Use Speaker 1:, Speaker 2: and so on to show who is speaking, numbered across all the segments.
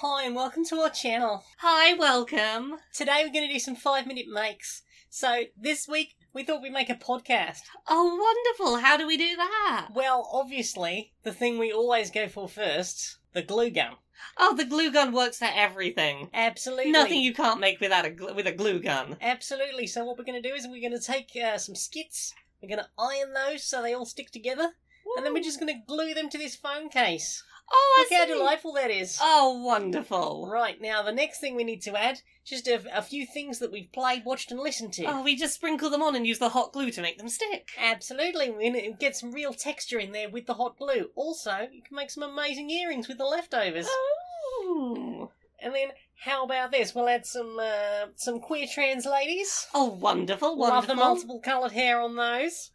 Speaker 1: Hi, and welcome to our channel.
Speaker 2: Hi, welcome.
Speaker 1: Today we're going to do some five minute makes. So, this week we thought we'd make a podcast.
Speaker 2: Oh, wonderful. How do we do that?
Speaker 1: Well, obviously, the thing we always go for first the glue gun.
Speaker 2: Oh, the glue gun works for everything.
Speaker 1: Absolutely.
Speaker 2: Nothing you can't make without a gl- with a glue gun.
Speaker 1: Absolutely. So, what we're going to do is we're going to take uh, some skits, we're going to iron those so they all stick together, and then we're just going to glue them to this phone case.
Speaker 2: Oh, I
Speaker 1: Look how
Speaker 2: see.
Speaker 1: delightful that is.
Speaker 2: Oh, wonderful.
Speaker 1: Right, now the next thing we need to add just a, a few things that we've played, watched, and listened to.
Speaker 2: Oh, we just sprinkle them on and use the hot glue to make them stick.
Speaker 1: Absolutely, and it get some real texture in there with the hot glue. Also, you can make some amazing earrings with the leftovers.
Speaker 2: Oh.
Speaker 1: And then, how about this? We'll add some uh, some queer trans ladies.
Speaker 2: Oh, wonderful, wonderful.
Speaker 1: Love the multiple coloured hair on those.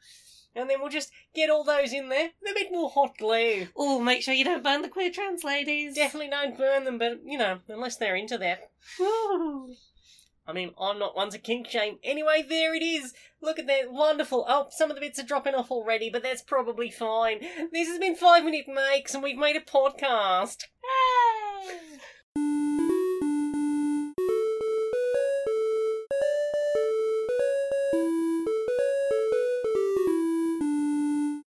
Speaker 1: And then we'll just get all those in there. A bit more hot glue.
Speaker 2: Oh, make sure you don't burn the queer trans ladies.
Speaker 1: Definitely don't burn them, but you know, unless they're into that.
Speaker 2: Ooh.
Speaker 1: I mean, I'm not one to kink shame. Anyway, there it is. Look at that. Wonderful. Oh, some of the bits are dropping off already, but that's probably fine. This has been Five Minute Makes, and we've made a podcast.
Speaker 2: Yay.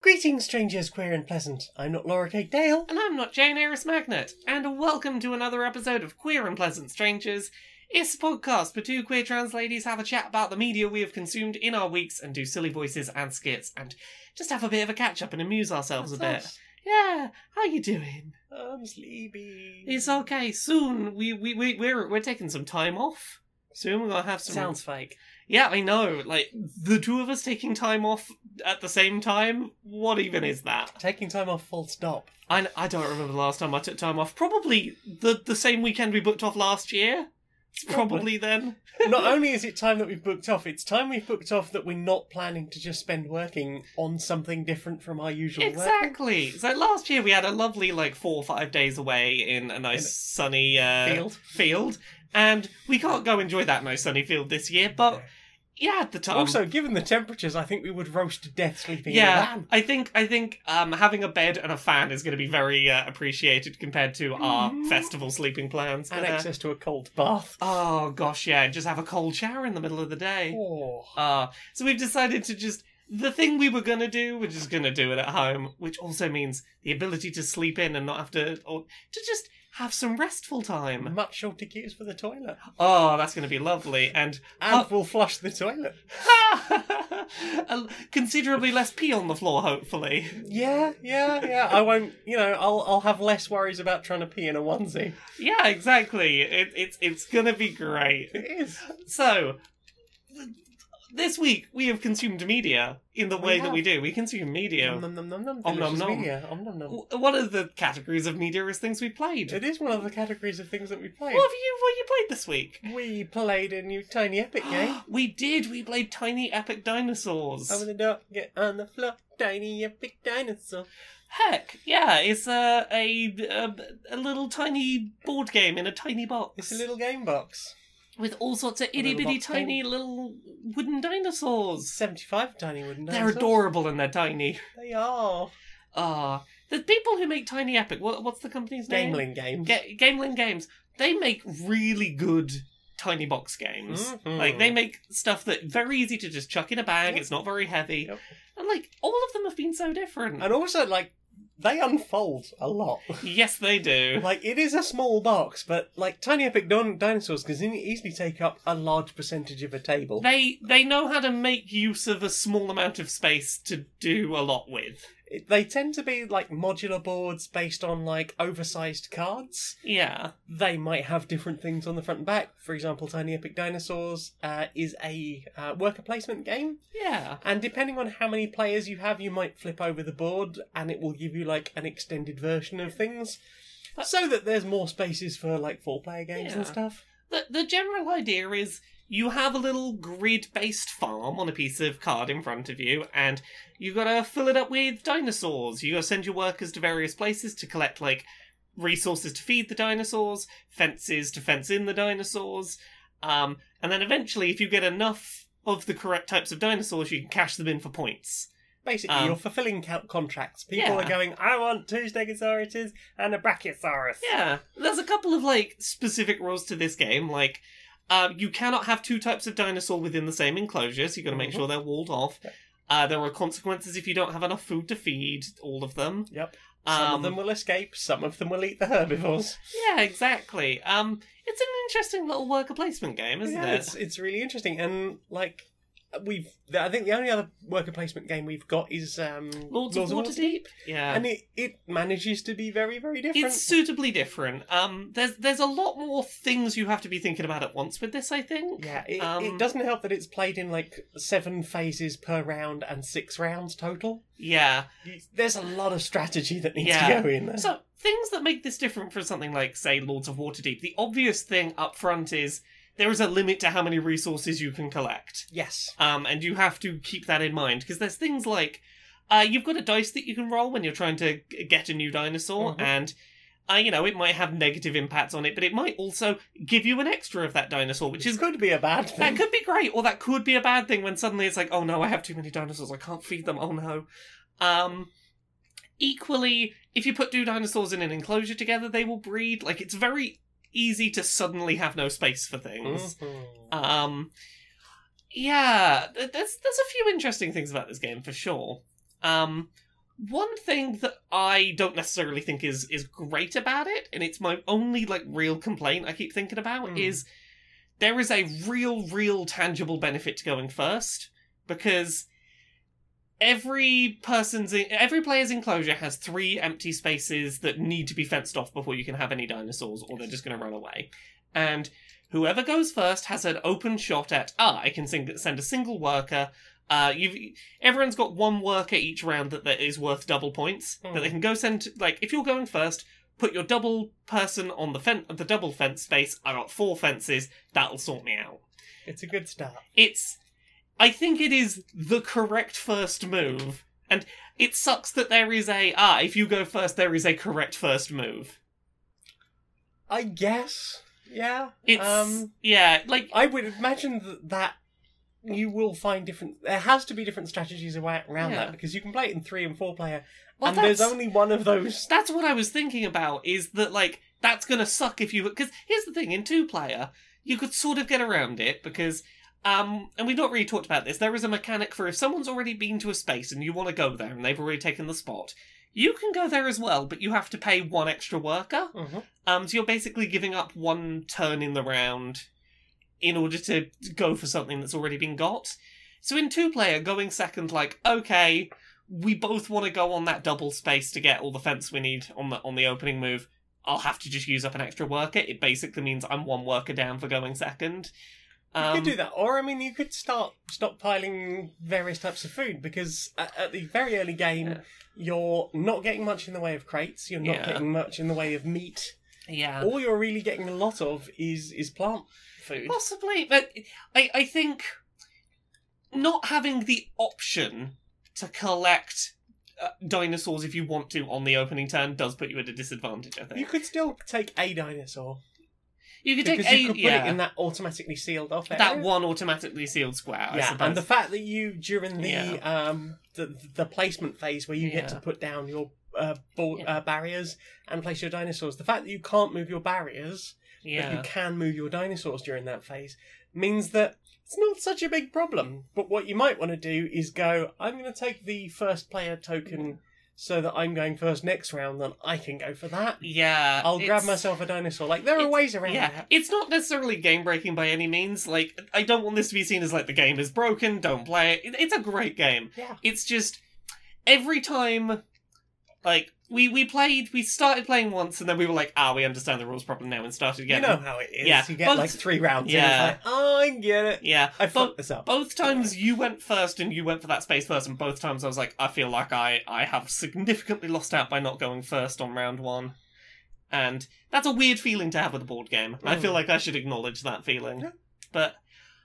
Speaker 1: Greetings, strangers, queer and pleasant. I'm not Laura Kate Dale.
Speaker 2: And I'm not Jane Eris Magnet, and welcome to another episode of Queer and Pleasant Strangers. It's a podcast where two queer trans ladies have a chat about the media we have consumed in our weeks and do silly voices and skits and just have a bit of a catch up and amuse ourselves a bit. Yeah, how you doing?
Speaker 3: Oh,
Speaker 1: I'm sleepy.
Speaker 2: It's okay. Soon we we we we're we're taking some time off. Soon we're gonna have some.
Speaker 1: Sounds fake.
Speaker 2: Yeah, I know. Like the two of us taking time off at the same time. What even is that?
Speaker 1: Taking time off full stop.
Speaker 2: I, I don't remember the last time I took time off. Probably the, the same weekend we booked off last year. It's probably then.
Speaker 3: not only is it time that we've booked off, it's time we've booked off that we're not planning to just spend working on something different from our usual work.
Speaker 2: Exactly. So last year we had a lovely like four or five days away in a nice
Speaker 3: In a
Speaker 2: sunny uh,
Speaker 3: Field.
Speaker 2: field. and we can't go enjoy that nice sunny field this year. But yeah, at the time.
Speaker 3: also, given the temperatures, I think we would roast to death sleeping
Speaker 2: yeah,
Speaker 3: in a van.
Speaker 2: I think I think um, having a bed and a fan is going to be very uh, appreciated compared to our festival sleeping plans.
Speaker 3: Mm-hmm. And
Speaker 2: But, uh,
Speaker 3: access to a cold bath.
Speaker 2: oh gosh, yeah, just have a cold shower in the middle of the day.
Speaker 3: Oh.
Speaker 2: Uh, so we've decided to just the thing we were gonna do, we're just gonna do it at home, which also means the ability to sleep in and not have to or to just have some restful time.
Speaker 3: Much shorter queues for the toilet.
Speaker 2: Oh, that's gonna be lovely and
Speaker 3: And we'll flush the toilet.
Speaker 2: A- considerably less pee on the floor, hopefully.
Speaker 3: Yeah, yeah, yeah. I won't, you know, I'll, I'll have less worries about trying to pee in a onesie.
Speaker 2: Yeah, exactly. It, it's it's gonna be great.
Speaker 3: It is.
Speaker 2: So, th- this week we have consumed media in the
Speaker 3: We
Speaker 2: way that
Speaker 3: have.
Speaker 2: we do. We consume media.
Speaker 3: Nom nom nom nom nom.
Speaker 2: Om nom
Speaker 3: delicious
Speaker 2: nom.
Speaker 3: media. Om nom nom.
Speaker 2: W- One of the categories of media is things we played.
Speaker 3: It is one of the categories of things that we played.
Speaker 2: What have you what have you played this week?
Speaker 3: We played a new Tiny Epic game. Oh,
Speaker 2: we did. We played Tiny Epic Dinosaurs.
Speaker 3: I'm gonna dog, get on the floor, tiny epic dinosaur.
Speaker 2: Heck, yeah! It's a, a a a little tiny board game in a tiny box
Speaker 3: It's a little game box.
Speaker 2: with all sorts of
Speaker 3: a little
Speaker 2: itty bitty
Speaker 3: box game.
Speaker 2: tiny little wooden dinosaurs.
Speaker 3: 75 tiny wooden
Speaker 2: They're
Speaker 3: dinosaurs.
Speaker 2: adorable and they're tiny.
Speaker 3: They are.
Speaker 2: Ah, the people who make Tiny Epic. What, what's the company's name?
Speaker 3: Gameling games.
Speaker 2: Ga- Gameling Games. They make really good tiny box games.
Speaker 3: Mhm.
Speaker 2: Like they make stuff that very easy to just chuck in a bag.
Speaker 3: Yep.
Speaker 2: It's not very heavy,
Speaker 3: Yep.
Speaker 2: and like all of them have been so different.
Speaker 3: And also, like, they unfold a lot.
Speaker 2: yes, they do.
Speaker 3: like, it is a small box, but, like, tiny epic don- dinosaurs can easily take up a large percentage of a table.
Speaker 2: They they know how to make use of a small amount of space to do a lot with.
Speaker 3: It- They tend to be, like, modular boards based on, like, oversized cards.
Speaker 2: Yeah.
Speaker 3: they might have different things on the front and back. For example, Tiny Epic Dinosaurs uh, is a uh, worker placement game,
Speaker 2: Yeah.
Speaker 3: and depending on how many players you have, you might flip over the board, and it will give you like an extended version of things, so that there's more spaces for like four-player games and
Speaker 2: Yeah.
Speaker 3: stuff.
Speaker 2: The the general idea is you have a little grid-based farm on a piece of card in front of you and you got to fill it up with dinosaurs. You got to send your workers to various places to collect like resources to feed the dinosaurs, fences to fence in the dinosaurs. Um, and then eventually if you get enough of the correct types of dinosaurs, you can cash them in for points.
Speaker 3: Basically,
Speaker 2: Um,
Speaker 3: you're fulfilling count contracts. People
Speaker 2: Yeah.
Speaker 3: are going, I want two Stegosauruses and a Brachiosaurus.
Speaker 2: Yeah, there's a couple of like specific rules to this game. Like, um, you cannot have two types of dinosaur within the same enclosure, so you got to make
Speaker 3: Mhm.
Speaker 2: sure they're walled off. Uh, there are consequences if you don't have enough food to feed all of them.
Speaker 3: Yep. Some
Speaker 2: Um,
Speaker 3: of them will escape, some of them will eat the herbivores.
Speaker 2: Yeah, exactly. Um, it's an interesting little worker placement game, isn't
Speaker 3: yeah,
Speaker 2: it?
Speaker 3: It's, it's really interesting. And, like, we've. I think the only other worker placement game we've got is um,
Speaker 2: Lords of
Speaker 3: Waterdeep.
Speaker 2: Waterdeep. Yeah.
Speaker 3: And it, it manages to be very, very different.
Speaker 2: It's suitably different. Um, there's there's a lot more things you have to be thinking about at once with this. I think.
Speaker 3: Yeah, it,
Speaker 2: Um,
Speaker 3: it doesn't help that it's played in like seven phases per round and six rounds total.
Speaker 2: Yeah.
Speaker 3: There's a lot of strategy that needs
Speaker 2: Yeah.
Speaker 3: to go in there.
Speaker 2: So things that make this different from something like, say, Lords of Waterdeep. The obvious thing up front is there is a limit to how many resources you can collect,
Speaker 3: yes.
Speaker 2: um, and you have to keep that in mind because there's things like uh, you've got a dice that you can roll when you're trying to g- get a new dinosaur,
Speaker 3: Mhm.
Speaker 2: and uh, you know it might have negative impacts on it, but it might also give you an extra of that dinosaur, which
Speaker 3: Which
Speaker 2: is
Speaker 3: is going to be a bad
Speaker 2: That
Speaker 3: thing.
Speaker 2: could be great, or that could be a bad thing when suddenly it's like, oh no, I have too many dinosaurs, I can't feed them, oh no. Um, equally, if you put two dinosaurs in an enclosure together, they will breed. Like, it's very easy to suddenly have no space for things.
Speaker 3: Mhm.
Speaker 2: Um, yeah, th- there's, there's a few interesting things about this game for sure. Um, one thing that I don't necessarily think is is great about it, and it's my only like real complaint I keep thinking about
Speaker 3: Hmm.
Speaker 2: is there is a real, real tangible benefit to going first because every person's every player's enclosure has three empty spaces that need to be fenced off before you can have any dinosaurs, or they're just going to run away. And whoever goes first has an open shot at ah, I can sing- send a single worker. Uh, you've everyone's got one worker each round that, that is worth double points that they
Speaker 3: Hmm.
Speaker 2: can go send. Like if you're going first, put your double person on the fen- the double fence space. I got four fences. That'll sort me out.
Speaker 3: It's a good start.
Speaker 2: It's I think it is the correct first move, and it sucks that there is a ah. If you go first, there is a correct first move.
Speaker 3: I guess. Yeah.
Speaker 2: It's
Speaker 3: Um,
Speaker 2: yeah, like
Speaker 3: I would imagine that, that you will find different. There has to be different strategies awa- around
Speaker 2: Yeah.
Speaker 3: that because you can play it in three and four player,
Speaker 2: well,
Speaker 3: and there's
Speaker 2: that's-
Speaker 3: only one of those.
Speaker 2: That's what I was thinking about. Is that like that's gonna suck if you because here's the thing in two player you could sort of get around it because um and we've not really talked about this. There is a mechanic for if someone's already been to a space and you want to go there and they've already taken the spot, you can go there as well, but you have to pay one extra worker.
Speaker 3: Mhm.
Speaker 2: Um, so you're basically giving up one turn in the round in order to go for something that's already been got. So in two player, going second, like okay, we both want to go on that double space to get all the fence we need on the on the opening move. I'll have to just use up an extra worker. It basically means I'm one worker down for going second. Um,
Speaker 3: you could do that, or I mean, you could start stockpiling various types of food because at, at the very early game,
Speaker 2: Yeah.
Speaker 3: you're not getting much in the way of crates. You're not
Speaker 2: Yeah.
Speaker 3: getting much in the way of meat.
Speaker 2: Yeah.
Speaker 3: All you're really getting a lot of is is plant food.
Speaker 2: Possibly, but I, I think not having the option to collect uh, dinosaurs if you want to on the opening turn does put you at a disadvantage. I think
Speaker 3: You could still take a dinosaur
Speaker 2: you could
Speaker 3: because
Speaker 2: take
Speaker 3: you
Speaker 2: a,
Speaker 3: could put
Speaker 2: yeah,
Speaker 3: it in that automatically sealed off area.
Speaker 2: that one automatically sealed square. I
Speaker 3: yeah,
Speaker 2: suppose.
Speaker 3: and the fact that you during the
Speaker 2: Yeah.
Speaker 3: um the, the placement phase where you
Speaker 2: Yeah.
Speaker 3: get to put down your uh, ball,
Speaker 2: Yeah.
Speaker 3: uh, barriers and place your dinosaurs. The fact that you can't move your barriers
Speaker 2: yeah.
Speaker 3: but you can move your dinosaurs during that phase means that it's not such a big problem. But what you might want to do is go, I'm going to take the first player
Speaker 2: Mm.
Speaker 3: token so that I'm going first next round, then I can go for that.
Speaker 2: yeah,
Speaker 3: I'll grab
Speaker 2: it's-
Speaker 3: myself a dinosaur. Like, there are
Speaker 2: it's-
Speaker 3: ways around
Speaker 2: Yeah,
Speaker 3: that.
Speaker 2: it's not necessarily game breaking by any means. Like, I don't want this to be seen as like the game is broken, don't play it. It- It's a great game.
Speaker 3: Yeah.
Speaker 2: It's just every time, like, we, we played, we started playing once and then we were like, ah, we understand the rules problem now and started again.
Speaker 3: You know how it is.
Speaker 2: Yeah.
Speaker 3: You get
Speaker 2: Both-
Speaker 3: like three rounds.
Speaker 2: Yeah.
Speaker 3: Yeah. And it's like, oh, I get it.
Speaker 2: Yeah.
Speaker 3: I
Speaker 2: Both-
Speaker 3: fucked this up.
Speaker 2: both times you went first and you went for that space first, and both times I was like, I feel like I, I have significantly lost out by not going first on round one. And that's a weird feeling to have with a board game. I feel
Speaker 3: Mm.
Speaker 2: like I should acknowledge that feeling.
Speaker 3: Yeah.
Speaker 2: But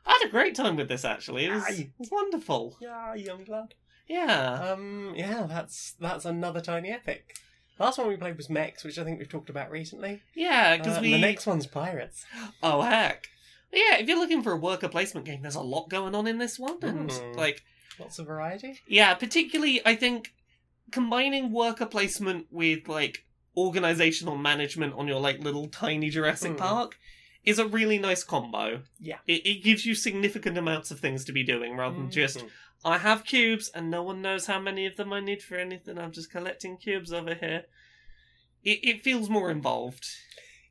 Speaker 2: I had a great time with this actually. It was,
Speaker 3: Aye.
Speaker 2: it was wonderful.
Speaker 3: Yeah, young lad.
Speaker 2: Yeah.
Speaker 3: Um, yeah, that's that's another tiny epic. Last one we played was Mechs, which I think we've talked about recently.
Speaker 2: Yeah,
Speaker 3: Uh,
Speaker 2: because
Speaker 3: and
Speaker 2: we
Speaker 3: the next one's Pirates.
Speaker 2: Oh heck. But yeah, if you're looking for a worker placement game, there's a lot going on in this one. And
Speaker 3: Mm.
Speaker 2: like
Speaker 3: Lots of variety.
Speaker 2: Yeah, particularly I think combining worker placement with like organizational management on your like little tiny Jurassic
Speaker 3: Mm.
Speaker 2: Park is a really nice combo.
Speaker 3: Yeah.
Speaker 2: It, it gives you significant amounts of things to be doing rather than just
Speaker 3: Mhm.
Speaker 2: I have cubes and no one knows how many of them I need for anything. I'm just collecting cubes over here. It, it feels more involved.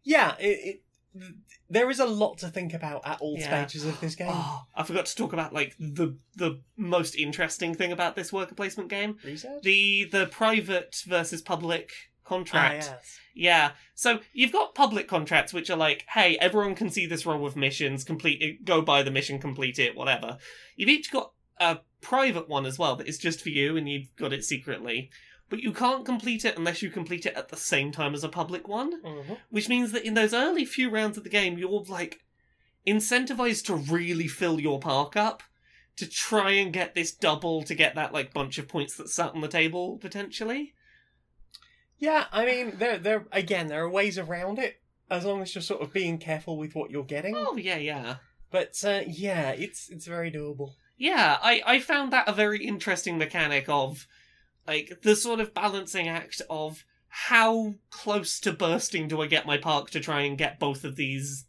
Speaker 3: Yeah, it, it, th- there is a lot to think about at all
Speaker 2: Yeah.
Speaker 3: stages of this game.
Speaker 2: Oh, I forgot to talk about like the the most interesting thing about this worker placement game.
Speaker 3: Research?
Speaker 2: the the private versus public
Speaker 3: Ah,
Speaker 2: contract.
Speaker 3: yes.
Speaker 2: yeah. So you've got public contracts which are like, hey, everyone can see this roll of missions, complete it, go buy the mission, complete it, whatever. You've each got a private one as well that is just for you and you've got it secretly. But you can't complete it unless you complete it at the same time as a public one,
Speaker 3: Mhm.
Speaker 2: which means that in those early few rounds of the game, you're like incentivized to really fill your park up to try and get this double to get that like bunch of points that sat on the table potentially.
Speaker 3: Yeah, I mean, there, there again, there are ways around it as long as you're sort of being careful with what you're getting.
Speaker 2: Oh yeah, yeah.
Speaker 3: But uh, yeah, it's it's very doable.
Speaker 2: Yeah, I, I found that a very interesting mechanic of like the sort of balancing act of how close to bursting do I get my park to try and get both of these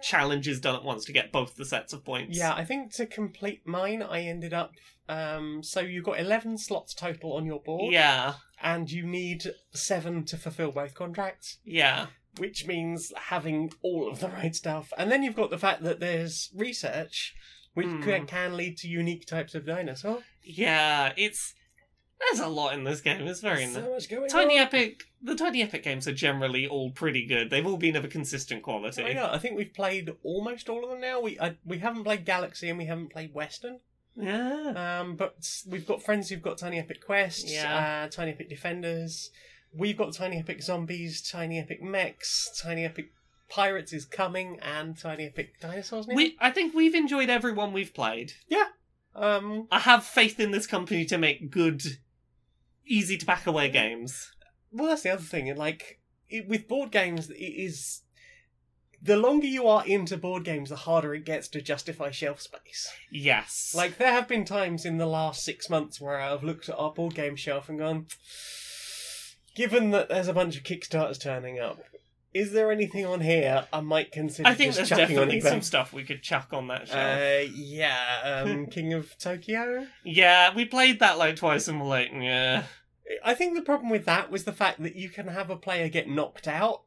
Speaker 2: challenges done at once to get both the sets of points.
Speaker 3: Yeah, I think to complete mine, I ended up. Um, so you got eleven slots total on your board,
Speaker 2: Yeah,
Speaker 3: and you need seven to fulfil both contracts,
Speaker 2: yeah.
Speaker 3: which means having all of the right stuff. And then you've got the fact that there's research, which
Speaker 2: Hmm.
Speaker 3: can, can lead to unique types of dinosaur.
Speaker 2: Yeah, it's there's a lot in this game. It's very nice.
Speaker 3: so much going
Speaker 2: Tiny
Speaker 3: on.
Speaker 2: Epic the Tiny Epic games are generally all pretty good. They've all been of a consistent quality.
Speaker 3: I know. I think we've played almost all of them now. We I, we haven't played Galaxy and we haven't played Western.
Speaker 2: Yeah.
Speaker 3: Um, but we've got friends who've got Tiny Epic Quests,
Speaker 2: Yeah.
Speaker 3: uh, Tiny Epic Defenders. We've got Tiny Epic Zombies, Tiny Epic Mechs, Tiny Epic Pirates is coming, and Tiny Epic Dinosaurs. Now.
Speaker 2: We I think we've enjoyed everyone we've played.
Speaker 3: um,
Speaker 2: I have faith in this company to make good, easy to pack away games.
Speaker 3: well, that's the other thing. and, Like it, with board games, it is the longer you are into board games, the harder it gets to justify shelf space.
Speaker 2: Yes.
Speaker 3: Like there have been times in the last six months where I've looked at our board game shelf and gone, given that there's a bunch of Kickstarters turning up, is there anything on here I might consider?
Speaker 2: I think
Speaker 3: just
Speaker 2: there's
Speaker 3: chucking
Speaker 2: definitely
Speaker 3: on eBay?
Speaker 2: some stuff we could chuck on that shelf.
Speaker 3: Uh, yeah, um, King of Tokyo.
Speaker 2: yeah, we played that like twice and we're like, yeah.
Speaker 3: I think the problem with that was the fact that you can have a player get knocked out,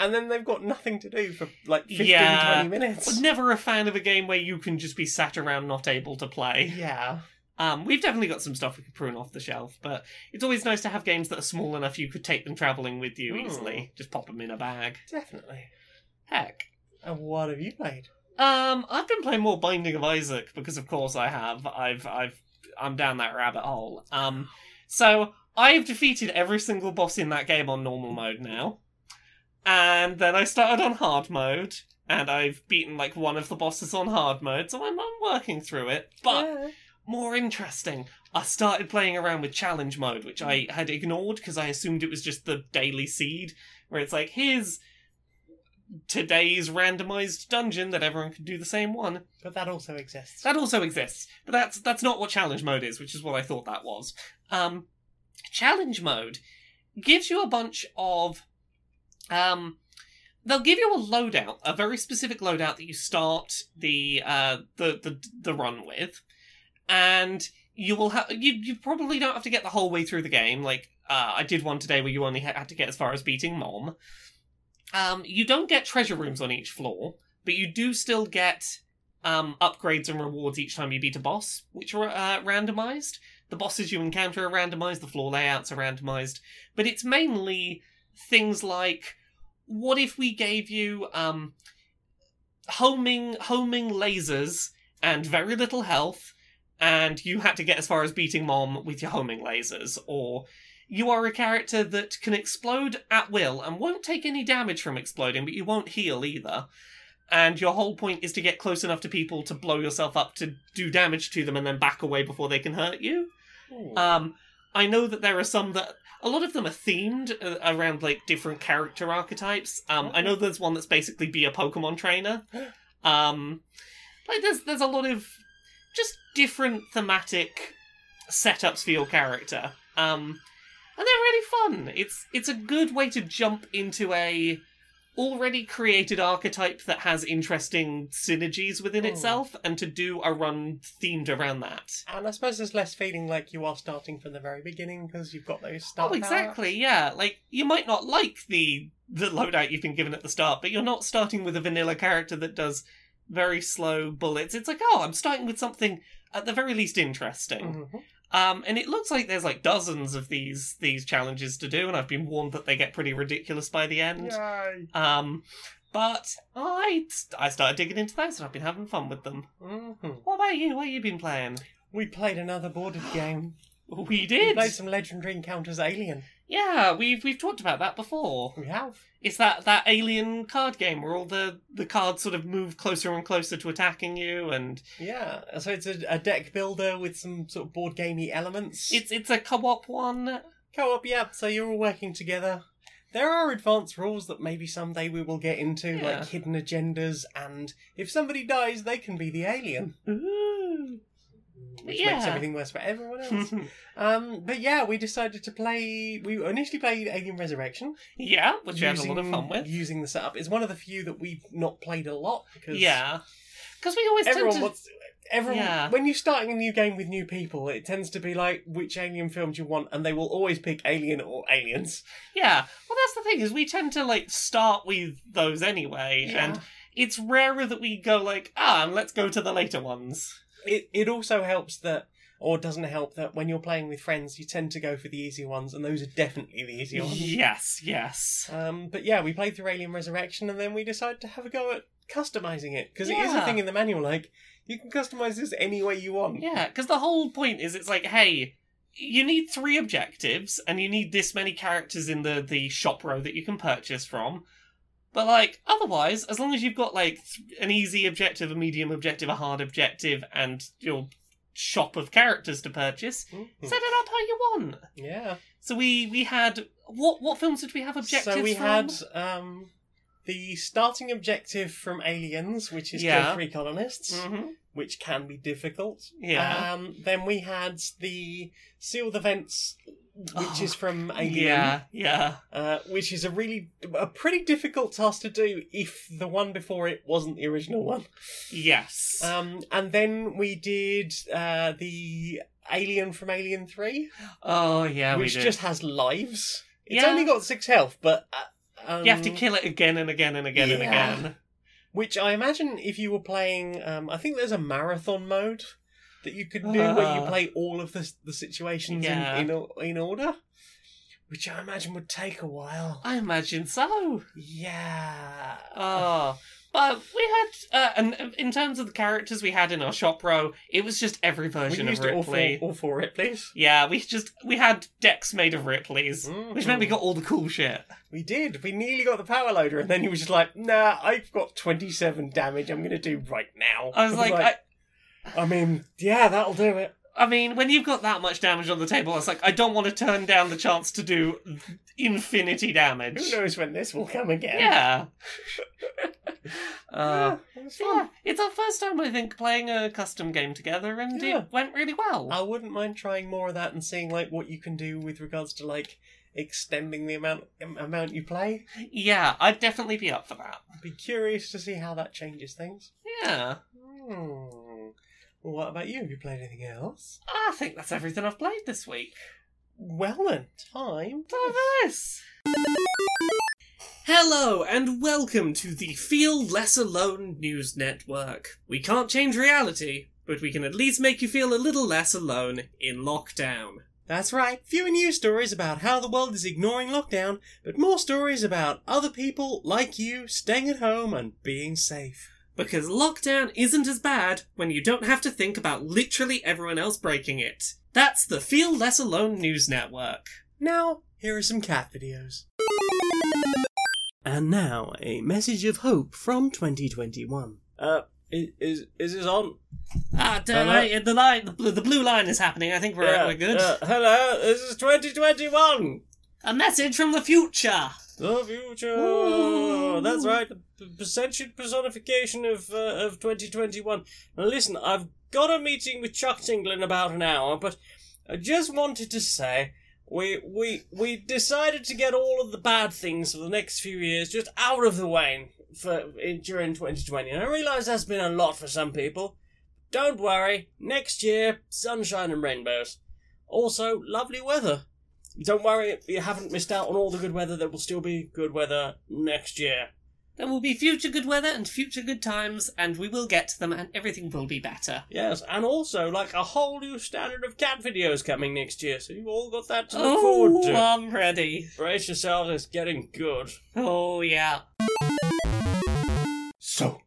Speaker 3: and then they've got nothing to do for like 15,
Speaker 2: Yeah.
Speaker 3: 20
Speaker 2: Was
Speaker 3: minutes.
Speaker 2: never a fan of a game where you can just be sat around not able to play.
Speaker 3: Yeah,
Speaker 2: Um, we've definitely got some stuff we could prune off the shelf, but it's always nice to have games that are small enough you could take them traveling with you
Speaker 3: Hmm.
Speaker 2: easily. Just pop them in a bag.
Speaker 3: definitely.
Speaker 2: Heck.
Speaker 3: And what have you played?
Speaker 2: Um, I've been playing more Binding of Isaac because, of course, I have. I've, I've, I'm down that rabbit hole. Um, so I've defeated every single boss in that game on normal mode now, and then I started on hard mode, and I've beaten like one of the bosses on hard mode. So I'm, I'm working through it, but
Speaker 3: Yeah.
Speaker 2: more interesting. I started playing around with challenge mode, which I had ignored because I assumed it was just the daily seed, where it's like, here's today's randomized dungeon that everyone can do the same one.
Speaker 3: but that also exists.
Speaker 2: That also exists, but that's that's not what challenge mode is, which is what I thought that was. Um, challenge mode gives you a bunch of um, they'll give you a loadout, a very specific loadout that you start the uh, the the the run with, and you will have you you probably don't have to get the whole way through the game. Like uh, I did one today where you only ha- had to get as far as beating mom. Um, you don't get treasure rooms on each floor, but you do still get um, upgrades and rewards each time you beat a boss, which are uh, randomized. The bosses you encounter are randomized, the floor layouts are randomized, but it's mainly things like what if we gave you um, homing homing lasers and very little health, and you had to get as far as beating mom with your homing lasers, or you are a character that can explode at will and won't take any damage from exploding, but you won't heal either and your whole point is to get close enough to people to blow yourself up to do damage to them and then back away before they can hurt you.
Speaker 3: Ooh.
Speaker 2: Um, I know that there are some that a lot of them are themed uh, around like different character archetypes. Um, I know there's one that's basically be a Pokemon trainer. Um, like there's there's a lot of just different thematic setups for your character. Um, and they're really fun. It's it's a good way to jump into a already created archetype that has interesting synergies within
Speaker 3: Hmm.
Speaker 2: itself and to do a run themed around that.
Speaker 3: And I suppose there's less feeling like you are starting from the very beginning because you've got those start.
Speaker 2: oh, exactly. Yeah, like you might not like the the loadout you've been given at the start, but you're not starting with a vanilla character that does very slow bullets. It's like, oh, I'm starting with something at the very least interesting.
Speaker 3: power. Mhm.
Speaker 2: Um, and it looks like there's like dozens of these these challenges to do, and I've been warned that they get pretty ridiculous by the end.
Speaker 3: Yay.
Speaker 2: Um, but I I started digging into those, and I've been having fun with them.
Speaker 3: Mhm.
Speaker 2: What about you? What have you been playing?
Speaker 3: We played another boarded game.
Speaker 2: We
Speaker 3: We
Speaker 2: did.
Speaker 3: played some Legendary Encounters Alien.
Speaker 2: Yeah, we've we've talked about that before.
Speaker 3: We have.
Speaker 2: It's that that alien card game where all the the cards sort of move closer and closer to attacking you, and
Speaker 3: Yeah. So it's a, a deck builder with some sort of board gamey elements.
Speaker 2: it's it's a co-op one.
Speaker 3: co-op. Yeah. So you're all working together. There are advanced rules that maybe someday we will get into,
Speaker 2: Yeah.
Speaker 3: like hidden agendas, and if somebody dies, they can be the alien,
Speaker 2: Ooh.
Speaker 3: which
Speaker 2: yeah.
Speaker 3: makes everything worse for everyone else. Um, but yeah, we decided to play. We initially played Alien Resurrection,
Speaker 2: yeah, which we had a lot of fun with.
Speaker 3: Using the setup, it's one of the few that we've not played a lot because
Speaker 2: Yeah, because we always
Speaker 3: everyone
Speaker 2: tend to.
Speaker 3: wants. Everyone,
Speaker 2: Yeah.
Speaker 3: when you're starting a new game with new people, it tends to be like which alien film do you want, and they will always pick Alien or Aliens.
Speaker 2: Yeah, well, that's the thing is we tend to like start with those anyway, and it's rarer that we go like ah, and let's go to the later ones.
Speaker 3: it it also helps that, or doesn't help that when you're playing with friends, you tend to go for the easy ones, and those are definitely the easy ones.
Speaker 2: Yes, yes.
Speaker 3: Um, but yeah, we played through Alien Resurrection and then we decided to have a go at customizing it because it is a
Speaker 2: Yeah.
Speaker 3: thing in the manual. Like you can customize this any way you want.
Speaker 2: Yeah, because the whole point is it's like, hey, you need three objectives, and you need this many characters in the the shop row that you can purchase from. But like, otherwise, as long as you've got like th- an easy objective, a medium objective, a hard objective, and your shop of characters to purchase,
Speaker 3: Mhm.
Speaker 2: set it up how you want.
Speaker 3: yeah.
Speaker 2: So we we had what what films did we have objectives?
Speaker 3: so we
Speaker 2: from?
Speaker 3: had um, the starting objective from Aliens, which is
Speaker 2: Yeah.
Speaker 3: kill three colonists,
Speaker 2: Mhm.
Speaker 3: which can be difficult.
Speaker 2: yeah,
Speaker 3: Um, then we had the seal the vents, which
Speaker 2: Oh,
Speaker 3: is from Alien.
Speaker 2: yeah, yeah,
Speaker 3: uh, which is a really a pretty difficult task to do if the one before it wasn't the original one.
Speaker 2: yes.
Speaker 3: Um, and then we did uh, the Alien from Alien Three,
Speaker 2: oh yeah, we
Speaker 3: which
Speaker 2: did.
Speaker 3: just has lives. It's
Speaker 2: Yeah.
Speaker 3: only got six health, but uh, um,
Speaker 2: you have to kill it again and again and again and
Speaker 3: Yeah.
Speaker 2: again.
Speaker 3: Which I imagine if you were playing, um, I think there's a marathon mode that you could do where you
Speaker 2: Ah.
Speaker 3: play all of the the situations
Speaker 2: Yeah.
Speaker 3: in, in o- in order, which I imagine would take a while.
Speaker 2: I imagine so.
Speaker 3: Yeah.
Speaker 2: Oh. But we had, uh, and in terms of the characters we had in our shop row, it was just every
Speaker 3: we
Speaker 2: version
Speaker 3: used
Speaker 2: of
Speaker 3: all four,
Speaker 2: Ripley.
Speaker 3: all four Ripleys.
Speaker 2: Yeah, we just we had decks made of Ripley's, which meant we
Speaker 3: Mhm.
Speaker 2: got all the cool shit.
Speaker 3: We did. We nearly got the power loader, and then he was just like, "Nah, I've got twenty-seven damage. I'm gonna do right now."
Speaker 2: I was like, I,
Speaker 3: I, mean, yeah, that'll do it."
Speaker 2: I mean, when you've got that much damage on the table, it's like I don't want to turn down the chance to do infinity damage.
Speaker 3: Who knows when this will come again?
Speaker 2: Yeah. uh,
Speaker 3: Yeah, it was
Speaker 2: yeah,
Speaker 3: fun.
Speaker 2: it's our first time, I think, playing a custom game together, and
Speaker 3: Yeah.
Speaker 2: it went really well.
Speaker 3: I wouldn't mind trying more of that and seeing like what you can do with regards to like extending the amount am- amount you play.
Speaker 2: yeah, I'd definitely be up for that.
Speaker 3: I'd be curious to see how that changes things.
Speaker 2: Yeah,
Speaker 3: Hmm. Well, what about you? Have you played anything else?
Speaker 2: I think that's everything I've played this week.
Speaker 3: Well then,
Speaker 2: Time
Speaker 3: time.
Speaker 2: for this. Hello and welcome to the Feel Less Alone News Network. We can't change reality, but we can at least make you feel a little less alone in lockdown.
Speaker 3: That's right, fewer news stories about how the world is ignoring lockdown, but more stories about other people like you staying at home and being safe.
Speaker 2: Because lockdown isn't as bad when you don't have to think about literally everyone else breaking it. That's the Feel Less Alone News Network.
Speaker 3: Now, here are some cat videos. And now, a message of hope from 2021. Uh, is, is, is this on?
Speaker 2: Ah, the,
Speaker 3: Hello?
Speaker 2: li- the line, the, blue, the blue line is happening. I think we're,
Speaker 3: Yeah,
Speaker 2: we're good.
Speaker 3: uh, hello, this is 2021!
Speaker 2: A message from the future.
Speaker 3: The future.
Speaker 2: Ooh.
Speaker 3: That's right. The p- percentage personification of uh, of 2021. Now listen, I've got a meeting with Chuck Tingle in about an hour, but I just wanted to say we we we decided to get all of the bad things for the next few years just out of the way for in, during 2020. And I realise that's been a lot for some people. Don't worry, next year sunshine and rainbows. Also, lovely weather. Don't worry, you haven't missed out on all the good weather. There will still be good weather next year.
Speaker 2: There will be future good weather and future good times, and we will get to them, and everything will be better.
Speaker 3: Yes, and also like a whole new standard of cat videos coming next year, so you've all got that to look forward to.
Speaker 2: Oh, I'm ready.
Speaker 3: Brace yourselves, it's getting good.
Speaker 2: Oh, yeah.
Speaker 3: So,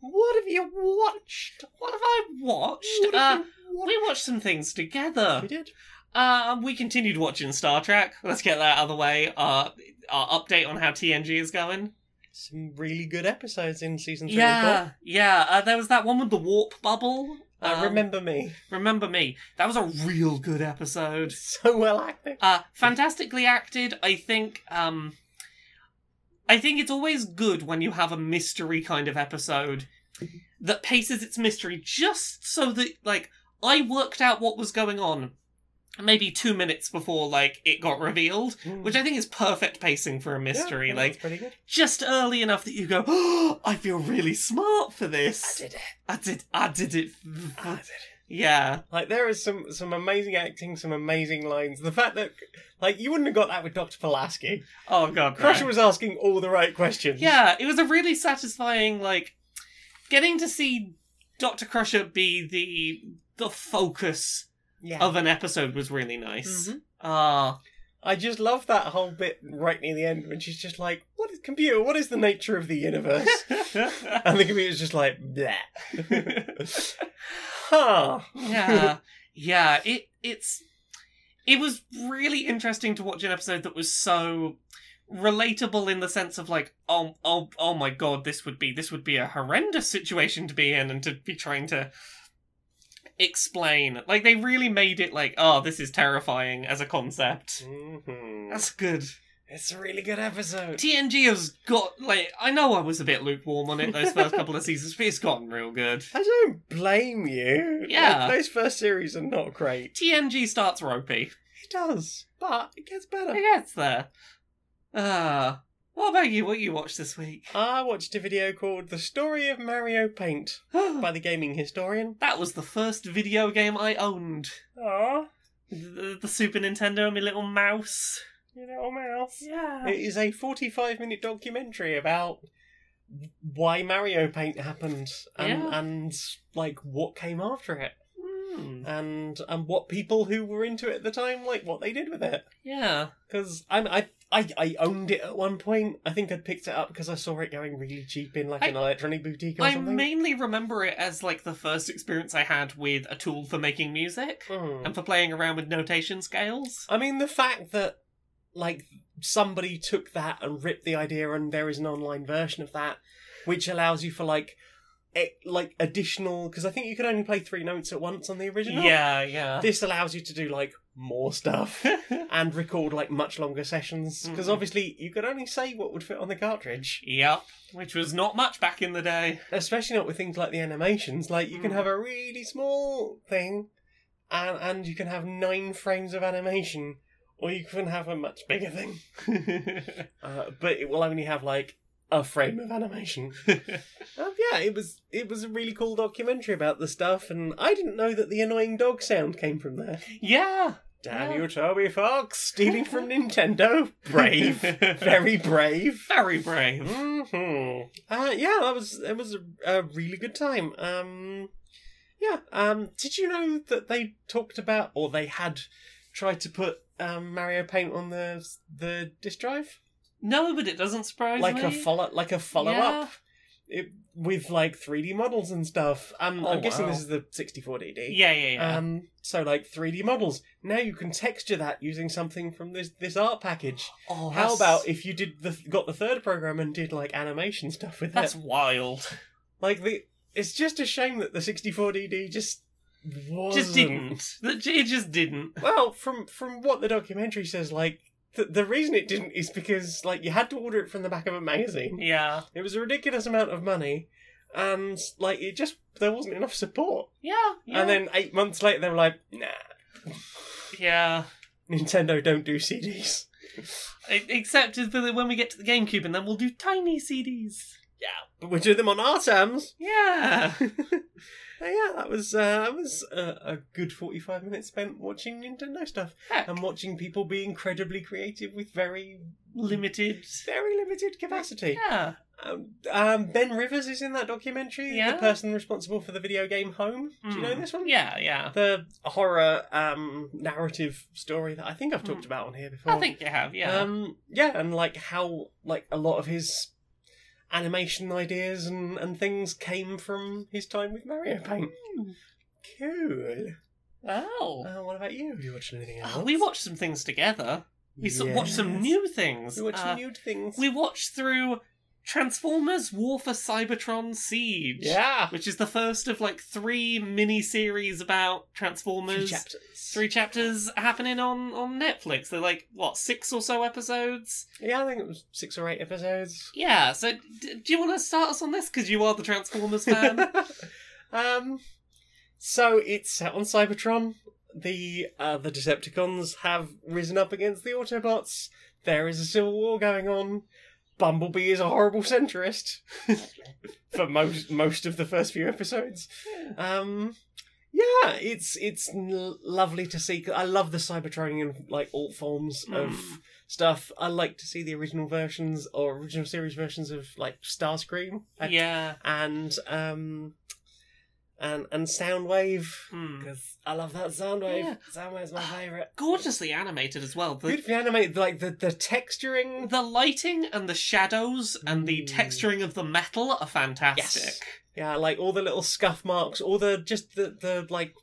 Speaker 2: what have you watched? What have I watched?
Speaker 3: What
Speaker 2: uh,
Speaker 3: have
Speaker 2: we watched some things together.
Speaker 3: we did.
Speaker 2: Um, we continued watching Star Trek. Let's get that out of the way. Uh, our update on how TNG is going.
Speaker 3: Some really good episodes in season three and
Speaker 2: Yeah, yeah. Uh, there was that one with the warp bubble.
Speaker 3: four. Uh,
Speaker 2: Um,
Speaker 3: remember me.
Speaker 2: Remember me. That was a real good episode.
Speaker 3: So well acted.
Speaker 2: Uh, fantastically acted. I think. Um, I think it's always good when you have a mystery kind of episode that paces its mystery just so that, like, I worked out what was going on maybe two minutes before, like, it got revealed, which I think is perfect pacing for a mystery. like,
Speaker 3: pretty good.
Speaker 2: just early enough that you go, oh, I feel really smart for this.
Speaker 3: it.
Speaker 2: I did. I did ah, it.
Speaker 3: I did it.
Speaker 2: Yeah.
Speaker 3: Like there is some some amazing acting, some amazing lines. The fact that like you wouldn't have got that with Dr. Pulaski.
Speaker 2: Oh god.
Speaker 3: Crusher
Speaker 2: no.
Speaker 3: was asking all the right questions.
Speaker 2: Yeah, it was a really satisfying like getting to see Doctor Crusher be the the focus
Speaker 3: yeah. Mm-hmm.
Speaker 2: of an episode was really nice. Ah,
Speaker 3: I just love that whole bit right near the end when she's just like, "What is computer? What is the nature of the universe?" and the computer's just like, "Bleh." huh.
Speaker 2: yeah, yeah. It it's it was really interesting to watch an episode that was so relatable in the sense of like, oh, oh, oh my god, this would be this would be a horrendous situation to be in and to be trying to explain. Like they really made it like, oh, this is terrifying as a concept.
Speaker 3: Mhm.
Speaker 2: That's good.
Speaker 3: It's a really good episode.
Speaker 2: TNG has got like I know I was a bit lukewarm on it those first couple of seasons, but it's gotten real good.
Speaker 3: I don't blame you.
Speaker 2: Yeah.
Speaker 3: Like, those first series are not great.
Speaker 2: TNG starts ropey.
Speaker 3: It does, but it gets better.
Speaker 2: I guess there. Uh, what about you? What you watched this week?
Speaker 3: I watched a video called "The Story of Mario Paint"
Speaker 2: that
Speaker 3: by the gaming historian.
Speaker 2: was the first video game I owned.
Speaker 3: Ah,
Speaker 2: The, the Super Nintendo and my little mouse.
Speaker 3: you little mouse.
Speaker 2: Yeah.
Speaker 3: It is a 45 minute documentary about why Mario Paint happened and,
Speaker 2: Yeah.
Speaker 3: and like what came after it
Speaker 2: Mm,
Speaker 3: and and what people who were into it at the time like what they did with it
Speaker 2: yeah.
Speaker 3: because I, I I I owned it at one point I think I picked it up because I saw it going really cheap in like
Speaker 2: I-
Speaker 3: an electronic boutique or
Speaker 2: I
Speaker 3: something
Speaker 2: mainly remember it as like the first experience I had with a tool for making music
Speaker 3: Hmm.
Speaker 2: and for playing around with notation scales.
Speaker 3: I mean the fact that like somebody took that and ripped the idea and there is an online version of that which allows you for like e- like additional because I think you could only play three notes at once on the original.
Speaker 2: Yeah, yeah.
Speaker 3: This allows you to do like more stuff and record like much longer sessions because
Speaker 2: Mhm.
Speaker 3: obviously you could only say what would fit on the cartridge,
Speaker 2: yep. Which was not much back in the day.
Speaker 3: especially not with things like the animations. Like you can
Speaker 2: Mm.
Speaker 3: have a really small thing and and you can have 9 frames of animation or you can have a much bigger thing. Uh, but it will only have like a frame of animation. um, yeah, it was it was a really cool documentary about the stuff, and I didn't know that the annoying dog sound came from there.
Speaker 2: yeah.
Speaker 3: Damn
Speaker 2: Yeah.
Speaker 3: you, Toby Fox, stealing from Nintendo, brave, very brave.
Speaker 2: Very brave.
Speaker 3: hmm Uh, yeah, that was it was a, a really good time. Um, yeah. Um, did you know that they talked about or they had tried to put um, Mario Paint on the the disk drive?
Speaker 2: No, but it doesn't surprise
Speaker 3: like
Speaker 2: me.
Speaker 3: a follow like a follow up it, with like 3D models and stuff. Um,
Speaker 2: Oh,
Speaker 3: I'm guessing
Speaker 2: wow.
Speaker 3: this is the 64DD.
Speaker 2: Yeah, yeah, yeah.
Speaker 3: Um, so like 3D models. Now you can texture that using something from this this art package.
Speaker 2: oh,
Speaker 3: How
Speaker 2: that's-
Speaker 3: about if you did the got the third program and did like animation stuff with
Speaker 2: that's
Speaker 3: it?
Speaker 2: wild?
Speaker 3: Like the it's just a shame that the 64DD just wasn't.
Speaker 2: Just didn't. That- It just didn't.
Speaker 3: Well, from from what the documentary says, like. The, the reason it didn't is because like you had to order it from the back of a magazine.
Speaker 2: Yeah,
Speaker 3: It was a ridiculous amount of money, and like it just there wasn't enough support.
Speaker 2: yeah, yeah.
Speaker 3: And then eight months later, they were like, "Nah,
Speaker 2: Yeah.
Speaker 3: Nintendo don't do CDs.
Speaker 2: E- Except is that when we get to the GameCube, and then we'll do tiny CDs.
Speaker 3: But we do them on our terms.
Speaker 2: Yeah.
Speaker 3: But yeah, that was uh, that was uh, a good forty-five minutes spent watching Nintendo stuff
Speaker 2: Heck,
Speaker 3: and watching people be incredibly creative with very
Speaker 2: limited.
Speaker 3: very limited capacity.
Speaker 2: Yeah.
Speaker 3: Um, um, ben Rivers is in that documentary.
Speaker 2: Yeah.
Speaker 3: The person responsible for the video game Home. Do you know
Speaker 2: Mm.
Speaker 3: this one?
Speaker 2: Yeah, yeah.
Speaker 3: The horror um, narrative story that I think I've talked
Speaker 2: Mm.
Speaker 3: about on here before.
Speaker 2: I think you have, yeah.
Speaker 3: Um, yeah, and like how like a lot of his animation ideas and, and things came from his time with Mario Paint.
Speaker 2: Mm.
Speaker 3: Cool.
Speaker 2: oh.
Speaker 3: Uh, what about you? Uh, Have you watched anything else?
Speaker 2: Oh, we watched some things together. We sort of watched some
Speaker 3: Yes.
Speaker 2: new things.
Speaker 3: We watched
Speaker 2: Uh,
Speaker 3: some new things.
Speaker 2: we watched through Transformers War for Cybertron Siege.
Speaker 3: yeah.
Speaker 2: Which is the first of like three mini series about
Speaker 3: Three
Speaker 2: Transformers.
Speaker 3: chapters.
Speaker 2: Three chapters happening on, on Netflix. They're like, what, six or so episodes?
Speaker 3: Yeah, I think it was six or eight episodes.
Speaker 2: Yeah, so d- do you want to start us on this? Because you are the Transformers fan.
Speaker 3: um, so it's set on Cybertron. The uh, the Decepticons have risen up against the Autobots. There is a civil war going on. Bumblebee is a horrible centrist for most most of the first few episodes. Um, yeah, it's it's n- lovely to see. I love the Cybertronian like alt forms of
Speaker 2: Mm.
Speaker 3: stuff. I like to see the original versions or original series versions of like Starscream. I
Speaker 2: yeah.
Speaker 3: and um and and Soundwave
Speaker 2: Hmm.
Speaker 3: because I love that Soundwave.
Speaker 2: Yeah. Ah.
Speaker 3: Soundwave's my favorite.
Speaker 2: Gorgeusly animated as well. The,
Speaker 3: Beautifully animated, like the the texturing.
Speaker 2: the lighting and the shadows and the
Speaker 3: Mm.
Speaker 2: texturing of the metal are fantastic.
Speaker 3: Yes. Yeah, like all the little scuff marks, all the just the the like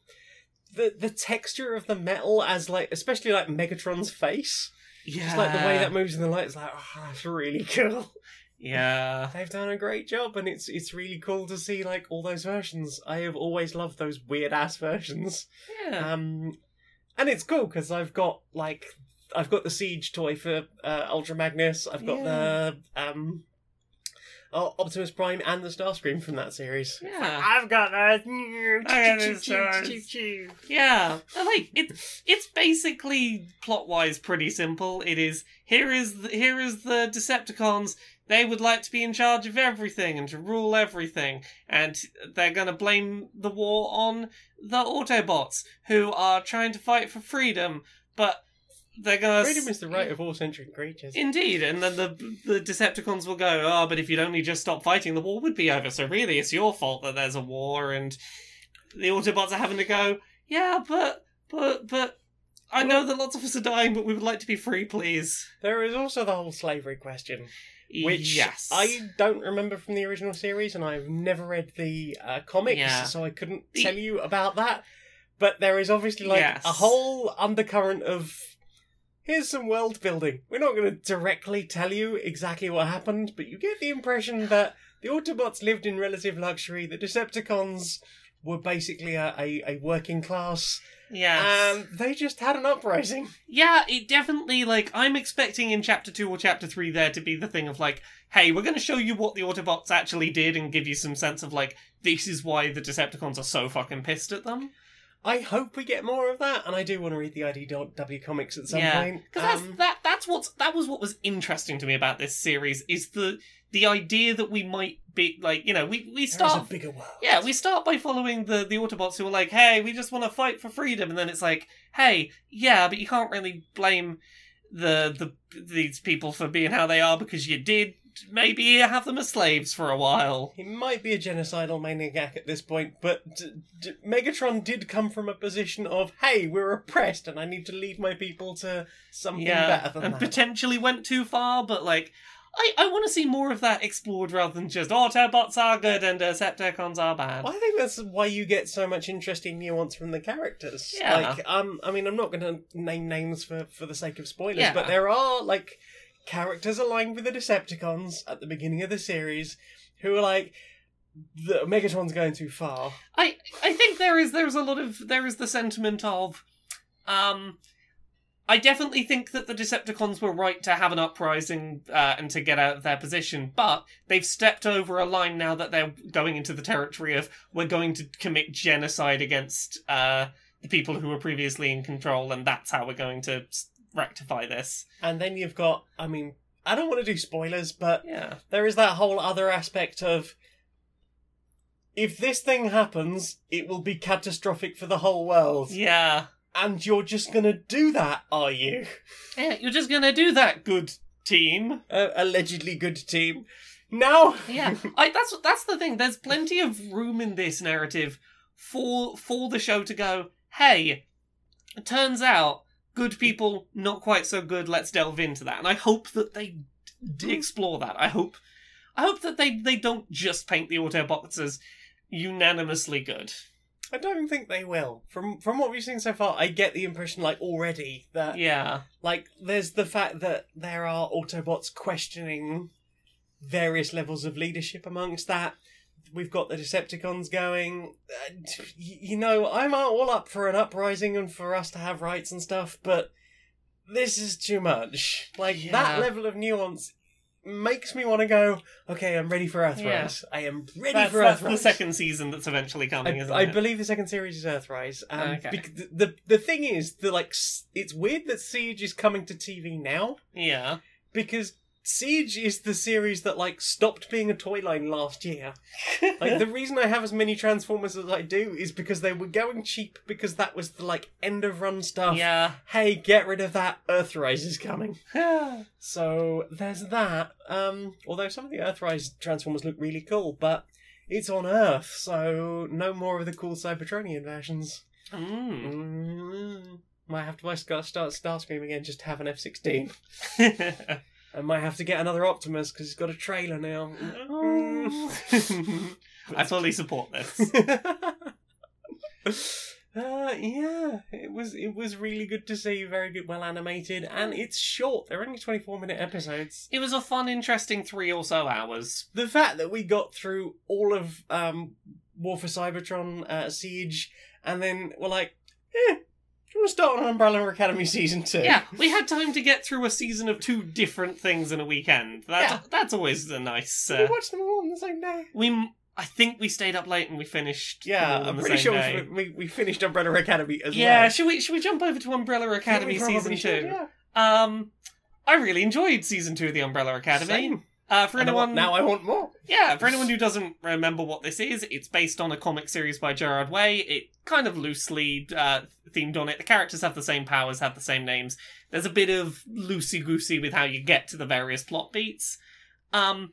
Speaker 3: the the texture of the metal as like especially like Megatron's face.
Speaker 2: Yeah.
Speaker 3: Just like the way that moves in the light. It's like oh, that's really cool.
Speaker 2: Yeah.
Speaker 3: They've done a great job, and it's it's really cool to see like all those versions. I have always loved those weird ass versions.
Speaker 2: Yeah.
Speaker 3: Um, and it's cool because I've got like I've got the siege toy for uh, Ultra Magnus. I've got the um, oh, Optimus Prime and the Starscream from that series.
Speaker 2: yeah.
Speaker 3: I've got that.
Speaker 2: got those toys. Yeah. And, Like it's it's basically plot wise pretty simple. It is here is the, here is the Decepticons. They would like to be in charge of everything and to rule everything, and they're going to blame the war on the Autobots who are trying to fight for freedom, but they're going to
Speaker 3: Freedom is the right of all sentient creatures.
Speaker 2: Indeed, and then the the Decepticons will go, oh, but if you'd only just stopped fighting, the war would be over. So really, it's your fault that there's a war, and the Autobots are having to go, yeah, but but but I know that lots of us are dying, but we would like to be free, please.
Speaker 3: There is also the whole slavery question, which
Speaker 2: yes,
Speaker 3: I don't remember from the original series, and I've never read the uh, comics,
Speaker 2: Yeah.
Speaker 3: so I couldn't
Speaker 2: The-
Speaker 3: tell you about that. But there is obviously like
Speaker 2: Yes.
Speaker 3: a whole undercurrent of here's some world building. We're not going to directly tell you exactly what happened, but you get the impression that the Autobots lived in relative luxury. The Decepticons were basically a, a, a working class,
Speaker 2: yes,
Speaker 3: and they just had an uprising.
Speaker 2: yeah. It definitely like I'm expecting in chapter two or chapter three there to be the thing of like, hey, we're going to show you what the Autobots actually did and give you some sense of like this is why the Decepticons are so fucking pissed at them.
Speaker 3: I hope we get more of that, and I do want to read the IDW comics at some
Speaker 2: Yeah,
Speaker 3: point.
Speaker 2: Because
Speaker 3: Um,
Speaker 2: that's that that's what's that was what was interesting to me about this series is the the idea that we might be like you know we we
Speaker 3: There is
Speaker 2: start
Speaker 3: a bigger world.
Speaker 2: yeah we start by following the the Autobots who are like hey we just want to fight for freedom and then it's like hey yeah but you can't really blame the the these people for being how they are because you did maybe have them as slaves for a while
Speaker 3: He might be a genocidal maniac at this point, but d- d- Megatron did come from a position of, hey, we're oppressed and I need to lead my people to something
Speaker 2: yeah
Speaker 3: better than
Speaker 2: and
Speaker 3: that.
Speaker 2: potentially went too far but like. I, I want to see more of that explored rather than just "Oh, Autobots are good and Decepticons are bad.
Speaker 3: Well, I think that's why you get so much interesting nuance from the characters.
Speaker 2: Yeah.
Speaker 3: Like, um, I mean, I'm not going to name names for, for the sake of spoilers,
Speaker 2: Yeah.
Speaker 3: but there are, like, characters aligned with the Decepticons at the beginning of the series who are like, the Megatron's going too far.
Speaker 2: I I think there is there is a lot of there is the sentiment of um I definitely think that the Decepticons were right to have an uprising uh, and to get out of their position, but they've stepped over a line now that they're going into the territory of we're going to commit genocide against uh, the people who were previously in control, and that's how we're going to s- rectify this.
Speaker 3: And then you've got, I mean, I don't want to do spoilers, but
Speaker 2: Yeah.
Speaker 3: there is that whole other aspect of if this thing happens, it will be catastrophic for the whole world.
Speaker 2: Yeah.
Speaker 3: And you're just going to do that, are you?
Speaker 2: Yeah, you're just gonna do that, good team.
Speaker 3: Uh, allegedly good team. No!
Speaker 2: Yeah, I, that's that's the thing. There's plenty of room in this narrative for for the show to go. Hey, it turns out good people not quite so good. Let's delve into that, and I hope that they
Speaker 3: Mm.
Speaker 2: d- explore that. I hope, I hope that they they don't just paint the Autobots as unanimously good.
Speaker 3: I don't think they will. From from what we've seen so far, I get the impression, like, already that,
Speaker 2: Yeah,
Speaker 3: like, there's the fact that there are Autobots questioning various levels of leadership amongst that. We've got the Decepticons going. Uh, y- you know, I'm all up for an uprising and for us to have rights and stuff, but this is too much. Like,
Speaker 2: Yeah.
Speaker 3: that level of nuance makes me want to go, okay, I'm ready for Earthrise. I am ready
Speaker 2: that's,
Speaker 3: for
Speaker 2: that's
Speaker 3: Earthrise.
Speaker 2: the second season that's eventually coming,
Speaker 3: I,
Speaker 2: isn't
Speaker 3: I
Speaker 2: it?
Speaker 3: believe the second series is Earthrise. Um,
Speaker 2: Okay.
Speaker 3: bec- the, the the thing is, the like, s- it's weird that Siege is coming to TV now
Speaker 2: yeah,
Speaker 3: because Siege is the series that like stopped being a toy line last year. Like the reason I have as many Transformers as I do is because they were going cheap because that was the like end of run stuff.
Speaker 2: yeah.
Speaker 3: Hey, get rid of that. Earthrise is coming.
Speaker 2: Mm.
Speaker 3: So there's that. Um, although some of the Earthrise Transformers look really cool, but it's on Earth, so no more of the cool Cybertronian versions.
Speaker 2: Mm.
Speaker 3: Mm. Might have to buy Star, Star, Starscream again just to have an F 16. I might have to get another Optimus because he's got a trailer now. Oh.
Speaker 2: I fully support this.
Speaker 3: Uh, yeah, it was it was really good to see, very good, well animated, and it's short. They're only twenty four minute episodes.
Speaker 2: It was a fun, interesting three or so hours.
Speaker 3: the fact that we got through all of um, War for Cybertron uh, Siege, and then we're like, eh, do you want to start on Umbrella Academy season two?
Speaker 2: Yeah, we had time to get through a season of two different things in a weekend. That's that's always a nice.
Speaker 3: Did we
Speaker 2: Uh,
Speaker 3: watched them all on the same day.
Speaker 2: we, m- I think we stayed up late and we finished.
Speaker 3: Yeah,
Speaker 2: all on
Speaker 3: I'm
Speaker 2: the
Speaker 3: pretty
Speaker 2: same
Speaker 3: sure
Speaker 2: day.
Speaker 3: we, we, we finished Umbrella Academy as
Speaker 2: yeah,
Speaker 3: well.
Speaker 2: should we should we jump over to Umbrella Academy
Speaker 3: We probably
Speaker 2: season
Speaker 3: should,
Speaker 2: two?
Speaker 3: yeah.
Speaker 2: Um, I really enjoyed season two of the Umbrella Academy.
Speaker 3: Same.
Speaker 2: Uh, for
Speaker 3: And I want-
Speaker 2: anyone
Speaker 3: now I want more.
Speaker 2: Yeah, for anyone who doesn't remember what this is, it's based on a comic series by Gerard Way. It kind of loosely uh, themed on it. The characters have the same powers, have the same names. There's a bit of loosey goosey with how you get to the various plot beats. Um,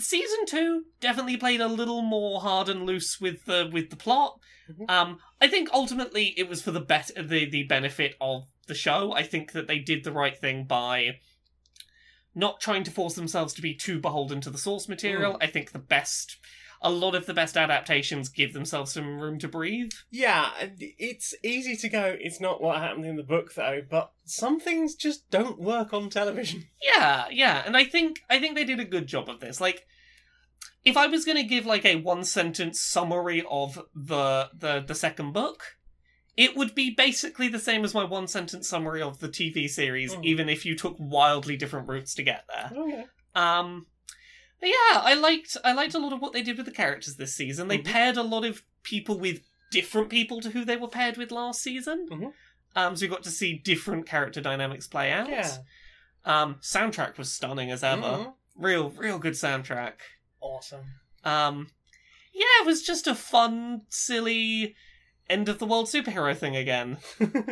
Speaker 2: season two definitely played a little more hard and loose with the with the plot.
Speaker 3: Mhm.
Speaker 2: Um, I think ultimately it was for the bet the the benefit of the show. I think that they did the right thing by not trying to force themselves to be too beholden to the source material. I think the best, a lot of the best adaptations give themselves some room to breathe.
Speaker 3: Yeah, and it's easy to go. It's not what happened in the book though, but some things just don't work on television.
Speaker 2: Yeah, yeah, and I think I think they did a good job of this. Like, if I was going to give like a one sentence summary of the the the second book, it would be basically the same as my one sentence summary of the TV series,
Speaker 3: Mm.
Speaker 2: even if you took wildly different routes to get there.
Speaker 3: Oh yeah,
Speaker 2: Um, but yeah, I liked I liked a lot of what they did with the characters this season. They
Speaker 3: Mhm.
Speaker 2: paired a lot of people with different people to who they were paired with last season.
Speaker 3: Mhm.
Speaker 2: Um, so we got to see different character dynamics play out.
Speaker 3: yeah.
Speaker 2: Um, soundtrack was stunning as ever.
Speaker 3: Mhm.
Speaker 2: Real, real good soundtrack.
Speaker 3: Awesome.
Speaker 2: Um, yeah, it was just a fun, silly end of the world superhero thing again.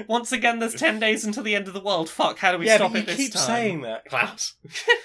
Speaker 2: Once again, there's ten days until the end of the world. Fuck, how do we
Speaker 3: yeah,
Speaker 2: stop
Speaker 3: but you
Speaker 2: it this
Speaker 3: keep
Speaker 2: time?
Speaker 3: saying that, Klaus.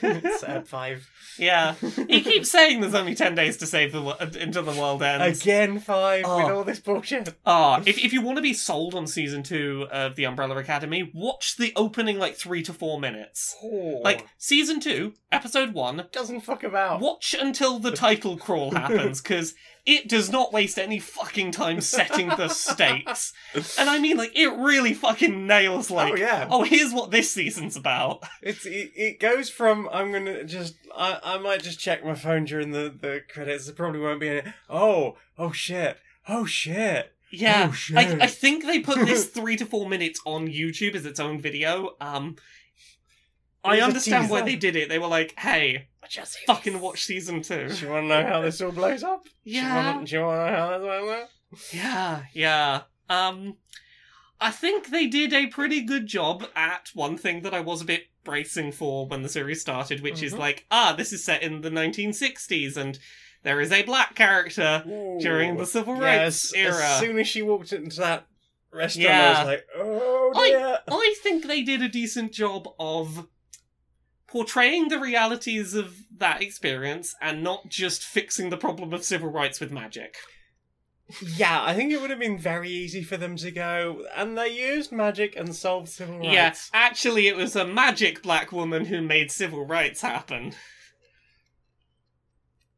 Speaker 3: it's at five.
Speaker 2: Yeah. Uh, He keeps saying there's only 10 days to save the wo- until the world ends.
Speaker 3: Again, five with
Speaker 2: Oh.
Speaker 3: all this bullshit.
Speaker 2: Ah, if, if you want to be sold on season two of The Umbrella Academy, watch the opening like three to four minutes. Like, season two, episode one,
Speaker 3: doesn't fuck about.
Speaker 2: watch until the title crawl happens, because it does not waste any fucking time setting the stakes. And I mean, like, it really fucking nails, like,
Speaker 3: oh yeah,
Speaker 2: oh, here's what this season's about.
Speaker 3: it's it, it goes from I'm gonna just I, I might just check my phone during the the credits. There probably won't be any. Oh oh shit oh shit.
Speaker 2: Yeah.
Speaker 3: Oh, shit.
Speaker 2: I, I think they put this three to four minutes on YouTube as its own video. Um, I
Speaker 3: It was a
Speaker 2: understand why
Speaker 3: teaser.
Speaker 2: they did it. They were like, "Hey,
Speaker 1: Just
Speaker 2: fucking watch season two.
Speaker 3: Do you want to know how this all blows up?
Speaker 2: Yeah,
Speaker 3: Do you want to know how this all blows up?
Speaker 2: yeah, yeah. Um, I think they did a pretty good job at one thing that I was a bit bracing for when the series started, which is
Speaker 3: Mhm.
Speaker 2: like, ah, this is set in the 1960s and there is a black character during the civil rights
Speaker 3: yes, As
Speaker 2: era.
Speaker 3: soon as she walked into that restaurant, I
Speaker 2: Yeah.
Speaker 3: was like, oh
Speaker 2: I-
Speaker 3: dear.
Speaker 2: I think they did a decent job of portraying the realities of that experience and not just fixing the problem of civil rights with magic.
Speaker 3: Yeah, I think it would have been very easy for them to go, and they used magic and solved civil rights.
Speaker 2: Yeah, actually, it was a magic black woman who made civil rights happen.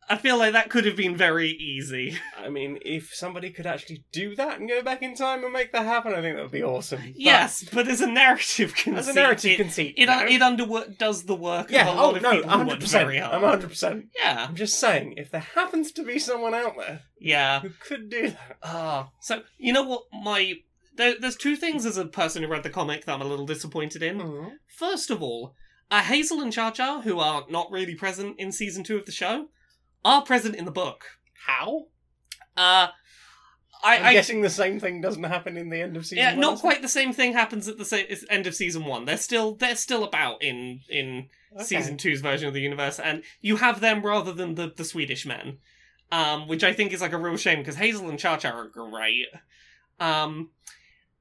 Speaker 2: I feel like that could have been very easy.
Speaker 3: I mean, if somebody could actually do that and go back in time and make that happen, I think that would be awesome. But
Speaker 2: yes, but as a narrative conceit,
Speaker 3: as a narrative
Speaker 2: it,
Speaker 3: conceit,
Speaker 2: it,
Speaker 3: no.
Speaker 2: it underwork does the work of
Speaker 3: yeah,
Speaker 2: a lot
Speaker 3: oh
Speaker 2: of
Speaker 3: no,
Speaker 2: people who worked
Speaker 3: 100%.
Speaker 2: very hard.
Speaker 3: I'm 100. percent
Speaker 2: Yeah,
Speaker 3: I'm just saying, if there happens to be someone out there
Speaker 2: yeah.
Speaker 3: who could do that,
Speaker 2: Ah, so you know what? My there, there's two things as a person who read the comic that I'm a little disappointed in.
Speaker 3: Hmm.
Speaker 2: First of all, uh, Hazel and Jar Jar, who are not really present in season two of the show, are present in the book.
Speaker 3: how?
Speaker 2: Uh, I,
Speaker 3: I'm
Speaker 2: I
Speaker 3: guessing the same thing doesn't happen in the end of season.
Speaker 2: yeah,
Speaker 3: one,
Speaker 2: not
Speaker 3: does it?
Speaker 2: quite the same thing happens at the sa- is- end of season one. They're still they're still about in in
Speaker 3: Okay.
Speaker 2: season two's version of the universe, and you have them rather than the the Swedish men, um, which I think is like a real shame because Hazel and Cha Cha are great, um,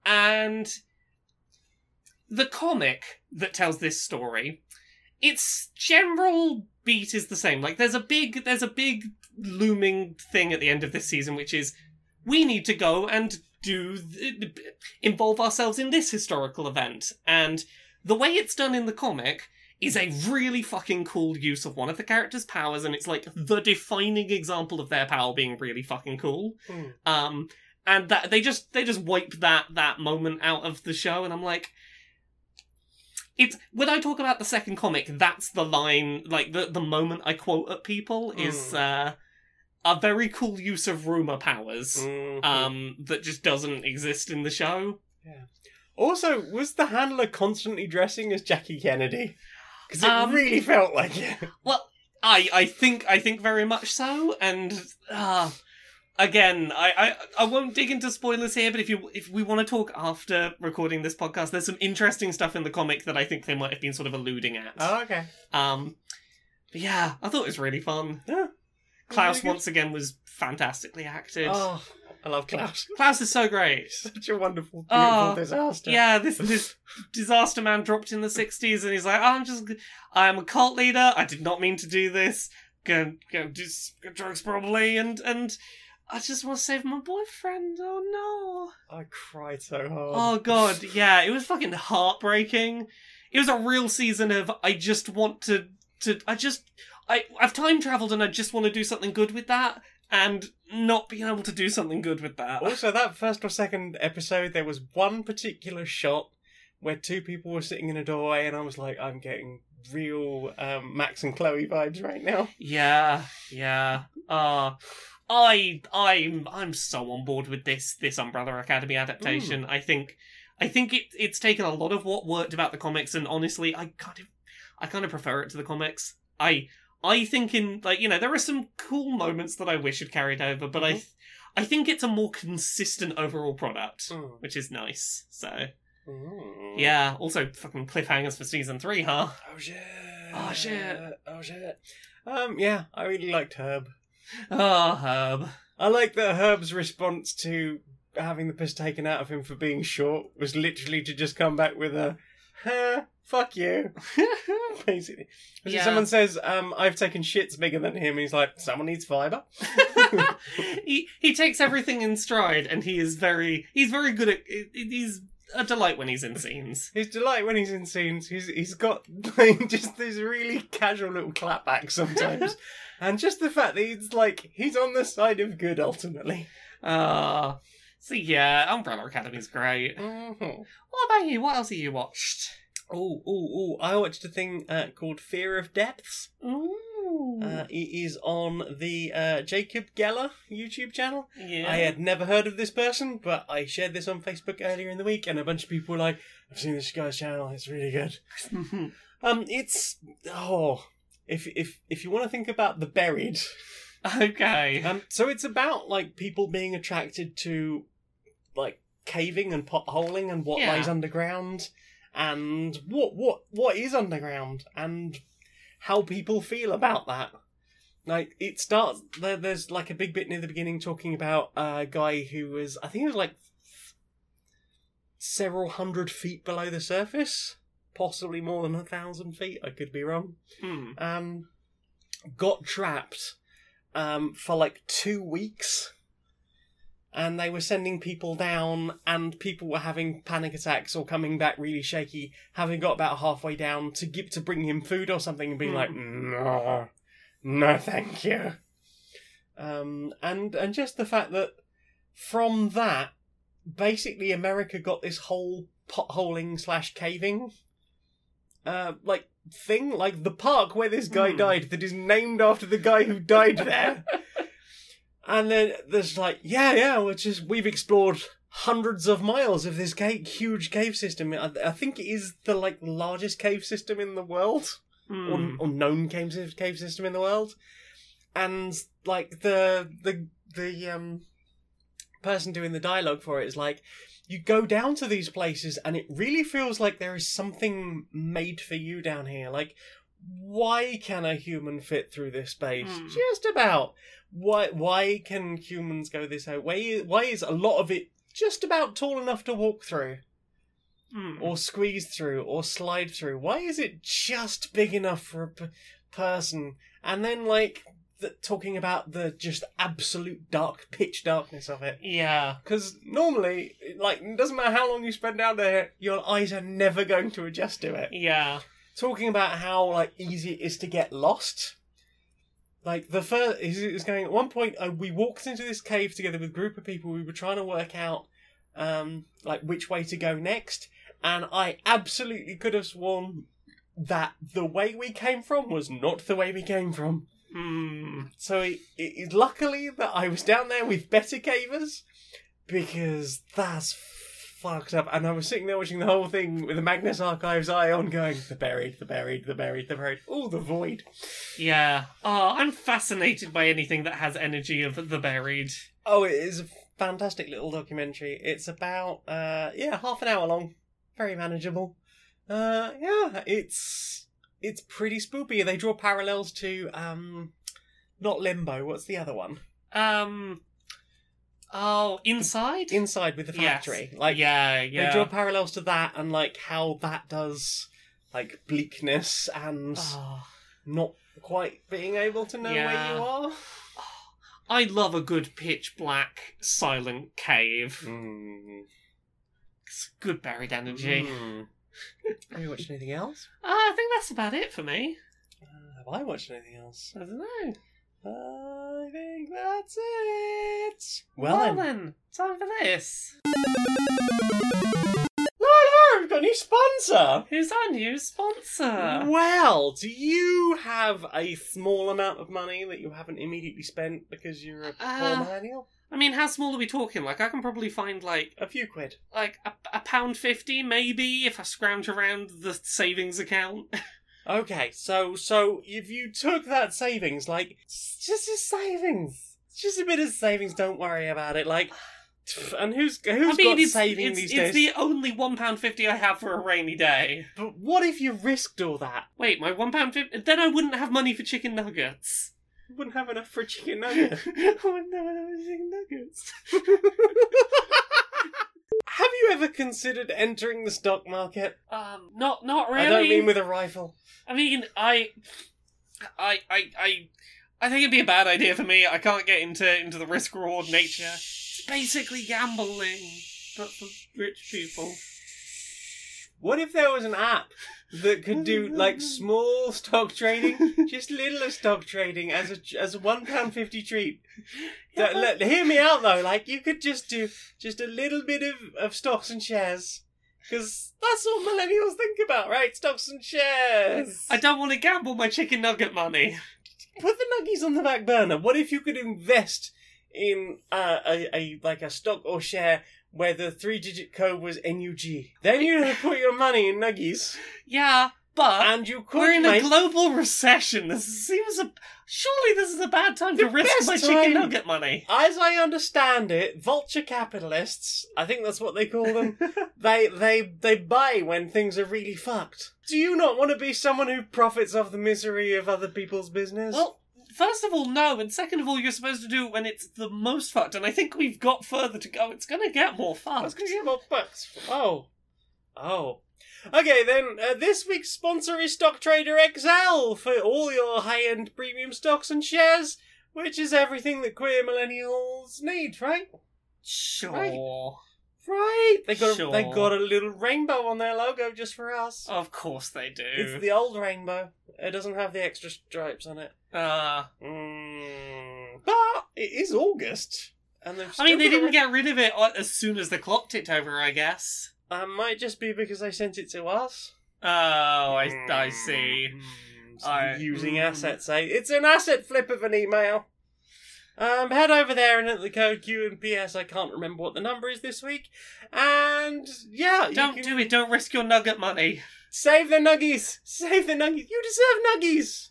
Speaker 2: and the comic that tells this story, its general beat is the same. Like there's a big there's a big looming thing at the end of this season, which is we need to go and do th- involve ourselves in this historical event. And the way it's done in the comic is a really fucking cool use of one of the characters' powers, and it's like the defining example of their power being really fucking cool.
Speaker 3: Hmm.
Speaker 2: Um, and that they just they just wipe that that moment out of the show, and I'm like. It's when I talk about the second comic, that's the line, like the, the moment I quote at people is uh, a very cool use of rumor powers
Speaker 3: Mhm.
Speaker 2: um, that just doesn't exist in the show.
Speaker 3: Also, was the handler constantly dressing as Jackie Kennedy? Because it
Speaker 2: Um,
Speaker 3: really felt like it.
Speaker 2: I, I think I think very much so, and uh, again, I, I, I won't dig into spoilers here. But if you if we want to talk after recording this podcast, there's some interesting stuff in the comic that I think they might have been sort of alluding at.
Speaker 3: okay.
Speaker 2: Um, but yeah, I thought it was really fun.
Speaker 3: Yeah.
Speaker 2: Klaus
Speaker 3: Really good.
Speaker 2: once again was fantastically acted.
Speaker 3: Oh, I love Klaus.
Speaker 2: Klaus is so great.
Speaker 3: Such a wonderful, beautiful
Speaker 2: Oh,
Speaker 3: disaster.
Speaker 2: Yeah, this this disaster man dropped in the '60s, and he's like, "Oh, "I'm just, I'm a cult leader. I did not mean to do this. Gonna, gonna do s- drugs probably, and and I just want to save my boyfriend. Oh
Speaker 3: I cried so hard.
Speaker 2: no! Oh god, yeah, it was fucking heartbreaking. It was a real season of I just want to to I just I I've time traveled and I just want to do something good with that, and not being able to do something good with that.
Speaker 3: Also, that first or second episode, there was one particular shot where two people were sitting in a doorway, and I was like, I'm getting real um, Max and Chloe vibes right now.
Speaker 2: Yeah, yeah. Uh I I'm I'm so on board with this this Umbrella Academy adaptation. I think I think it it's taken a lot of what worked about the comics and honestly I kind of I kind of prefer it to the comics. I I think in like you know there are some cool moments that I wish had carried over, but I th- I think it's a more consistent overall product,
Speaker 3: Mm.
Speaker 2: which is nice. So yeah, also fucking cliffhangers for season 3, huh?
Speaker 3: Oh shit.
Speaker 2: Oh, shit.
Speaker 3: Oh shit. Um, yeah, I really liked Herb.
Speaker 2: Oh, Herb.
Speaker 3: I like that Herb's response to having the piss taken out of him for being short was literally to just come back with a, huh, fuck you, basically. Because
Speaker 2: Yeah.
Speaker 3: if someone says, um, I've taken shits bigger than him, he's like, someone needs fibre.
Speaker 2: he he takes everything in stride, and he is very he's very good at he's a delight when he's in scenes.
Speaker 3: His delight when he's in scenes, he's he's got like, just these really casual little clapbacks sometimes, and just the fact that he's like he's on the side of good ultimately.
Speaker 2: Uh so yeah, Umbrella Academy's great. What about you? What else have you watched?
Speaker 3: Oh, oh, oh! I watched a thing uh, called Fear of Depths.
Speaker 2: Ooh,
Speaker 3: Uh, it is on the uh, Jacob Geller YouTube channel.
Speaker 2: yeah.
Speaker 3: I had never heard of this person, but I shared this on Facebook earlier in the week, and a bunch of people were like, "I've seen this guy's channel. It's really good." Um, it's oh, if if if you want to think about the buried,
Speaker 2: okay.
Speaker 3: um, so it's about like people being attracted to like caving and potholing and what
Speaker 2: Yeah.
Speaker 3: lies underground and what what what is underground and how people feel about that. Like it starts there, there's like a big bit near the beginning talking about a guy who was I think it was like several hundred feet below the surface, possibly more than a thousand feet. I could be wrong
Speaker 2: Hmm.
Speaker 3: um, got trapped um, for like two weeks. And they were sending people down, and people were having panic attacks or coming back really shaky, having got about halfway down to give to bring him food or something, and being
Speaker 2: Hmm.
Speaker 3: like, "No, no, thank you." Um, and and just the fact that from that, basically, America got this whole potholing slash caving, uh, like thing, like the park where this guy
Speaker 2: Hmm.
Speaker 3: died that is named after the guy who died there. and then there's like, yeah, yeah, we're just we've explored hundreds of miles of this cave, huge cave system. I, I think it is the like largest cave system in the world
Speaker 2: Hmm.
Speaker 3: or, or known cave, sys- cave system in the world. And like the the the um person doing the dialogue for it is like you go down to these places and it really feels like there is something made for you down here. Like why can a human fit through this space?
Speaker 2: Hmm.
Speaker 3: Just about. Why why can humans go this out? Why why is a lot of it just about tall enough to walk through?
Speaker 2: Hmm.
Speaker 3: or squeeze through or slide through why is it just big enough for a p- person and then like the, talking about the just absolute dark pitch darkness of it
Speaker 2: Yeah.
Speaker 3: because normally like it doesn't matter how long you spend down there your eyes are never going to adjust to it
Speaker 2: Yeah.
Speaker 3: talking about how like easy it is to get lost. Like the first is is going at one point uh, we walked into this cave together with a group of people we were trying to work out um like which way to go next and I absolutely could have sworn that the way we came from was not the way we came from.
Speaker 2: Hmm.
Speaker 3: So it, it is luckily that I was down there with better cavers because that's fucked up. And I was sitting there watching the whole thing with the Magnus Archives eye on, going the buried, the buried, the buried, the buried, all the void.
Speaker 2: Yeah. Oh, I'm fascinated by anything that has energy of the buried.
Speaker 3: Oh, it is a fantastic little documentary. It's about uh yeah half an hour long, very manageable. Uh yeah, it's it's pretty spoopy. They draw parallels to um not Limbo. What's the other one?
Speaker 2: Um. Oh, inside.
Speaker 3: Inside with the
Speaker 2: Yes.
Speaker 3: factory. Like
Speaker 2: yeah, yeah.
Speaker 3: They draw parallels to that and like how that does like bleakness and
Speaker 2: Oh,
Speaker 3: not quite being able to know
Speaker 2: Yeah.
Speaker 3: where you are.
Speaker 2: I love a good pitch black silent cave. Mm. It's good buried
Speaker 3: Hmm.
Speaker 2: energy.
Speaker 3: Mm. Have you watched anything else?
Speaker 2: Uh, I think that's about it for me.
Speaker 3: Uh, have I watched anything else?
Speaker 2: I don't know.
Speaker 3: I think that's it. Well,
Speaker 2: Well,
Speaker 3: then.
Speaker 2: then, time for this.
Speaker 3: No, no, we've got a new sponsor.
Speaker 2: Who's our new sponsor?
Speaker 3: Mm. well, do you have a small amount of money that you haven't immediately spent because you're a
Speaker 2: Uh,
Speaker 3: poor millennial?
Speaker 2: I mean, how small are we talking? Like, I can probably find like
Speaker 3: A few quid.
Speaker 2: like a, a pound fifty, maybe, if I scrounge around the savings account.
Speaker 3: Okay, so so if you took that savings, like it's just a savings, It's just a bit of savings. Don't worry about it. Like, pff, and who's who's
Speaker 2: I mean,
Speaker 3: got
Speaker 2: it's,
Speaker 3: saving
Speaker 2: it's,
Speaker 3: these
Speaker 2: it's
Speaker 3: days?
Speaker 2: the only one pound fifty I have for a rainy day.
Speaker 3: But what if you risked all that?
Speaker 2: Wait, my one pound fifty. Then I wouldn't have money for chicken nuggets.
Speaker 3: You wouldn't have enough for a chicken nugget.
Speaker 2: I wouldn't have enough for chicken nuggets.
Speaker 3: have you ever considered entering the stock market?
Speaker 2: Um, not not really.
Speaker 3: I don't mean with a rifle.
Speaker 2: I mean, I, I, I, I, I think it'd be a bad idea for me. I can't get into into the risk reward nature. It's basically gambling, but for rich people.
Speaker 3: What if there was an app that could do like small stock trading, just little stock trading as a as a one pound fifty treat? Don't- let- hear me out though. Like you could just do just a little bit of, of stocks and shares, because that's all millennials think about, right? Stocks and shares.
Speaker 2: I don't want to gamble my chicken nugget money.
Speaker 3: Put the nuggies on the back burner. What if you could invest in uh, a, a like a stock or share where the three digit code was NUG? Then you'd put your money in nuggies.
Speaker 2: Yeah, But
Speaker 3: And you could
Speaker 2: we're in
Speaker 3: make
Speaker 2: a global recession. This seems a surely this is a bad time to
Speaker 3: The
Speaker 2: risk
Speaker 3: best
Speaker 2: my
Speaker 3: time-
Speaker 2: chicken nugget money.
Speaker 3: As I understand it, vulture capitalists, I think that's what they call them, they they they buy when things are really fucked. Do you not want to be someone who profits off the misery of other people's business?
Speaker 2: Well, first of all, no, and second of all, you're supposed to do it when it's the most fucked. And I think we've got further to go. It's going to get more
Speaker 3: I was
Speaker 2: fucked.
Speaker 3: going to get more fucked. Oh. Oh. Okay, then, uh, this week's sponsor is Stock Trader XL for all your high end premium stocks and shares, which is everything that queer millennials need, right?
Speaker 2: Sure.
Speaker 3: Right? They got,
Speaker 2: Sure.
Speaker 3: a, they got a little rainbow on their logo just for us.
Speaker 2: Of course they do.
Speaker 3: It's the old rainbow. It doesn't have the extra stripes on it.
Speaker 2: Uh,
Speaker 3: Mm. But it is August. And they've
Speaker 2: I mean,
Speaker 3: still
Speaker 2: they
Speaker 3: got a
Speaker 2: didn't get rid of it uh, as soon as the clock ticked over, I guess.
Speaker 3: That might just be because they sent it to us.
Speaker 2: Oh, I, I
Speaker 3: Hmm.
Speaker 2: see.
Speaker 3: So
Speaker 2: I-
Speaker 3: using
Speaker 2: mm.
Speaker 3: assets, eh? It's an asset flip of an email. Um, head over there and enter the code Q and PS. I can't remember what the number is this week. And yeah, you
Speaker 2: Don't
Speaker 3: can
Speaker 2: do it. Don't risk your nugget money.
Speaker 3: Save the nuggies. Save the nuggies. You deserve nuggies.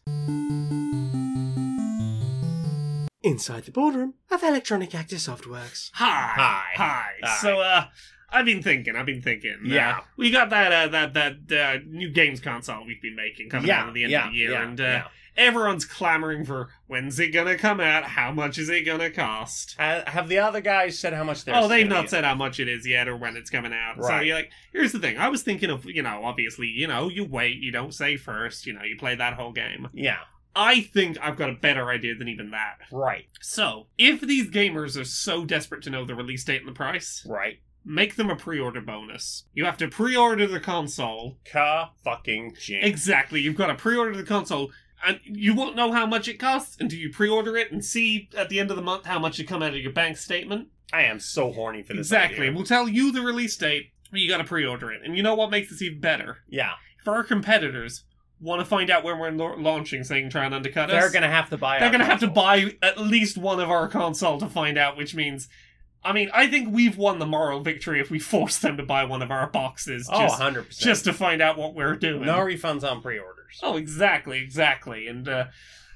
Speaker 3: Inside the boardroom of Electronic Actor Softworks.
Speaker 2: Hi.
Speaker 3: Hi.
Speaker 2: Hi.
Speaker 3: Hi.
Speaker 2: So, uh, I've been thinking. I've been thinking. Uh,
Speaker 3: Yeah.
Speaker 2: we got that uh, that that uh, new games console we've been making coming out at the end of the year, and uh, everyone's clamoring for when's it gonna come out? How much is it gonna cost?
Speaker 3: Uh, have the other guys said how much they're?
Speaker 2: oh, they've
Speaker 3: gonna
Speaker 2: not
Speaker 3: be-
Speaker 2: said how much it is yet or when it's coming out. So
Speaker 3: Right.
Speaker 2: you're like, here's the thing. I was thinking of you know, obviously, you know, you wait, you don't say first, you know, you play that whole game.
Speaker 3: Yeah,
Speaker 2: I think I've got a better idea than even that.
Speaker 3: right,
Speaker 2: So, if these gamers are so desperate to know the release date and the price,
Speaker 3: right.
Speaker 2: make them a pre-order bonus. You have to pre-order the console.
Speaker 3: Car fucking jam.
Speaker 2: Exactly, you've got to pre-order the console, and you won't know how much it costs until you pre-order it and see at the end of the month how much it come out of your bank statement.
Speaker 3: I am so horny for this.
Speaker 2: Exactly,
Speaker 3: idea.
Speaker 2: we'll tell you the release date, but you got to pre-order it. And you know what makes this even better?
Speaker 3: Yeah,
Speaker 2: If our competitors want to find out when we're la- launching, so they can try and undercut
Speaker 3: they're
Speaker 2: us.
Speaker 3: gonna have to buy.
Speaker 2: they're
Speaker 3: our
Speaker 2: gonna have to
Speaker 3: console.
Speaker 2: buy at least one of our console to find out, which means. I mean, I think we've won the moral victory if we force them to buy one of our boxes.
Speaker 3: Oh,
Speaker 2: just
Speaker 3: 100 percent.
Speaker 2: just to find out what we're doing.
Speaker 3: no refunds on pre-orders.
Speaker 2: Oh, exactly, exactly. And uh,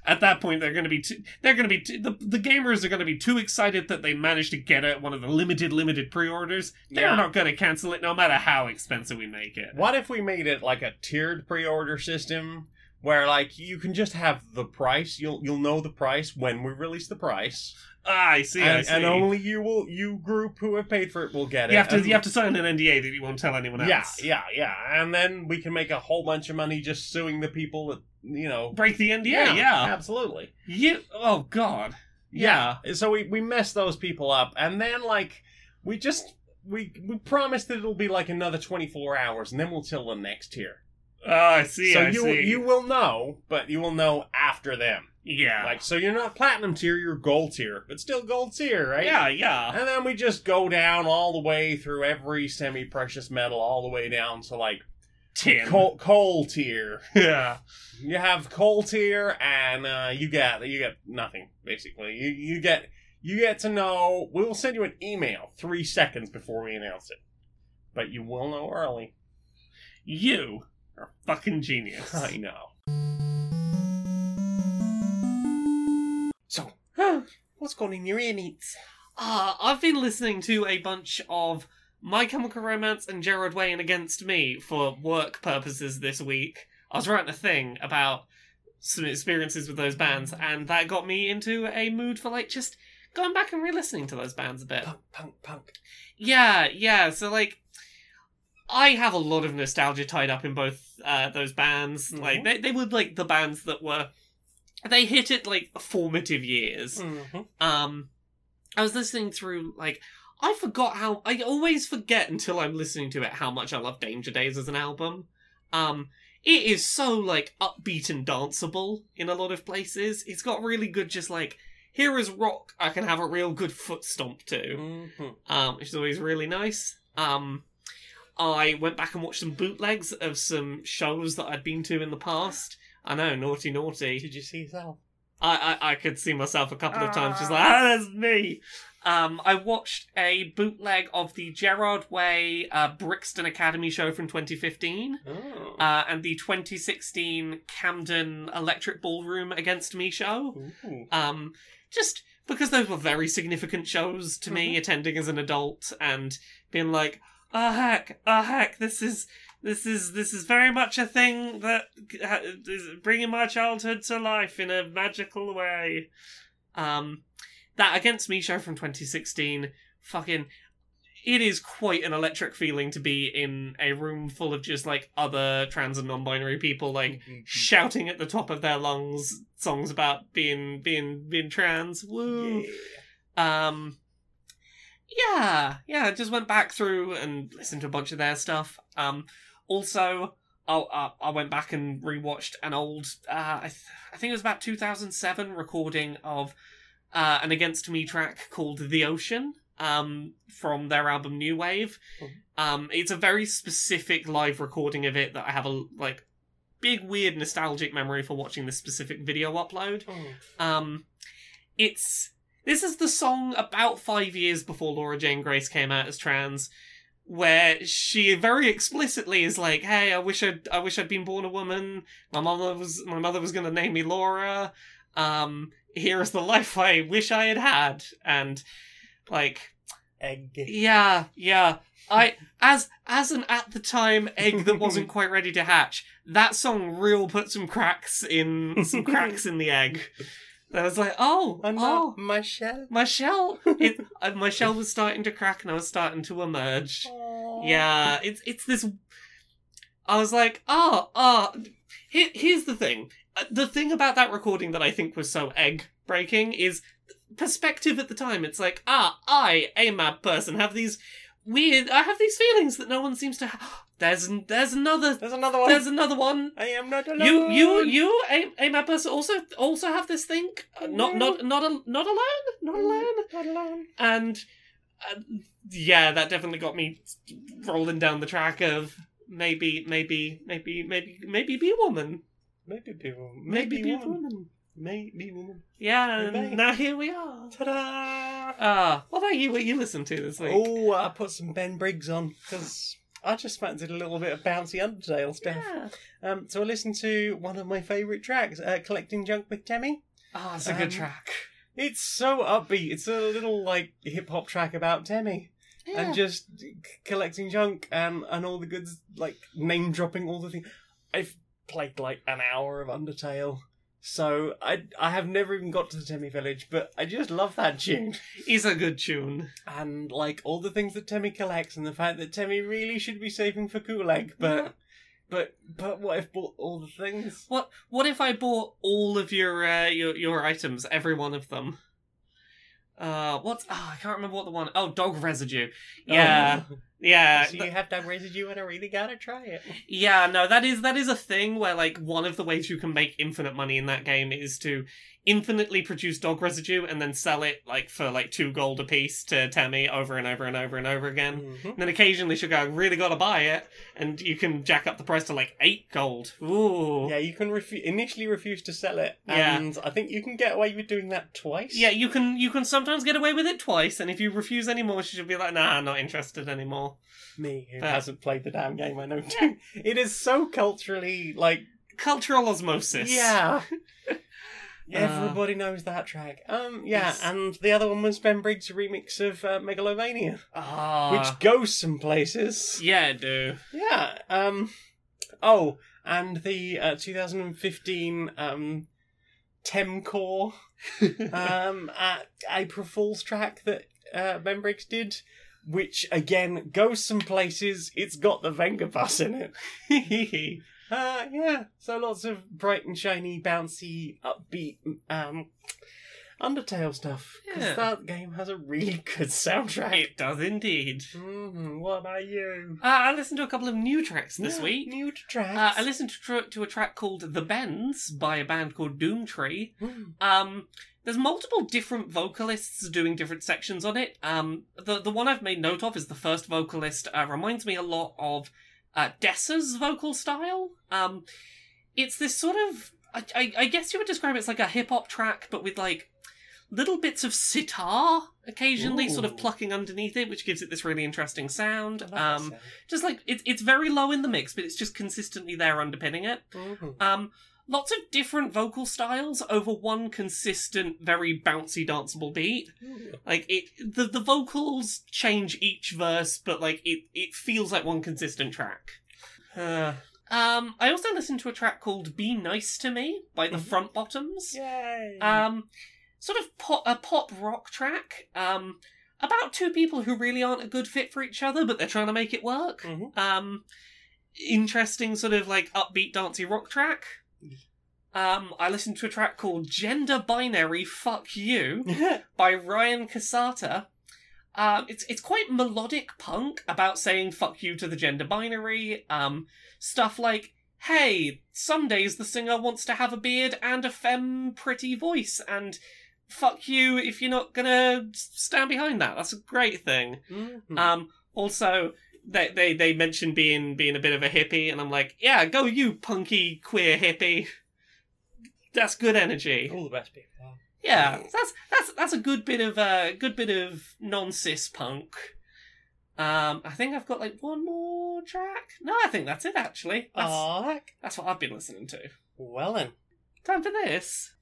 Speaker 2: at that point, they're going to be too, they're going to be too, the the gamers are going to be too excited that they managed to get it one of the limited limited pre-orders. They're
Speaker 3: Yeah.
Speaker 2: not going to cancel it, no matter how expensive we make it.
Speaker 3: What if we made it like a tiered pre-order system where like you can just have the price, you'll you'll know the price when we release the price.
Speaker 2: Ah, I see. I
Speaker 3: and,
Speaker 2: see.
Speaker 3: and only you will you group who have paid for it will get it.
Speaker 2: you have to
Speaker 3: and-
Speaker 2: you have to sign an NDA that you won't tell anyone else.
Speaker 3: Yeah, yeah, yeah. And then we can make a whole bunch of money just suing the people that you know
Speaker 2: Break the NDA. Yeah.
Speaker 3: Absolutely.
Speaker 2: You. Oh God.
Speaker 3: Yeah. So we, we mess those people up and then like we just we we promise that it'll be like another twenty four hours and then we'll tell them next tier.
Speaker 2: Ah, I see.
Speaker 3: so
Speaker 2: I
Speaker 3: you
Speaker 2: see.
Speaker 3: you will know, but you will know after them.
Speaker 2: Yeah.
Speaker 3: Like, so you're not platinum tier, you're gold tier, but still gold tier, right?
Speaker 2: Yeah. Yeah.
Speaker 3: And then we just go down all the way through every semi precious metal, all the way down to like
Speaker 2: Tim.
Speaker 3: coal, coal tier.
Speaker 2: Yeah.
Speaker 3: You have coal tier, and uh, you get you get nothing basically. You you get you get to know. We will send you an email three seconds before we announce it, but you will know early.
Speaker 2: You are a fucking genius.
Speaker 3: I know. So, what's going in your ear meats?
Speaker 2: Uh, I've been listening to a bunch of My Chemical Romance and Gerard Way and Against Me for work purposes this week. I was writing a thing about some experiences with those bands, and that got me into a mood for like just going back and re listening to those bands a bit.
Speaker 3: Punk, punk, punk.
Speaker 2: Yeah, yeah. So like, I have a lot of nostalgia tied up in both uh, those bands. Like
Speaker 3: Mhm.
Speaker 2: they they were like the bands that were they hit it like formative years.
Speaker 3: Mm-hmm.
Speaker 2: Um, I was listening through like. I forgot how I always forget until I'm listening to it how much I love Danger Days as an album. Um, it is so like upbeat and danceable in a lot of places. It's got really good, just like here is rock I can have a real good foot stomp to um, which is always really nice. Um, I went back and watched some bootlegs of some shows that I'd been to in the past. I know, naughty, naughty.
Speaker 3: Did you see yourself?
Speaker 2: I, I, I could see myself a couple of times just
Speaker 1: Ah.
Speaker 2: like, ah, that's me. Um, I watched a bootleg of the Gerard Way uh, Brixton Academy show from 2015
Speaker 3: Oh.
Speaker 2: uh, and the 2016 Camden Electric Ballroom Against Me show.
Speaker 3: Ooh.
Speaker 2: Um, just because those were very significant shows to me, attending as an adult and being like, oh heck, oh heck, this is this is this is very much a thing that ha- is bringing my childhood to life in a magical way. Um, that Against Me show from 2016, fucking. It is quite an electric feeling to be in a room full of just like other trans and non-binary people, like shouting at the top of their lungs songs about being being being trans. Woo.
Speaker 3: Yeah.
Speaker 2: Um Yeah, yeah, I just went back through and listened to a bunch of their stuff. Um also I I, I went back and rewatched an old uh I, th- I think it was about 2007 recording of uh an Against Me track called The Ocean um from their album New Wave.
Speaker 3: Mhm.
Speaker 2: Um it's a very specific live recording of it that I have a like big weird nostalgic memory for watching this specific video upload.
Speaker 3: Oh.
Speaker 2: Um, it's this is the song about five years before Laura Jane Grace came out as trans, where she very explicitly is like, "Hey, I wish I'd I wish I'd been born a woman. My mother was my mother was gonna name me Laura. Um, here is the life I wish I had had." And like,
Speaker 3: Egg.
Speaker 2: yeah, yeah. I as as an at the time egg that wasn't quite ready to hatch. That song real put some cracks in some cracks in the egg. That was like, oh, oh,
Speaker 3: my shell.
Speaker 2: my shell. It, uh, my shell was starting to crack, and I was starting to emerge. Yeah, it's it's this. I was like, oh, oh. Here, here's the thing. Uh, The thing about that recording that I think was so egg breaking is perspective at the time. It's like, ah, I, a mad person, have these weird. I have these feelings that no one seems to. have. There's an- there's another.
Speaker 3: There's another one.
Speaker 2: There's another one.
Speaker 3: I am not alone.
Speaker 2: You you you a a mad person also also have this thing. Uh, Not
Speaker 3: No.
Speaker 2: not not al- not alone. Not alone
Speaker 3: Not alone.
Speaker 2: and uh, yeah, that definitely got me rolling down the track of maybe, maybe, maybe, maybe, maybe be woman,
Speaker 3: Maybe people.
Speaker 2: maybe,
Speaker 3: Maybe,
Speaker 2: be
Speaker 3: woman.
Speaker 2: woman.
Speaker 3: Maybe woman.
Speaker 2: Yeah, and
Speaker 3: Maybe.
Speaker 2: now here we are.
Speaker 3: Ta-da!
Speaker 2: Ah, what about you? What you listen to this week?
Speaker 3: Oh, I put some Ben Briggs on because I just fancied a little bit of bouncy Undertale stuff.
Speaker 2: yeah.
Speaker 3: Um, so I listened to one of my favourite tracks, uh, "Collecting Junk with Demi."
Speaker 2: Ah, it's a
Speaker 3: Um,
Speaker 2: good track.
Speaker 3: It's so upbeat. It's a little like hip hop track about Demi and just c- collecting junk um, and all the goods, like name dropping all the things. I've played like an hour of Undertale. So I I have never even got to the Demi village, but I just love that tune.
Speaker 2: It's a good tune.
Speaker 3: and like all the things that Temmie collects, and the fact that Temmie really should be saving for Kulak, but
Speaker 2: Yeah.
Speaker 3: but but what if bought all the things?
Speaker 2: What What if I bought all of your uh, your your items, every one of them? Uh, what's ah? I can't remember what the one. Oh, dog residue. Yeah, uh,
Speaker 3: Oh.
Speaker 2: yeah.
Speaker 3: so you have to have residue, and I really gotta try it.
Speaker 2: Yeah, no, that is that is a thing where like one of the ways you can make infinite money in that game is to infinitely produce dog residue and then sell it like for like two gold a piece to Tammy over and over and over and over again. And then occasionally she'll go, I really gotta buy it and you can jack up the price to like eight gold. Ooh.
Speaker 3: Yeah, you can refu- initially refuse to sell it,
Speaker 2: Yeah.
Speaker 3: and I think you can get away with doing that twice.
Speaker 2: Yeah, you can you can sometimes get away with it twice, and if you refuse anymore, she'll be like, "Nah, not interested anymore."
Speaker 3: me who
Speaker 2: Fair.
Speaker 3: hasn't played the damn game, I know. Too. It is so culturally like
Speaker 2: Cultural osmosis.
Speaker 3: Yeah. Everybody knows that track. Um, yeah,
Speaker 2: Yes.
Speaker 3: and the other one was Ben Briggs' remix of uh, Megalovania,
Speaker 2: Ah.
Speaker 3: which goes some places.
Speaker 2: yeah, do.
Speaker 3: Yeah. Um. Oh, and the uh, 2015 um, Temcore um, uh, April Fool's track that uh, Ben Briggs did, which again goes some places. It's got the Venga bus in it. Uh, yeah. So lots of bright and shiny, bouncy, upbeat um, Undertale stuff. Because
Speaker 2: Yeah.
Speaker 3: that game has a really good soundtrack.
Speaker 2: it does indeed.
Speaker 3: Mhm, what about you?
Speaker 2: Uh, I listened to a couple of new tracks this
Speaker 3: Yeah,
Speaker 2: week.
Speaker 3: New
Speaker 2: Uh,
Speaker 3: tracks.
Speaker 2: I listened to, tr- to a track called "The Bends" by a band called Doomtree.
Speaker 3: Hmm.
Speaker 2: Um, there's multiple different vocalists doing different sections on it. Um, the the one I've made note of is the first vocalist. Uh, reminds me a lot of uh, Dessa's vocal style. Um, it's this sort of I, I, I guess you would describe it as like a hip hop track, but with like little bits of sitar occasionally sort
Speaker 3: Ooh.
Speaker 2: of plucking underneath it, which gives it this really interesting sound.
Speaker 3: I like that
Speaker 2: Um, just like it's it's very low in the mix, but it's just consistently there underpinning it.
Speaker 3: sound. Mhm.
Speaker 2: Um, lots of different vocal styles over one consistent, very bouncy, danceable beat. Like it, the the vocals change each verse, but like it it feels like one consistent track. Uh, um, I also listened to a track called "Be Nice to Me" by the
Speaker 3: Mhm.
Speaker 2: Front Bottoms.
Speaker 3: Yay!
Speaker 2: Um, sort of pop, a pop rock track. Um, about two people who really aren't a good fit for each other, but they're trying to make it work.
Speaker 3: Mhm.
Speaker 2: Um, interesting sort of like upbeat dancey rock track. Um, I listened to a track called "Gender Binary Fuck You." by Ryan Casata. Um, it's it's quite melodic punk about saying "fuck you" to the gender binary. Um, stuff like, "Hey, some days the singer wants to have a beard and a femme pretty voice," and "fuck you" if you're not gonna s- stand behind that. That's a great thing.
Speaker 3: Mhm.
Speaker 2: Um, also, they, they they mentioned being being a bit of a hippie, and I'm like, "Yeah, go you punky queer hippie." That's good energy.
Speaker 3: All the best people. are.
Speaker 2: Yeah, that's that's that's a good bit of uh, good bit of non cis punk. Um, I think I've got like one more track. No, I think that's it actually. That's,
Speaker 3: Alright.
Speaker 2: that's what I've been listening to.
Speaker 3: Well then.
Speaker 2: Time for this.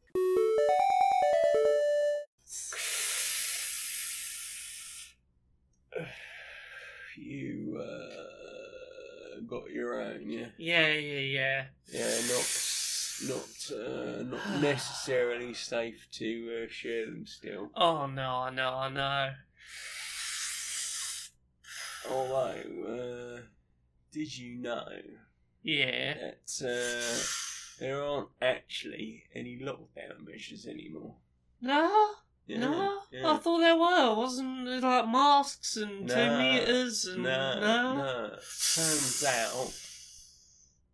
Speaker 3: You uh, got your own, yeah.
Speaker 2: Yeah, yeah, yeah.
Speaker 3: Yeah, not not uh, not necessarily safe to uh, share them still.
Speaker 2: Oh no, no, no.
Speaker 3: Although, uh, did you know
Speaker 2: Yeah.
Speaker 3: that uh, there aren't actually any lockdown measures anymore?
Speaker 2: No,
Speaker 3: Yeah,
Speaker 2: no.
Speaker 3: yeah.
Speaker 2: I thought there were. Wasn't it like masks and two
Speaker 3: No,
Speaker 2: meters and
Speaker 3: No, no. Turns out,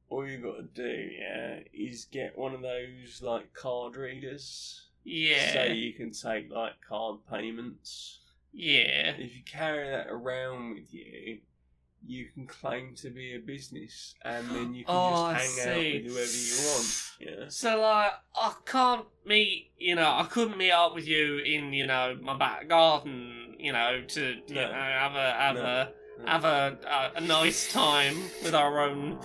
Speaker 3: all you got to do, yeah, is get one of those like card readers,
Speaker 2: Yeah.
Speaker 3: so you can take like card payments.
Speaker 2: yeah.
Speaker 3: If you carry that around with you, you can claim to be a business, and then you can
Speaker 2: Oh, I
Speaker 3: just hang out
Speaker 2: see.
Speaker 3: with whoever you want. Yeah.
Speaker 2: So like, I can't meet, you know, I couldn't meet up with you in, you know, my back garden, you know, to you
Speaker 3: No.
Speaker 2: know, have a have
Speaker 3: No.
Speaker 2: a have a, a a nice time with our own.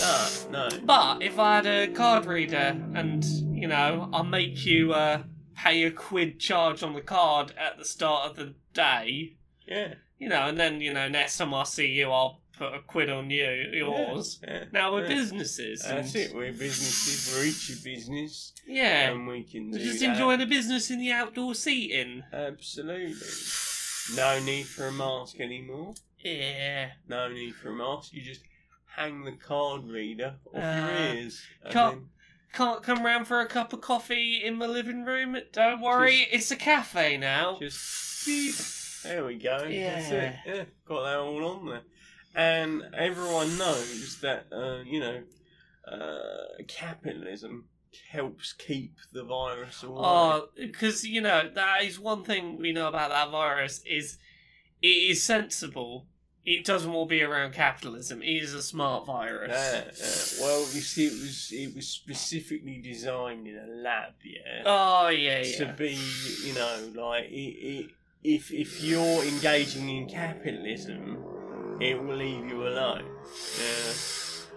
Speaker 3: No, no.
Speaker 2: But if I had a card reader and you know, I'll make you uh, pay a quid charge on the card at the start of the day,
Speaker 3: Yeah.
Speaker 2: you know, and then you know, next time I see you, I'll put a quid on you yours.
Speaker 3: Yeah.
Speaker 2: Now we're
Speaker 3: Yeah.
Speaker 2: businesses. And,
Speaker 3: That's it. We're businesses. We're each a business,
Speaker 2: Yeah.
Speaker 3: and we can
Speaker 2: We're
Speaker 3: do
Speaker 2: just
Speaker 3: that.
Speaker 2: enjoying a business in the outdoor seating.
Speaker 3: Absolutely. No need for a mask anymore.
Speaker 2: Yeah.
Speaker 3: No need for a mask. You just hang the card reader off
Speaker 2: Uh,
Speaker 3: your ears. and
Speaker 2: can't-
Speaker 3: then-
Speaker 2: Can't come round for a cup of coffee in my living room. Don't worry, it's a cafe now.
Speaker 3: Just beep. There we go. That's it.
Speaker 2: Yeah.
Speaker 3: Yeah, got that all on there. And everyone knows that, uh, you know, uh, capitalism helps keep the virus away.
Speaker 2: Oh, because you know that is one thing we know about that virus is it is sensible. It doesn't all be around capitalism. It is a smart virus.
Speaker 3: Yeah, yeah. Well, you see, it was it was specifically designed in a lab, yeah.
Speaker 2: Oh yeah,
Speaker 3: to
Speaker 2: yeah.
Speaker 3: be, you know, like i i if if you're engaging in capitalism, it will leave you alone. Yeah,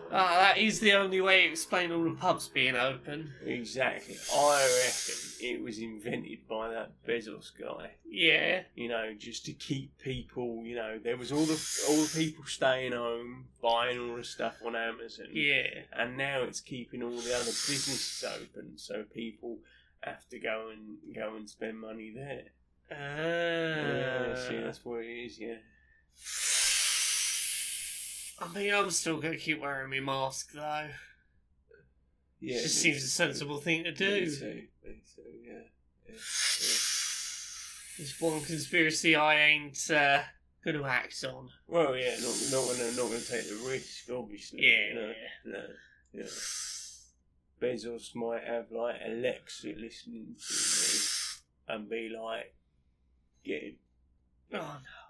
Speaker 2: Ah, that is the only way to explain all the pubs being open.
Speaker 3: exactly. I reckon it was invented by that Bezos guy.
Speaker 2: Yeah,
Speaker 3: You know, just to keep people. You know, there was all the all the people staying home, buying all the stuff on Amazon.
Speaker 2: yeah.
Speaker 3: and now it's keeping all the other businesses open, so people have to go and go and spend money there. Yeah, see,
Speaker 2: Ah.
Speaker 3: that's what it is. Yeah.
Speaker 2: I mean, I'm still gonna keep wearing my mask though.
Speaker 3: Yeah,
Speaker 2: it just
Speaker 3: me
Speaker 2: seems a
Speaker 3: too.
Speaker 2: sensible thing to do.
Speaker 3: Me too. Me too. Yeah. Yeah. yeah.
Speaker 2: There's one conspiracy I ain't uh, going to act on.
Speaker 3: Well, yeah, not not gonna not gonna take the risk, obviously.
Speaker 2: Yeah.
Speaker 3: No, no. Yeah. Bezos might have like Alexa listening to me and be like, "Get him."
Speaker 2: Oh, no.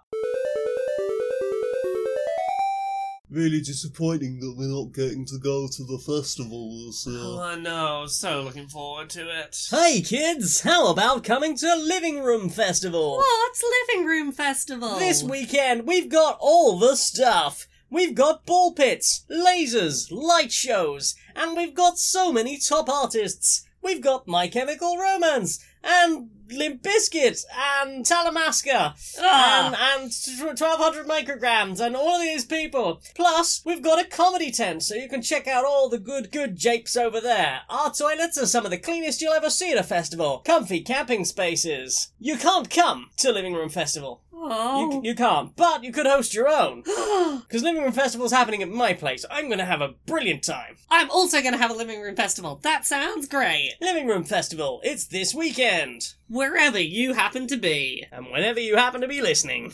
Speaker 4: really disappointing that we're not getting to go to the festival this year.
Speaker 2: Oh, I know. So looking forward to it.
Speaker 5: Hey kids, how about coming to Living Room Festival?
Speaker 6: What's Living Room Festival?
Speaker 5: This weekend, we've got all the stuff. We've got ball pits, lasers, light shows, and we've got so many top artists. We've got My Chemical Romance, and Limp Bizkit, and Talamasca,
Speaker 6: Ah.
Speaker 5: and, and tw- 1200 micrograms, and all of these people. Plus, we've got a comedy tent, so you can check out all the good, good japes over there. Our toilets are some of the cleanest you'll ever see at a festival. Comfy camping spaces. You can't come to Living Room Festival. You,
Speaker 6: Oh.
Speaker 5: c- you can't, but you could host your own. Because Living Room Festival's happening at my place. I'm going to have a brilliant time.
Speaker 6: I'm also going to have a living room festival. That sounds great.
Speaker 5: Living Room Festival, it's this weekend.
Speaker 6: Wherever you happen to be.
Speaker 5: And whenever you happen to be listening.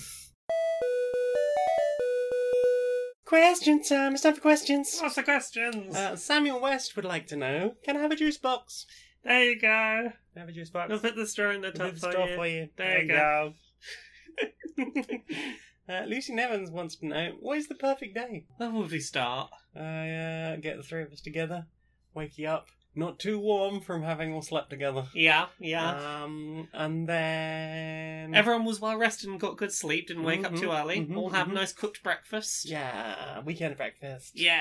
Speaker 3: Question time. It's time for questions.
Speaker 2: What's the questions?
Speaker 3: Uh, Samuel West would like to know Can I have a juice box?
Speaker 2: there you go.
Speaker 3: Can I have a juice box?
Speaker 2: We'll put the straw in the top
Speaker 3: Good
Speaker 2: for
Speaker 3: stuff
Speaker 2: you.
Speaker 3: for you.
Speaker 2: There you
Speaker 3: uh, Lucy Nevins wants to know What is the perfect day?
Speaker 2: Where would we start?
Speaker 3: I uh, get the three of us together, wake you up, not too warm from having all slept together.
Speaker 2: Yeah, yeah.
Speaker 3: Um, and then.
Speaker 2: Uh, Everyone was well rested and got good sleep, didn't wake up too
Speaker 5: Mm-hmm,
Speaker 3: Mhm,
Speaker 2: early.
Speaker 3: mhm,
Speaker 2: All have
Speaker 3: mhm.
Speaker 2: nice cooked breakfast.
Speaker 3: Yeah, weekend breakfast.
Speaker 2: Yeah.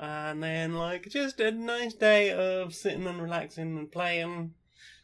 Speaker 3: And then, like, just a nice day of sitting and relaxing and playing.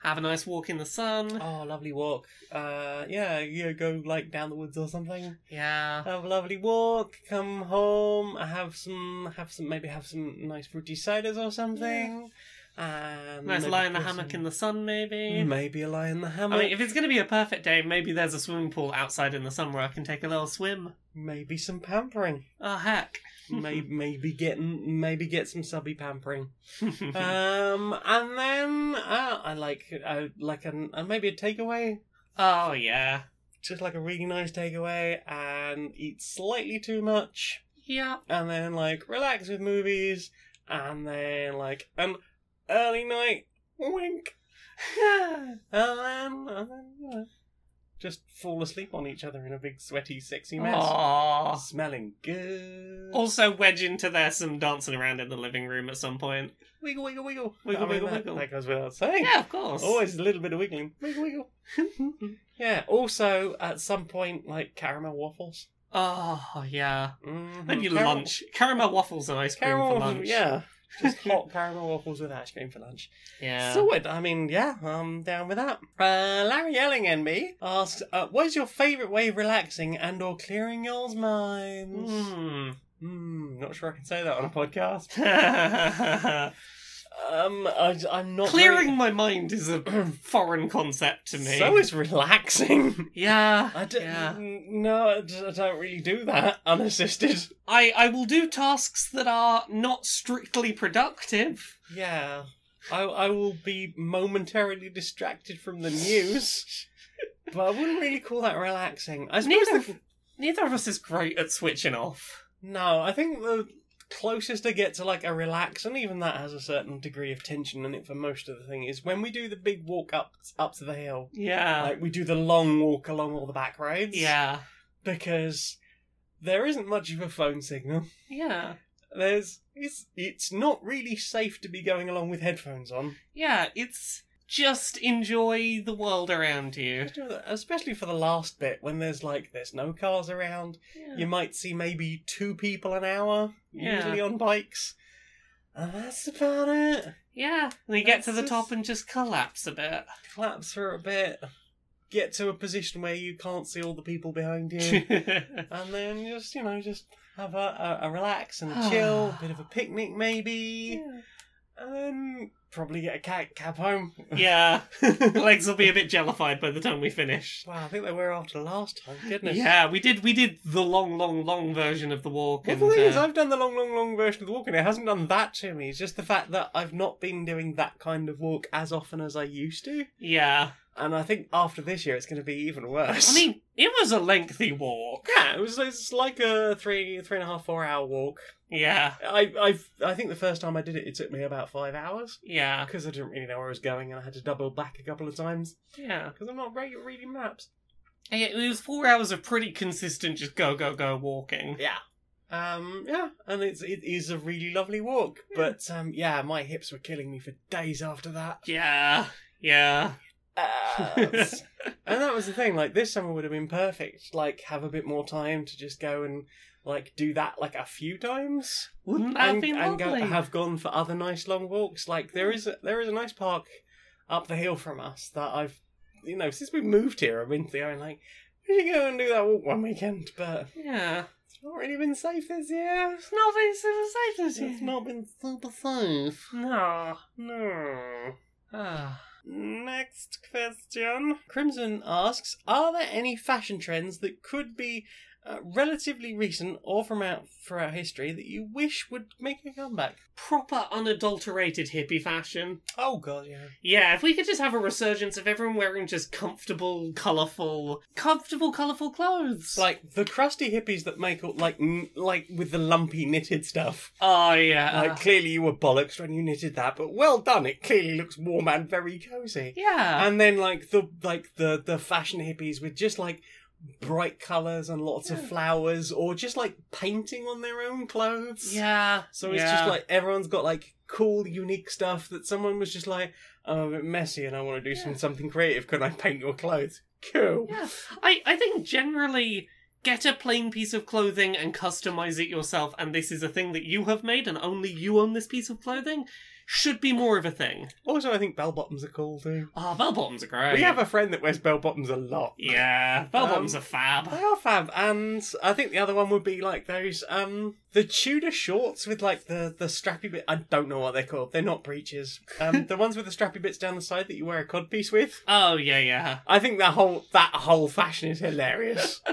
Speaker 2: Have a nice walk in the sun.
Speaker 3: Oh, lovely walk. Uh, yeah, yeah, go, like, down the woods or something.
Speaker 2: Yeah.
Speaker 3: Have a lovely walk. Come home. Have some. Have some. Maybe have some nice fruity ciders or something. And
Speaker 2: Nice
Speaker 3: maybe
Speaker 2: lie in the
Speaker 3: play
Speaker 2: hammock
Speaker 3: some-
Speaker 2: in the sun, maybe.
Speaker 3: Maybe a lie in the hammock.
Speaker 2: I mean, if it's going to be a perfect day, maybe there's a swimming pool outside in the sun where I can take a little swim.
Speaker 3: Maybe some pampering.
Speaker 2: Oh, heck.
Speaker 3: maybe maybe get maybe get some subby pampering.
Speaker 2: Uh,
Speaker 3: um, and then uh, I like uh, like an uh, maybe a takeaway,
Speaker 2: oh, yeah.
Speaker 3: just like a really nice takeaway, and eat slightly too much.
Speaker 2: Yeah.
Speaker 3: and then like relax with movies, and then like an early night wink, and then, and then yeah, just fall asleep on each other in a big sweaty, sexy mess,
Speaker 2: Aw.
Speaker 3: smelling good.
Speaker 2: Also, wedge into there some dancing around in the living room at some point.
Speaker 3: wiggle, wiggle, wiggle,
Speaker 2: Wiggle,
Speaker 3: I mean,
Speaker 2: wiggle,
Speaker 3: that,
Speaker 2: wiggle.
Speaker 3: That goes without saying.
Speaker 2: Yeah, of course.
Speaker 3: Always a little bit of wiggling. Wiggle, wiggle. yeah. Also, at some point, like caramel waffles.
Speaker 2: Oh, yeah.
Speaker 3: Mm-hmm.
Speaker 2: Maybe lunch. Caramel waffles and ice cream
Speaker 3: Caramel
Speaker 2: for
Speaker 3: waffles.
Speaker 2: lunch.
Speaker 3: Yeah. Just hot caramel waffles with ice cream for lunch.
Speaker 2: Yeah.
Speaker 3: So what? I mean, yeah, I'm down with that. Uh, Larry Elling and me asks, uh, what is your favourite way of relaxing and or clearing y'all's minds? Hmm,
Speaker 2: Hmm.
Speaker 3: not sure I can say that on a podcast.
Speaker 2: Clearing
Speaker 3: Um, I, am not very-
Speaker 2: my mind is a foreign concept to me.
Speaker 3: So is relaxing.
Speaker 2: yeah.
Speaker 3: I don't,
Speaker 2: yeah.
Speaker 3: no, I d- I don't really do that unassisted.
Speaker 2: I I will do tasks that are not strictly productive.
Speaker 3: Yeah, I I will be momentarily distracted from the news, but I wouldn't really call that relaxing. I suppose
Speaker 2: Neither
Speaker 3: the-
Speaker 2: Neither of us is great at switching off.
Speaker 3: No, I think the closest I get to like a relax, and even that has a certain degree of tension in it for most of the thing, is when we do the big walk up up to the hill.
Speaker 2: Yeah.
Speaker 3: Like we do the long walk along all the back roads.
Speaker 2: yeah.
Speaker 3: Because there isn't much of a phone signal.
Speaker 2: Yeah.
Speaker 3: There's it's it's not really safe to be going along with headphones on.
Speaker 2: Yeah. It's just enjoy the world around you.
Speaker 3: Especially for the last bit when there's like there's no cars around. You might see maybe two people an hour,
Speaker 2: Yeah.
Speaker 3: usually on bikes. And that's about it.
Speaker 2: Yeah. And you get to the
Speaker 3: That's
Speaker 2: top
Speaker 3: just-
Speaker 2: and just collapse a bit.
Speaker 3: Collapse for a bit. Get to a position where you can't see all the people behind you. and then just, you know, just have a, a, a relax and a chill, bit of a picnic maybe. And then probably get a cat cab home.
Speaker 2: yeah. The legs will be a bit jellified by the time we finish.
Speaker 3: Wow, I think they were after last time, goodness.
Speaker 2: Yeah, we did. We did the long, long, long version of the walk.
Speaker 3: Well,
Speaker 2: and,
Speaker 3: the thing
Speaker 2: uh,
Speaker 3: is, I've done the long, long, long version of the walk, and it hasn't done that to me. It's just the fact that I've not been doing that kind of walk as often as I used to.
Speaker 2: yeah.
Speaker 3: And I think after this year, it's going to be even worse.
Speaker 2: I mean, it was a lengthy walk.
Speaker 3: yeah, it was it's like a three, three and a half, four hour walk.
Speaker 2: Yeah,
Speaker 3: I, I've, I think the first time I did it, it took me about five hours
Speaker 2: yeah,
Speaker 3: because I didn't really know where I was going, and I had to double back a couple of times
Speaker 2: yeah.
Speaker 3: because I'm not great at reading maps.
Speaker 2: Hey, It was four hours of pretty consistent, just go, go, go walking.
Speaker 3: Yeah. Um, yeah, and it's it is a really lovely walk. But um, yeah, my hips were killing me for days after that.
Speaker 2: Yeah, yeah.
Speaker 3: and that was the thing. Like this summer would have been perfect. Like have a bit more time to just go and like do that like a few times,
Speaker 2: Wouldn't that have
Speaker 3: and,
Speaker 2: been
Speaker 3: and go,
Speaker 2: lovely?
Speaker 3: have gone for other nice long walks. Like there is a, there is a nice park up the hill from us that I've you know since we moved here I've been to and like we should go and do that walk one weekend, but
Speaker 2: Yeah.
Speaker 3: it's not really been safe this year.
Speaker 2: It's not very safe this
Speaker 4: It's not been super safe.
Speaker 2: No.
Speaker 3: No.
Speaker 2: Ah.
Speaker 3: Next question. Crimson asks Are there any fashion trends that could be uh, relatively recent or from out throughout history that you wish would make a comeback?
Speaker 2: Proper unadulterated hippie fashion.
Speaker 3: Oh, God, yeah.
Speaker 2: Yeah, if we could just have a resurgence of everyone wearing just comfortable, colourful, comfortable, colourful clothes.
Speaker 3: Like the crusty hippies that make all, like, n- like with the lumpy knitted stuff.
Speaker 2: oh yeah,
Speaker 3: Like, clearly you were bollocks when you knitted that, but well done. It clearly looks warm and very cozy.
Speaker 2: yeah,
Speaker 3: and then like the like the the fashion hippies with just like bright colors and lots of flowers or just like painting on their own clothes
Speaker 2: yeah.
Speaker 3: so it's
Speaker 2: yeah.
Speaker 3: just like everyone's got like cool unique stuff that someone was just like "Oh, i'm a bit messy and i want to do some something creative can i paint your clothes cool
Speaker 2: Yeah. I, I think generally get a plain piece of clothing and customize it yourself, and this is a thing that you have made and only you own this piece of clothing, should be more of a thing.
Speaker 3: also i think bell bottoms are cool too
Speaker 2: Ah, bell bottoms are great.
Speaker 3: we have a friend that wears bell bottoms a lot
Speaker 2: Yeah, bell bottoms
Speaker 3: Um,
Speaker 2: are fab.
Speaker 3: They are fab, and I think the other one would be like those um the Tudor shorts with like the the strappy bit. I don't know what they're called. They're not breeches. Um, the ones with the strappy bits down the side that you wear a codpiece with.
Speaker 2: Oh yeah, yeah.
Speaker 3: I think that whole that whole fashion is hilarious. Uh,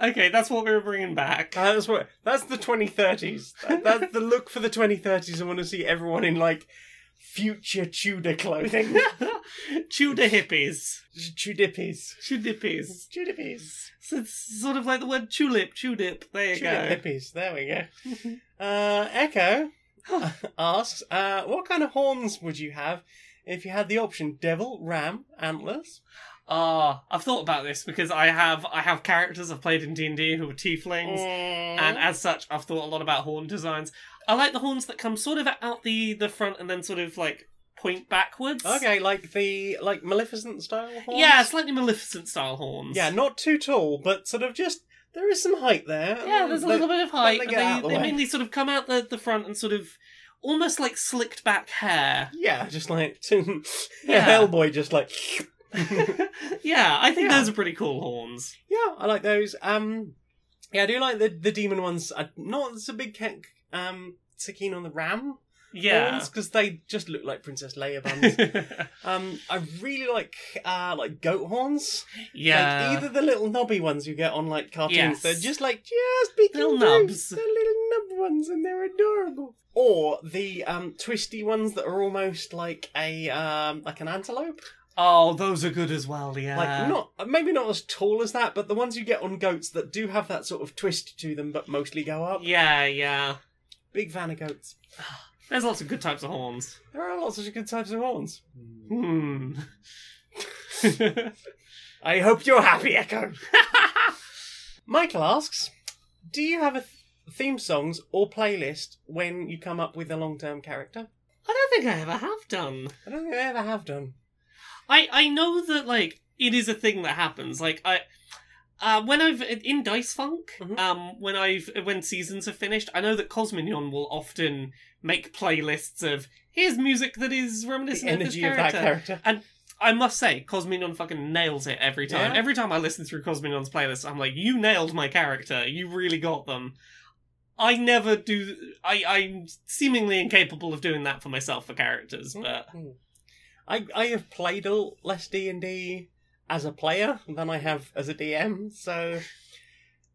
Speaker 2: Okay, that's what we were bringing back.
Speaker 3: that's what that's the 2030s. That, that's the look for the 2030s. I want to see everyone in like future Tudor clothing.
Speaker 2: Tudor hippies.
Speaker 3: Tudippies.
Speaker 2: Tudor hippies.
Speaker 3: Tudippies.
Speaker 2: So it's sort of like the word tulip, tulip. There you
Speaker 3: Tulip
Speaker 2: go.
Speaker 3: hippies. There we go. uh, Echo asks, uh, what kind of horns would you have if you had the option devil, ram, antlers?
Speaker 2: Ah, I've thought about this because I have I have characters I've played in D and D who are tieflings, and as such, I've thought a lot about horn designs. I like the horns that come sort of out the the front and then sort of like point backwards.
Speaker 3: okay, like the like Maleficent style horns.
Speaker 2: Yeah, slightly Maleficent style horns.
Speaker 3: yeah, not too tall, but sort of just there is some height there.
Speaker 2: yeah. There's a little bit of height,
Speaker 3: they
Speaker 2: but
Speaker 3: get out
Speaker 2: they,
Speaker 3: of the
Speaker 2: they
Speaker 3: way.
Speaker 2: mainly sort of come out the the front and sort of almost like slicked back hair.
Speaker 3: Yeah, just like yeah.
Speaker 2: Yeah.
Speaker 3: Hellboy, just like
Speaker 2: yeah, I think
Speaker 3: Yeah.
Speaker 2: those are pretty cool horns.
Speaker 3: Yeah, I like those. Um, yeah, I do like the the demon ones. I'm not as a big ke- um so keen on the ram
Speaker 2: Yeah.
Speaker 3: because they just look like Princess Leia buns. um, I really like uh like goat horns.
Speaker 2: yeah.
Speaker 3: like, either the little knobby ones you get on like cartoons.
Speaker 2: Yes.
Speaker 3: They're just like just big
Speaker 2: Little nubs.
Speaker 3: They're little nub ones, and they're adorable. Or the um twisty ones that are almost like a um like an antelope.
Speaker 2: Oh, those are good as well. Yeah.
Speaker 3: Like not maybe not as tall as that, but the ones you get on goats that do have that sort of twist to them, but mostly go up.
Speaker 2: Yeah, yeah.
Speaker 3: Big fan of goats.
Speaker 2: There's lots of good types of horns.
Speaker 3: There are lots of good types of horns.
Speaker 2: Hmm.
Speaker 3: I hope you're happy, Echo. Michael asks, "Do you have a th- theme songs or playlist when you come up with a long-term character?"
Speaker 2: I don't think I ever have done.
Speaker 3: I don't think I ever have done.
Speaker 2: I I know that like it is a thing that happens. Like I. Uh, when I've in Dice Funk,
Speaker 3: Mhm.
Speaker 2: um, when I've when seasons are finished, I know that Cosmignon will often make playlists of here's music that is
Speaker 3: The
Speaker 2: reminiscent
Speaker 3: energy
Speaker 2: of
Speaker 3: of
Speaker 2: this
Speaker 3: that
Speaker 2: character.
Speaker 3: character.
Speaker 2: I must say, Cosmignon fucking nails it every time.
Speaker 3: Yeah?
Speaker 2: Every time I listen through Cosmignon's playlist, I'm like, you nailed my character. You really got them. I never do. I, I'm seemingly incapable of doing that for myself for characters, but
Speaker 3: Hmm. I I have played a l- less D and D as a player than I have as a DM, so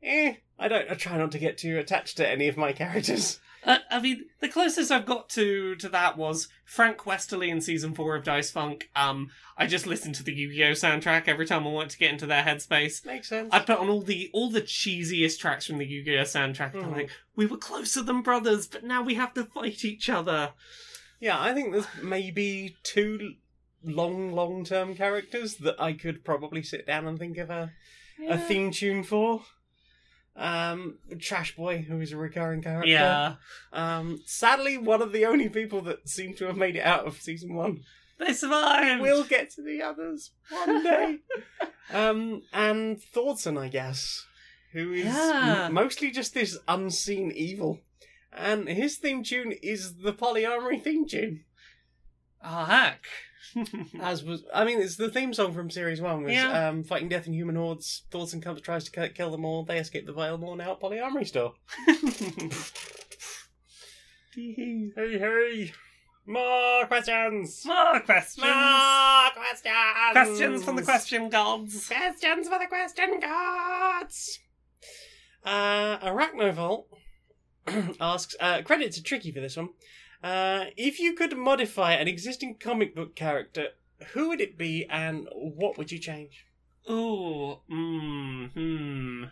Speaker 3: eh, I don't. I try not to get too attached to any of my characters.
Speaker 2: uh, I mean, the closest I've got to to that was Frank Westerly in season four of Dice Funk. Um, I just listened to the Yu-Gi-Oh soundtrack every time I want to get into their headspace.
Speaker 3: Makes sense.
Speaker 2: I put on all the all the cheesiest tracks from the Yu-Gi-Oh soundtrack. and I'm
Speaker 3: Mhm.
Speaker 2: like, we were closer than brothers, but now we have to fight each other.
Speaker 3: yeah, I think there's maybe two l- long, long-term characters that I could probably sit down and think of a, a theme tune for. um, Trash Boy, who is a recurring character.
Speaker 2: Yeah.
Speaker 3: Um, sadly, one of the only people that seem to have made it out of season one.
Speaker 2: They survived.
Speaker 3: We'll get to the others one day. um, and Thornton, I guess, who is
Speaker 2: Yeah.
Speaker 3: m- mostly just this unseen evil. And his theme tune is the Polyamory theme tune,
Speaker 2: Oh, heck.
Speaker 3: as was. I mean, it's the theme song from series one. Was
Speaker 2: Yeah.
Speaker 3: um, fighting death and human hordes. Thornton comes, tries to ki- kill them all. They escape the veil, and out polyamory store. hey, hey, more questions.
Speaker 2: More questions.
Speaker 3: More questions.
Speaker 2: Questions from the question gods.
Speaker 3: Questions for the question cards. Uh, Arachnovolt asks, uh, credit to Tricky for this one. Uh, if you could modify an existing comic book character, who would it be and what would you change?
Speaker 2: Ooh, mm, hmm.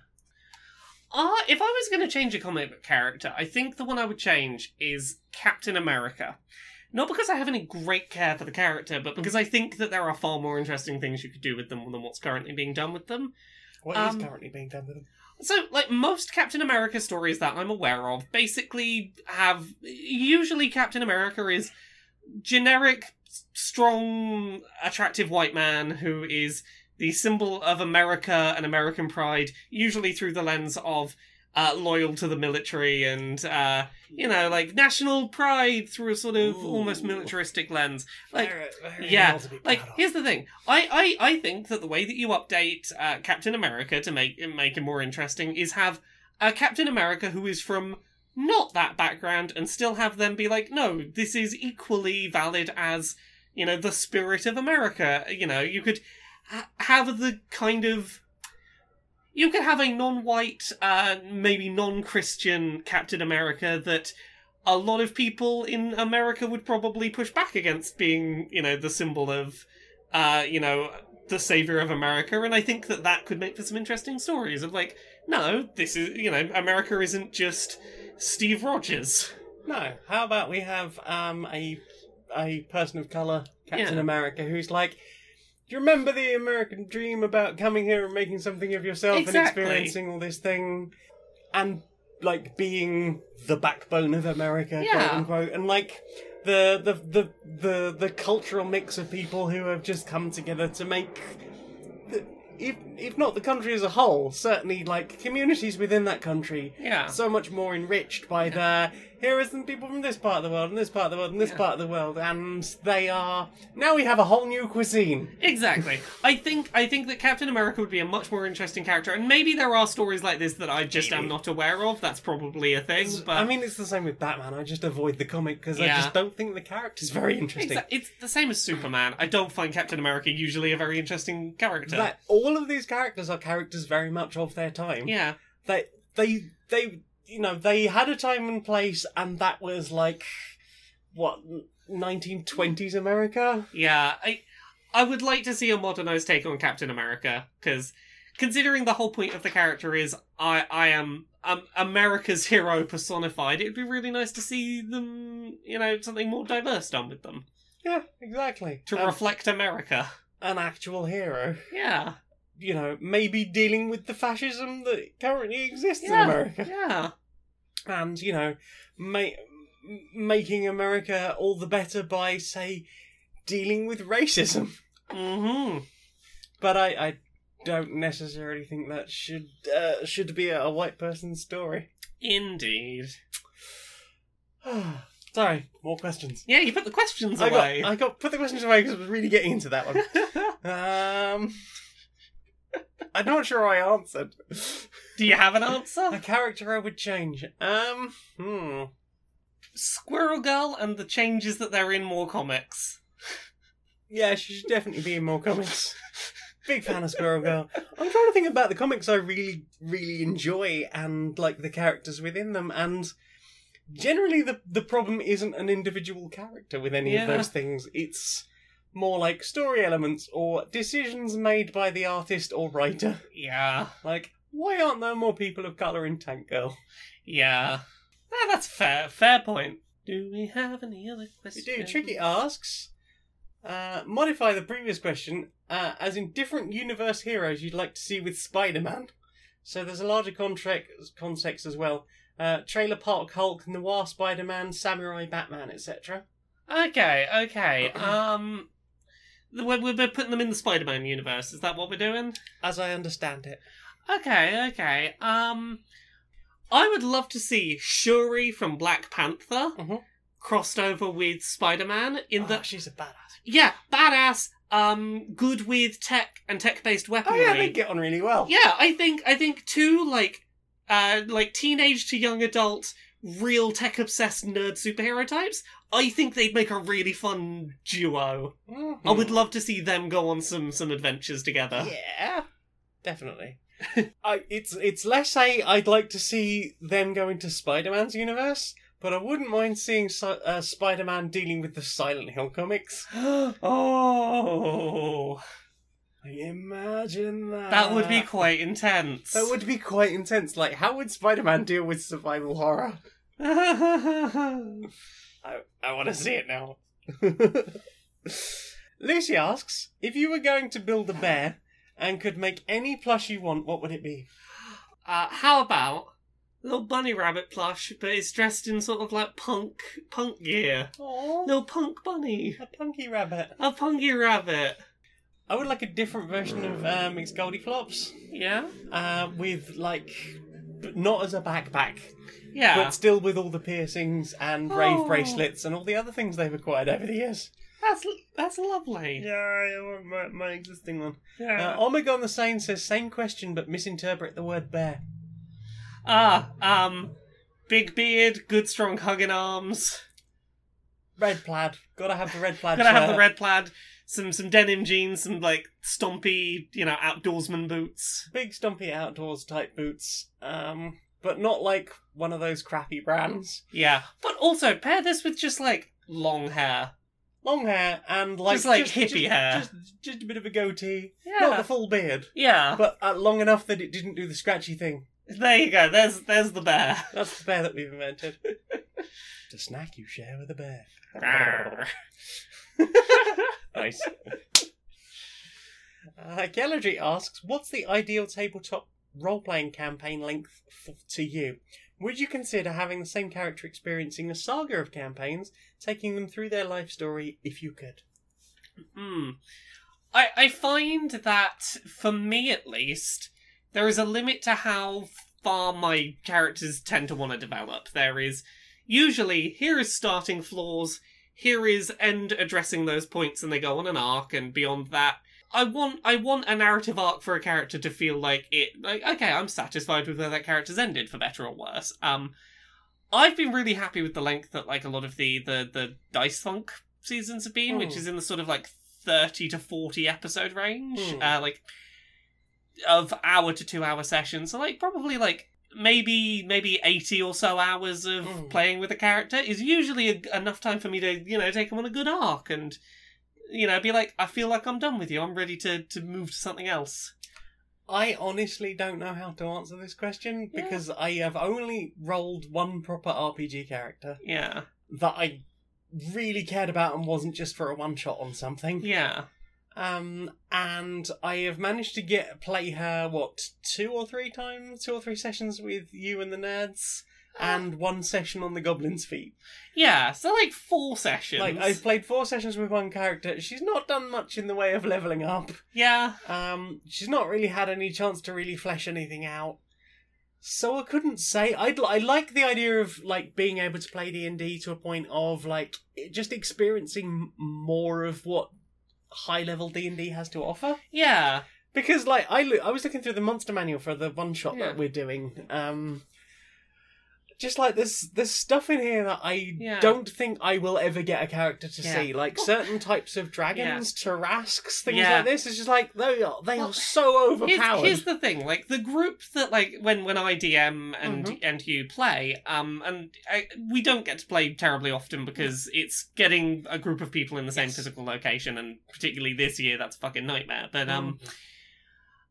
Speaker 2: Uh, if I was going to change a comic book character, I think the one I would change is Captain America. Not because I have any great care for the character, but because I think that there are far more interesting things you could do with them than what's currently being done with them.
Speaker 3: What is
Speaker 2: Um,
Speaker 3: currently being done with him?
Speaker 2: So, like most Captain America stories that I'm aware of, basically have usually Captain America is generic, s- strong, attractive white man who is the symbol of America and American pride, usually through the lens of uh, loyal to the military and uh, you know, like national pride through a sort of almost
Speaker 3: Ooh.
Speaker 2: militaristic lens. Like
Speaker 3: Very- very
Speaker 2: yeah,
Speaker 3: well to be
Speaker 2: like
Speaker 3: proud of.
Speaker 2: here's the thing I, I i think that the way that you update uh, captain america to make make him more interesting is have a captain america who is from not that background and still have them be like no this is equally valid as you know the spirit of america you know you could ha- have the kind of you could have a non-white uh maybe non-christian captain america that a lot of people in America would probably push back against being, you know, the symbol of, uh, you know, the savior of America. And I think that that could make for some interesting stories of like, no, this is, you know, America isn't just Steve Rogers.
Speaker 3: No. How about we have um, a a person of color, Captain
Speaker 2: Yeah.
Speaker 3: America, who's like, do you remember the American dream about coming here and making something of yourself and
Speaker 2: Exactly.
Speaker 3: experiencing all this thing, and like being the backbone of America, quote
Speaker 2: Yeah.
Speaker 3: unquote, and like. The, the the the the cultural mix of people who have just come together to make the, if if not the country as a whole certainly like communities within that country
Speaker 2: Yeah.
Speaker 3: so much more enriched by the here are some people from this part of the world and this part of the world and this part of the world and they are now we have a whole new cuisine
Speaker 2: Exactly. I think I think that Captain America would be a much more interesting character, and maybe there are stories like this that I just am not aware of. That's probably a thing. But
Speaker 3: i mean it's the same with batman i just avoid the comic because i
Speaker 2: Yeah.
Speaker 3: just don't think the character's very interesting
Speaker 2: Exa- it's the same as Superman. I don't find Captain America usually a very interesting character.
Speaker 3: that all of these characters are characters very much of their time
Speaker 2: yeah.
Speaker 3: they they they you know they had a time and place and that was like what 1920s america
Speaker 2: Yeah, I I would like to see a modernized take on Captain America because considering the whole point of the character is I I am um, America's hero personified, it'd be really nice to see them, you know, something more diverse done with them
Speaker 3: yeah exactly
Speaker 2: to
Speaker 3: Um,
Speaker 2: reflect America.
Speaker 3: an actual hero
Speaker 2: Yeah,
Speaker 3: you know, maybe dealing with the fascism that currently exists
Speaker 2: Yeah.
Speaker 3: in America,
Speaker 2: yeah,
Speaker 3: and you know, ma- m- making America all the better by, say, dealing with racism.
Speaker 2: mm-hmm.
Speaker 3: But I, I don't necessarily think that should uh, should be a white person's story.
Speaker 2: Indeed.
Speaker 3: Sorry, more questions.
Speaker 2: Yeah, you put the questions
Speaker 3: I got,
Speaker 2: away.
Speaker 3: I got put the questions away because I was really getting into that one. um, I'm not sure I answered.
Speaker 2: Do you have an
Speaker 3: A
Speaker 2: answer?
Speaker 3: character I would change. Um, hmm.
Speaker 2: Squirrel Girl and the changes that they're in more comics.
Speaker 3: Yeah, she should definitely be in more comics. Big fan of Squirrel Girl. I'm trying to think about the comics I really, really enjoy and like the characters within them. And generally, the the problem isn't an individual character with any
Speaker 2: Yeah.
Speaker 3: of those things. It's more like story elements or decisions made by the artist or writer.
Speaker 2: Yeah.
Speaker 3: Like, why aren't there more people of color in Tank Girl?
Speaker 2: Yeah. Ah, that's fair. Fair point. Do we have any other
Speaker 3: We
Speaker 2: questions?
Speaker 3: do. Tricky asks, uh, modify the previous question uh, as in different universe heroes you'd like to see with Spider Man. So there's a larger contract context as well. Uh, Trailer Park Hulk, Noir Spider-Man, Samurai Batman, etc.
Speaker 2: Okay, okay. um, the- we're, we're putting them in the Spider-Man universe. Is that what we're doing?
Speaker 3: As I understand it.
Speaker 2: Okay, okay. Um, I would love to see Shuri from Black Panther
Speaker 3: Mhm.
Speaker 2: crossed over with Spider-Man in
Speaker 3: Oh,
Speaker 2: the
Speaker 3: she's a badass.
Speaker 2: yeah, badass. Um, good with tech and tech-based
Speaker 3: Oh
Speaker 2: weaponry.
Speaker 3: yeah, they get on really well.
Speaker 2: Yeah, I think I think two like uh like teenage to young adult real tech obsessed nerd superhero types. I think they'd make a really fun duo.
Speaker 3: Mhm.
Speaker 2: I would love to see them go on some some adventures together.
Speaker 3: Yeah, definitely. I, it's it's less a I'd like to see them go into Spider-Man's universe, but I wouldn't mind seeing Si- uh, Spider-Man dealing with the Silent Hill comics.
Speaker 2: oh,
Speaker 3: Imagine that.
Speaker 2: that would be quite intense.
Speaker 3: that would be quite intense. Like, how would Spider-Man deal with survival horror? I, I want to see it now. Lucy asks if you were going to build a bear and could make any plush you want, what would it be?
Speaker 2: Uh, how about little bunny rabbit plush, but it's dressed in sort of like punk punk gear.
Speaker 3: Aww.
Speaker 2: Little punk bunny,
Speaker 3: A punky rabbit.
Speaker 2: a punky rabbit.
Speaker 3: I would like a different version of um, it's Flops,
Speaker 2: Yeah,
Speaker 3: uh, with like, but not as a backpack,
Speaker 2: yeah.
Speaker 3: but still with all the piercings and brave
Speaker 2: Oh.
Speaker 3: bracelets and all the other things they've acquired over the years.
Speaker 2: That's that's lovely.
Speaker 3: Yeah, I want my, my existing one. Uh,
Speaker 2: Yeah.
Speaker 3: Omegon the Sane says same question but misinterpret the word bear.
Speaker 2: Ah, um, big beard, good strong hugging arms.
Speaker 3: Red plaid. Gotta have the red plaid.
Speaker 2: Gotta have
Speaker 3: shirt.
Speaker 2: the red plaid, some some denim jeans, some like stompy, you know, outdoorsman boots.
Speaker 3: big stumpy outdoors type boots. Um, but not like one of those crappy brands.
Speaker 2: Yeah, but also pair this with just like long hair.
Speaker 3: Long hair and like
Speaker 2: Just like hippie
Speaker 3: just-
Speaker 2: hair.
Speaker 3: just, just a bit of a goatee,
Speaker 2: Yeah,
Speaker 3: not the full beard,
Speaker 2: yeah.
Speaker 3: but uh, long enough that it didn't do the scratchy thing.
Speaker 2: There you go. There's there's the bear.
Speaker 3: That's the bear that we've invented. it's a snack you share with a bear. Nice. Uh, Gallery asks, what's the ideal tabletop role playing campaign length f- to you? Would you consider having the same character experiencing a saga of campaigns, taking them through their life story if you could?
Speaker 2: Hmm. I, I find that, for me at least, there is a limit to how far my characters tend to want to develop. There is usually here is starting flaws, here is end addressing those points, and they go on an arc, and beyond that, I want I want a narrative arc for a character to feel like it like okay, I'm satisfied with where that character's ended, for better or worse. Um I've been really happy with the length that like a lot of the the, the Dice Funk seasons have been, which
Speaker 3: Hmm.
Speaker 2: is in the sort of like thirty to forty episode range.
Speaker 3: Hmm.
Speaker 2: Uh like of hour to two hour sessions. So like probably like maybe maybe 80 or so hours of
Speaker 3: Mm.
Speaker 2: playing with a character is usually a, enough time for me to you know take them on a good arc and you know be like i feel like i'm done with you i'm ready to to move to something else
Speaker 3: I honestly don't know how to answer this question
Speaker 2: Yeah.
Speaker 3: because I have only rolled one proper RPG character
Speaker 2: yeah
Speaker 3: that I really cared about and wasn't just for a one shot on something.
Speaker 2: yeah
Speaker 3: Um, and I have managed to get play her what two or three times, two or three sessions with you and the nerds, and one session on the goblins' feet.
Speaker 2: yeah so like four sessions
Speaker 3: Like I've played four sessions with one character. She's not done much in the way of leveling up.
Speaker 2: yeah
Speaker 3: Um, she's not really had any chance to really flesh anything out. So I couldn't say. I'd I like the idea of like being able to play D and D to a point of like just experiencing more of what high level D and D has to offer.
Speaker 2: yeah
Speaker 3: Because like I loo- I was looking through the monster manual for the one shot
Speaker 2: Yeah.
Speaker 3: that we're doing. Um just like there's there's stuff in here that I
Speaker 2: Yeah.
Speaker 3: don't think I will ever get a character to
Speaker 2: Yeah.
Speaker 3: see. Like certain types of dragons, Tarasks, things
Speaker 2: Yeah.
Speaker 3: like this. It's just like they are they
Speaker 2: Well,
Speaker 3: are so
Speaker 2: here's,
Speaker 3: overpowered.
Speaker 2: here's the thing like the group that like when when i dm and and you play um and I, we don't get to play terribly often because it's getting a group of people in the same physical location and particularly this year that's a fucking nightmare but
Speaker 3: Mm.
Speaker 2: um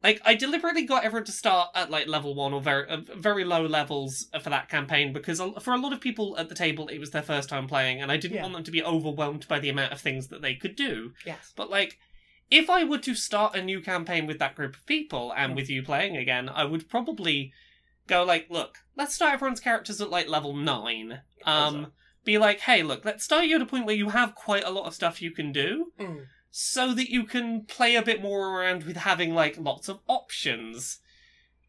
Speaker 2: like I deliberately got everyone to start at like level one or very uh, very low levels for that campaign because a- for a lot of people at the table it was their first time playing and I didn't
Speaker 3: Yeah.
Speaker 2: want them to be overwhelmed by the amount of things that they could do.
Speaker 3: Yes.
Speaker 2: But like if I were to start a new campaign with that group of people and with you playing again, I would probably go like, look, let's start everyone's characters at like level nine. Um, be like, hey, look, let's start you at a point where you have quite a lot of stuff you can do,
Speaker 3: Mm.
Speaker 2: so that you can play a bit more around with having like lots of options.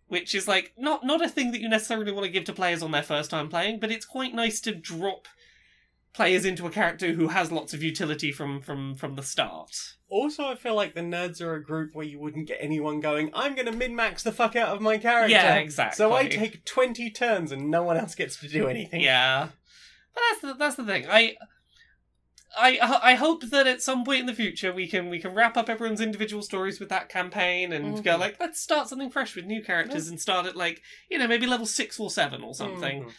Speaker 2: Which is like not not a thing that you necessarily want to give to players on their first time playing, but it's quite nice to drop players into a character who has lots of utility from from from the start.
Speaker 3: Also, I feel like the nerds are a group where you wouldn't get anyone going, I'm going to min max the fuck out of my character.
Speaker 2: Yeah, exactly.
Speaker 3: So I take 20 turns and no one else gets to do anything.
Speaker 2: Yeah, but that's the that's the thing. I. I, I hope that at some point in the future we can we can wrap up everyone's individual stories with that campaign and go
Speaker 3: Mm-hmm.
Speaker 2: like let's start something fresh with new characters and start at like you know maybe level six or seven or something
Speaker 3: Mhm.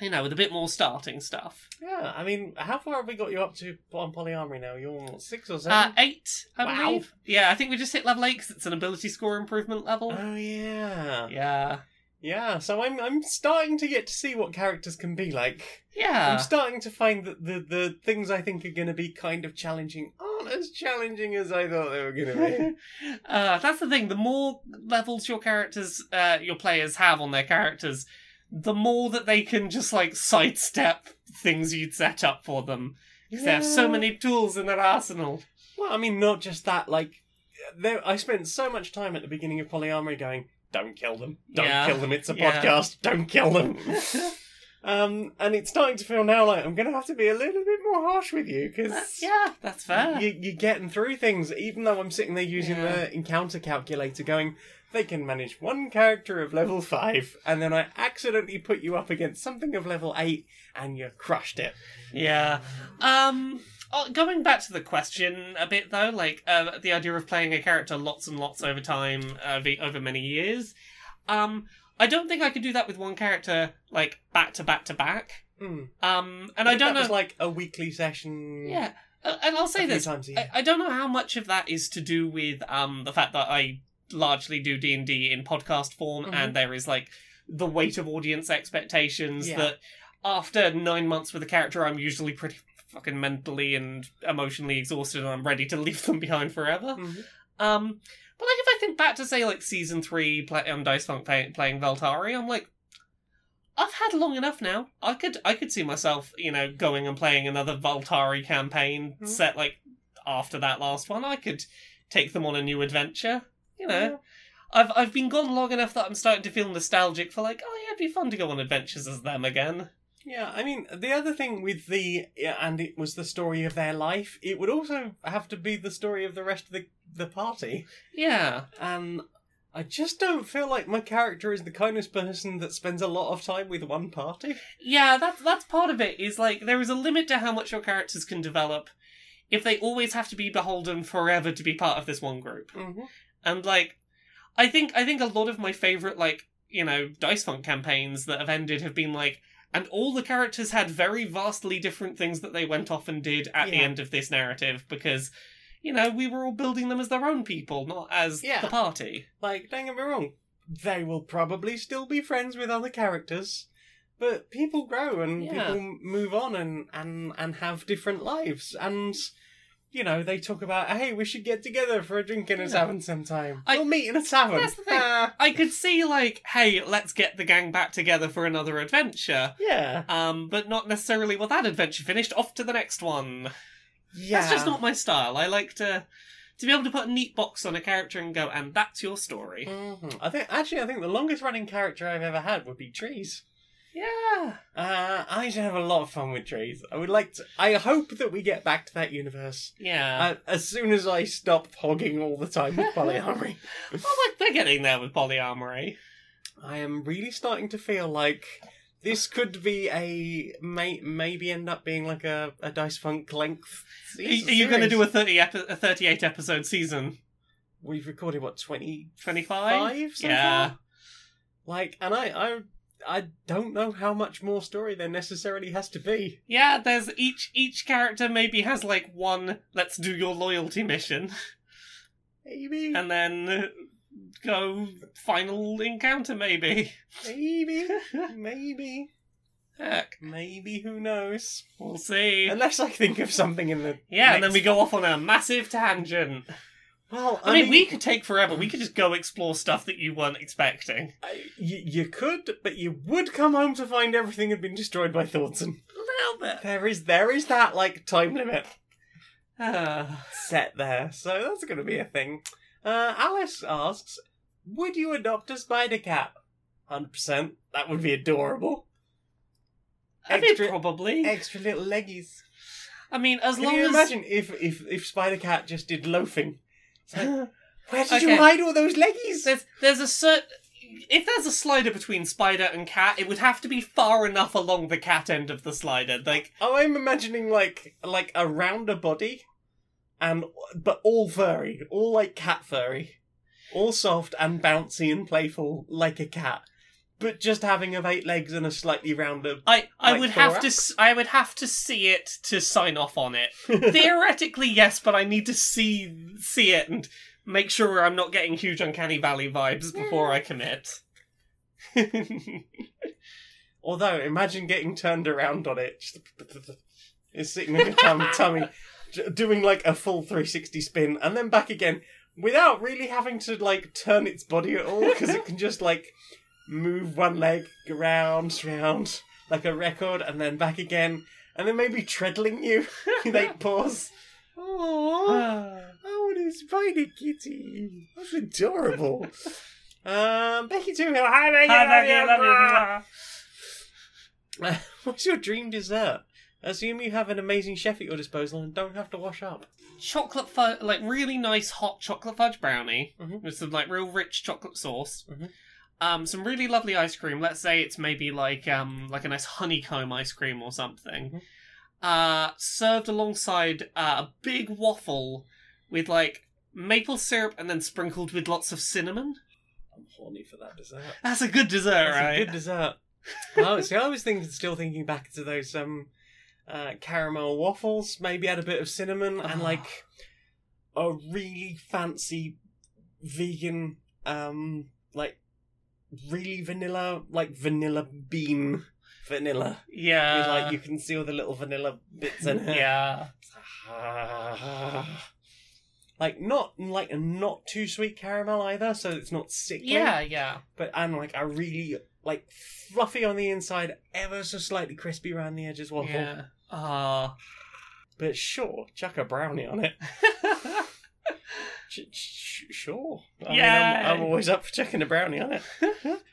Speaker 2: you know with a bit more starting stuff.
Speaker 3: Yeah, I mean, how far have we got you up to on polyamory now? You're on what, six or
Speaker 2: Uh,
Speaker 3: seven?
Speaker 2: eight, I
Speaker 3: Wow.
Speaker 2: believe. Yeah, I think we just hit level eight 'cause it's an ability score improvement level.
Speaker 3: oh, yeah.
Speaker 2: yeah,
Speaker 3: Yeah, so I'm I'm starting to get to see what characters can be like. I'm
Speaker 2: yeah.
Speaker 3: starting to find that the, the things I think are going to be kind of challenging aren't as challenging as I thought they were going to
Speaker 2: uh, that's the thing. The more levels your characters, uh, your players have on their characters, the more that they can just like sidestep things you'd set up for them.
Speaker 3: be.
Speaker 2: Because they have so many tools in their arsenal.
Speaker 3: Well, I mean, not just that. Like, there, I spent so much time at the beginning of polyamory going, "Don't kill them! Don't
Speaker 2: Yeah.
Speaker 3: kill them! It's a
Speaker 2: Yeah.
Speaker 3: podcast! Don't kill them!" um, and it's starting to feel now like I'm going to have to be a little bit more harsh with you because
Speaker 2: Uh, yeah, that's fair.
Speaker 3: you, you're getting through things. Even though I'm sitting there using
Speaker 2: Yeah.
Speaker 3: the encounter calculator, going, "They can manage one character of level five, and then I accidentally put you up against something of level eight, and you crushed it."
Speaker 2: Yeah. Um. oh, Going back to the question a bit though, like uh, the idea of playing a character lots and lots over time, over, over many years. Um. I don't think I could do that with one character like back to back to back.
Speaker 3: Mm.
Speaker 2: Um. And I don't
Speaker 3: That
Speaker 2: know.
Speaker 3: was like a weekly session.
Speaker 2: Yeah, uh, and I'll
Speaker 3: a
Speaker 2: say
Speaker 3: few
Speaker 2: this:
Speaker 3: times a year.
Speaker 2: I, I don't know how much of that is to do with um the fact that I largely do D and D in podcast form,
Speaker 3: Mhm.
Speaker 2: and there is like the weight of audience expectations
Speaker 3: Yeah.
Speaker 2: that after nine months with a character, I'm usually pretty fucking mentally and emotionally exhausted, and I'm ready to leave them behind forever.
Speaker 3: Mhm.
Speaker 2: Um, but like if I think back to say like season three, play, um, Dice Funk play, playing Veltari, I'm like, I've had long enough now. I could I could see myself, you know, going and playing another Voltari campaign
Speaker 3: Mhm.
Speaker 2: set like after that last one. I could take them on a new adventure. You know,
Speaker 1: Mm-hmm.
Speaker 2: I've I've been gone long enough that I'm starting to feel nostalgic for like, oh yeah, it'd be fun to go on adventures as them again.
Speaker 3: Yeah, I mean, the other thing with the, yeah, and it was the story of their life, it would also have to be the story of the rest of the, the party.
Speaker 2: Yeah,
Speaker 3: And I just don't feel like my character is the kind of person that spends a lot of time with one party.
Speaker 2: yeah. That's that's part of it. Is like there is a limit to how much your characters can develop if they always have to be beholden forever to be part of this one group.
Speaker 3: Mm-hmm.
Speaker 2: and like i think i think a lot of my favorite like you know dice funk campaigns that have ended have been like and all the characters had very vastly different things that they went off and did at the
Speaker 3: Yeah.
Speaker 2: end of this narrative because you know we were all building them as their own people not as
Speaker 3: Yeah.
Speaker 2: the party
Speaker 3: Like, don't get me wrong, they will probably still be friends with other characters, but people grow and
Speaker 2: Yeah.
Speaker 3: people m- move on and, and, and have different lives. And, you know, they talk about, hey, we should get together for a drink in a
Speaker 2: Yeah.
Speaker 3: tavern sometime.
Speaker 2: I-
Speaker 3: we'll meet in a tavern.
Speaker 2: That's the thing.
Speaker 3: Ah,
Speaker 2: i could see like hey let's get the gang back together for another adventure
Speaker 3: yeah.
Speaker 2: um but not necessarily well that adventure finished off to the next one
Speaker 3: Yeah.
Speaker 2: that's just not my style i like to to be able to put a neat box on a character and go and that's your story
Speaker 3: Mhm. I think actually, I think the longest running character I've ever had would be trees.
Speaker 2: Yeah.
Speaker 3: Uh, I used to have a lot of fun with trees. I would like to. I hope that we get back to that universe
Speaker 2: Yeah.
Speaker 3: uh, as soon as I stop hogging all the time with polyamory.
Speaker 2: well, like, they're getting there with polyamory.
Speaker 3: I am really starting to feel like this could be a may maybe end up being like a, a dice funk length.
Speaker 2: Are,
Speaker 3: season
Speaker 2: are you going to
Speaker 3: series.
Speaker 2: do a 30 epi- a 38 episode season?
Speaker 3: We've recorded what twenty
Speaker 2: 25?
Speaker 3: five so
Speaker 2: yeah.
Speaker 3: far? Like, and I, I, I don't know how much more story there necessarily has to be.
Speaker 2: Yeah, there's each each character maybe has like one let's do your loyalty mission
Speaker 3: Maybe,
Speaker 2: and then uh, go final encounter maybe.
Speaker 3: maybe, maybe,
Speaker 2: Heck,
Speaker 3: maybe. Who knows?
Speaker 2: we'll see.
Speaker 3: Unless I think of something in the
Speaker 2: Yeah, and then
Speaker 3: next-
Speaker 2: we go off on a massive tangent.
Speaker 3: Well,
Speaker 2: I mean, we could take forever. We could just go explore stuff that you weren't expecting.
Speaker 3: you, you could, but you would come home to find everything had been destroyed by Thornton.
Speaker 2: A little bit.
Speaker 3: There is there is that like time limit
Speaker 2: Ah.
Speaker 3: set there, so that's going to be a thing. Uh, Alice asks, "Would you adopt a spider cat?" Hundred percent. That would be adorable.
Speaker 2: I mean,
Speaker 3: Extra-
Speaker 2: probably.
Speaker 3: Extra little leggies.
Speaker 2: I mean, as
Speaker 3: Can
Speaker 2: long
Speaker 3: you
Speaker 2: as
Speaker 3: imagine if if if Spider Cat just did loafing? It's like, where did
Speaker 2: Okay.
Speaker 3: you hide all those leggies?
Speaker 2: there's there's a certain if there's a slider between spider and cat, it would have to be far enough along the cat end of the slider. Like,
Speaker 3: Oh, I'm imagining like like a rounder body, and but all furry, all like cat furry, all soft and bouncy and playful like a cat, but just having of eight legs and a slightly rounder.
Speaker 2: I I
Speaker 3: Like
Speaker 2: would have to
Speaker 3: thorax?
Speaker 2: s- I would have to see it to sign off on it. Theoretically, yes, but I need to see see it and make sure I'm not getting huge uncanny valley vibes before I commit.
Speaker 3: Although, imagine getting turned around on it. Just it's sitting in your tum- tummy, j- doing like a full 360 spin, and then back again without really having to like turn its body at all, because it can just like move one leg round, round like a record, and then back again, and then maybe treadling you with eight paws. Oh, oh, what a spider kitty! That's adorable. um, Becky too. Hi, Becky. love you. What's your dream dessert? Assume you have an amazing chef at your disposal and don't have to wash up.
Speaker 2: chocolate fudge, like really nice hot chocolate fudge brownie
Speaker 3: Mhm.
Speaker 2: with some like real rich chocolate sauce.
Speaker 3: Mhm.
Speaker 2: Um, some really lovely ice cream. Let's say it's maybe like um like a nice honeycomb ice cream or something.
Speaker 3: Mm-hmm.
Speaker 2: Uh, served alongside uh, a big waffle with like maple syrup and then sprinkled with lots of cinnamon.
Speaker 3: I'm horny for that dessert.
Speaker 2: That's a good dessert,
Speaker 3: That's
Speaker 2: right?
Speaker 3: a good dessert. oh, see, I was thinking, still thinking back to those um, uh, caramel waffles. Maybe add a bit of cinnamon and
Speaker 2: Ah.
Speaker 3: like a really fancy vegan, um, like really vanilla, like vanilla bean vanilla.
Speaker 2: Yeah.
Speaker 3: With, like you can see all the little vanilla bits in it.
Speaker 2: yeah.
Speaker 3: like not like not too sweet caramel either, so it's not sickly.
Speaker 2: Yeah, yeah.
Speaker 3: But and like a really like fluffy on the inside, ever so slightly crispy around the edges waffle.
Speaker 2: Yeah. Ah.
Speaker 3: But sure, chuck a brownie on it. Ch- ch- sure. I mean, I'm- I'm,
Speaker 2: Yay.
Speaker 3: always up for chucking a brownie on it.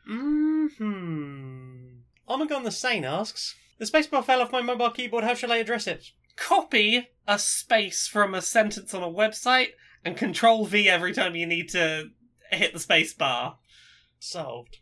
Speaker 3: mm-hmm. Omegon the Sane asks, "The spacebar fell off my mobile keyboard. How shall I address it?"
Speaker 2: copy a space from a sentence on a website and control V every time you need to hit the space bar.
Speaker 3: Solved.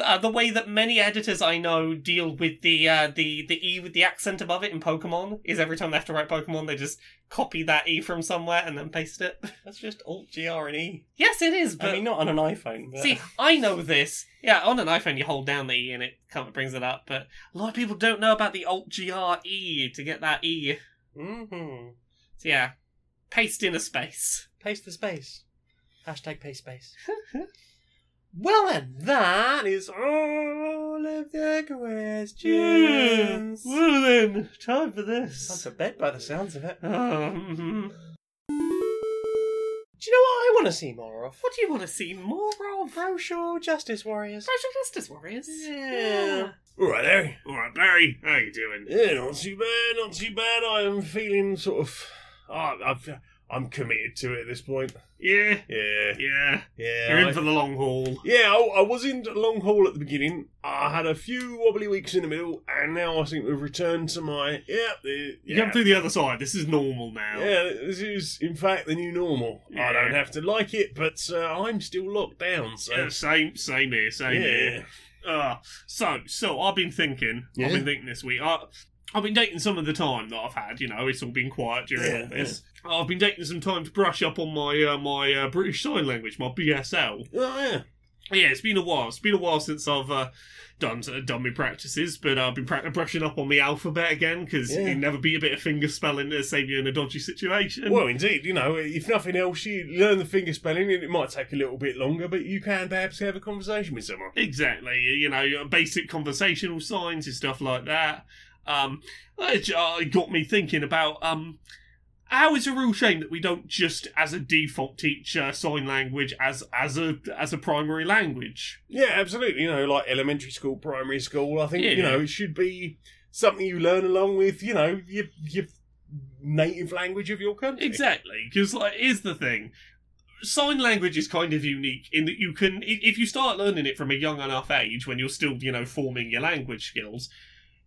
Speaker 2: Uh, the way that many editors I know deal with the uh, the the E with the accent above it in Pokemon is every time they have to write Pokemon, they just copy that E from somewhere and then paste it.
Speaker 3: That's just Alt G R and E.
Speaker 2: yes, it is, but
Speaker 3: I mean, not on an iPhone. But...
Speaker 2: see, I know this. Yeah, on an iPhone you hold down the E and it kind of brings it up, but a lot of people don't know about the Alt GR E to get that E.
Speaker 3: Mm-hmm.
Speaker 2: So yeah, paste in a space.
Speaker 3: Paste the space. Hashtag paste space. well then, that is all of the questions.
Speaker 2: Well then, time for
Speaker 3: Time
Speaker 2: this.
Speaker 3: to bed by the sounds of it.
Speaker 2: Um,
Speaker 3: Do you know what I want to see more of?
Speaker 2: what do you want to see more of?
Speaker 3: Broshaw Justice Warriors.
Speaker 2: Social justice warriors.
Speaker 3: Yeah. Alright, Larry.
Speaker 4: Alright, Barry, how you doing?
Speaker 3: Yeah, not too bad, not too bad. I am feeling sort of. I I've, I'm committed to it at this point.
Speaker 4: Yeah,
Speaker 3: Yeah,
Speaker 4: yeah.
Speaker 3: yeah.
Speaker 4: You're in for the long haul.
Speaker 3: Yeah, I, I was in long haul at the beginning. I had a few wobbly weeks in the middle, and now I think we've returned to my yeah, the,
Speaker 4: You come
Speaker 3: yeah,
Speaker 4: through the other side. This is normal now.
Speaker 3: yeah. This is in fact the new normal.
Speaker 4: Yeah.
Speaker 3: I don't have to like it, but uh, I'm still locked down. So
Speaker 4: Yeah, same, same here,
Speaker 3: yeah,
Speaker 4: same here. Uh, so, so I've been thinking.
Speaker 3: Yeah.
Speaker 4: I've been thinking this week. I, I've been dating some of the time that I've had. You know, it's all been quiet during
Speaker 3: Yeah,
Speaker 4: all this. I've been taking some time to brush up on my uh, my uh, British Sign Language, my
Speaker 3: oh
Speaker 4: BSL.
Speaker 3: yeah,
Speaker 4: Yeah, it's been a while. It's been a while since I've uh, done done my practices, but I've been pra- brushing up on my alphabet again because
Speaker 3: Yeah.
Speaker 4: you never beat a bit of finger spelling to save you in a dodgy situation.
Speaker 3: Well, indeed, you know, if nothing else, you learn the finger spelling, and it might take a little bit longer, but you can perhaps have a conversation with someone.
Speaker 4: Exactly. You know, your basic conversational signs and stuff like that. Um, it j- uh, it got me thinking about um,
Speaker 2: How is a real shame that we don't just, as a default, teach uh, sign language as as a as a primary language?
Speaker 4: Yeah, absolutely. You know, like elementary school, primary school. I think
Speaker 2: Yeah.
Speaker 4: you know it should be something you learn along with you know your your native language of your country.
Speaker 2: Exactly, because like, here's the thing: sign language is kind of unique in that you can, i- if you start learning it from a young enough age, when you're still, you know, forming your language skills,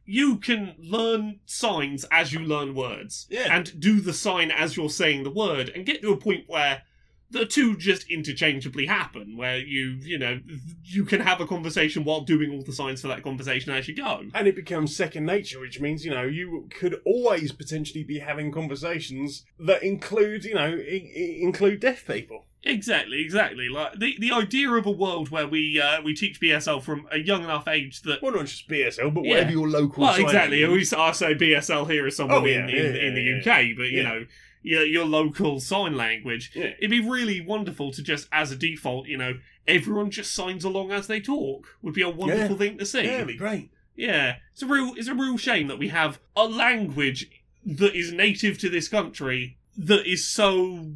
Speaker 2: you can learn signs as you learn words,
Speaker 4: Yeah.
Speaker 2: and do the sign as you're saying the word, and get to a point where the two just interchangeably happen, where you, you know, you can have a conversation while doing all the signs for that conversation as you go.
Speaker 4: And it becomes second nature, which means you know you could always potentially be having conversations that include you know I- I- include deaf people.
Speaker 2: Exactly, exactly. Like the, the idea of a world where we uh, we teach BSL from a young enough age that
Speaker 4: Well, not just BSL, but
Speaker 2: Yeah.
Speaker 4: whatever your local.
Speaker 2: well
Speaker 4: sign
Speaker 2: exactly.
Speaker 4: language
Speaker 2: We s- I say BSL here as someone
Speaker 4: Oh, yeah,
Speaker 2: in,
Speaker 4: yeah,
Speaker 2: in,
Speaker 4: yeah,
Speaker 2: in the
Speaker 4: yeah,
Speaker 2: UK, but you
Speaker 4: Yeah.
Speaker 2: know your your local sign language.
Speaker 4: Yeah.
Speaker 2: It'd be really wonderful to just as a default, you know, everyone just signs along as they talk. Would be a wonderful thing to see.
Speaker 4: is. Yeah, it'd be great.
Speaker 2: Yeah, it's a real it's a real shame that we have a language that is native to this country that is so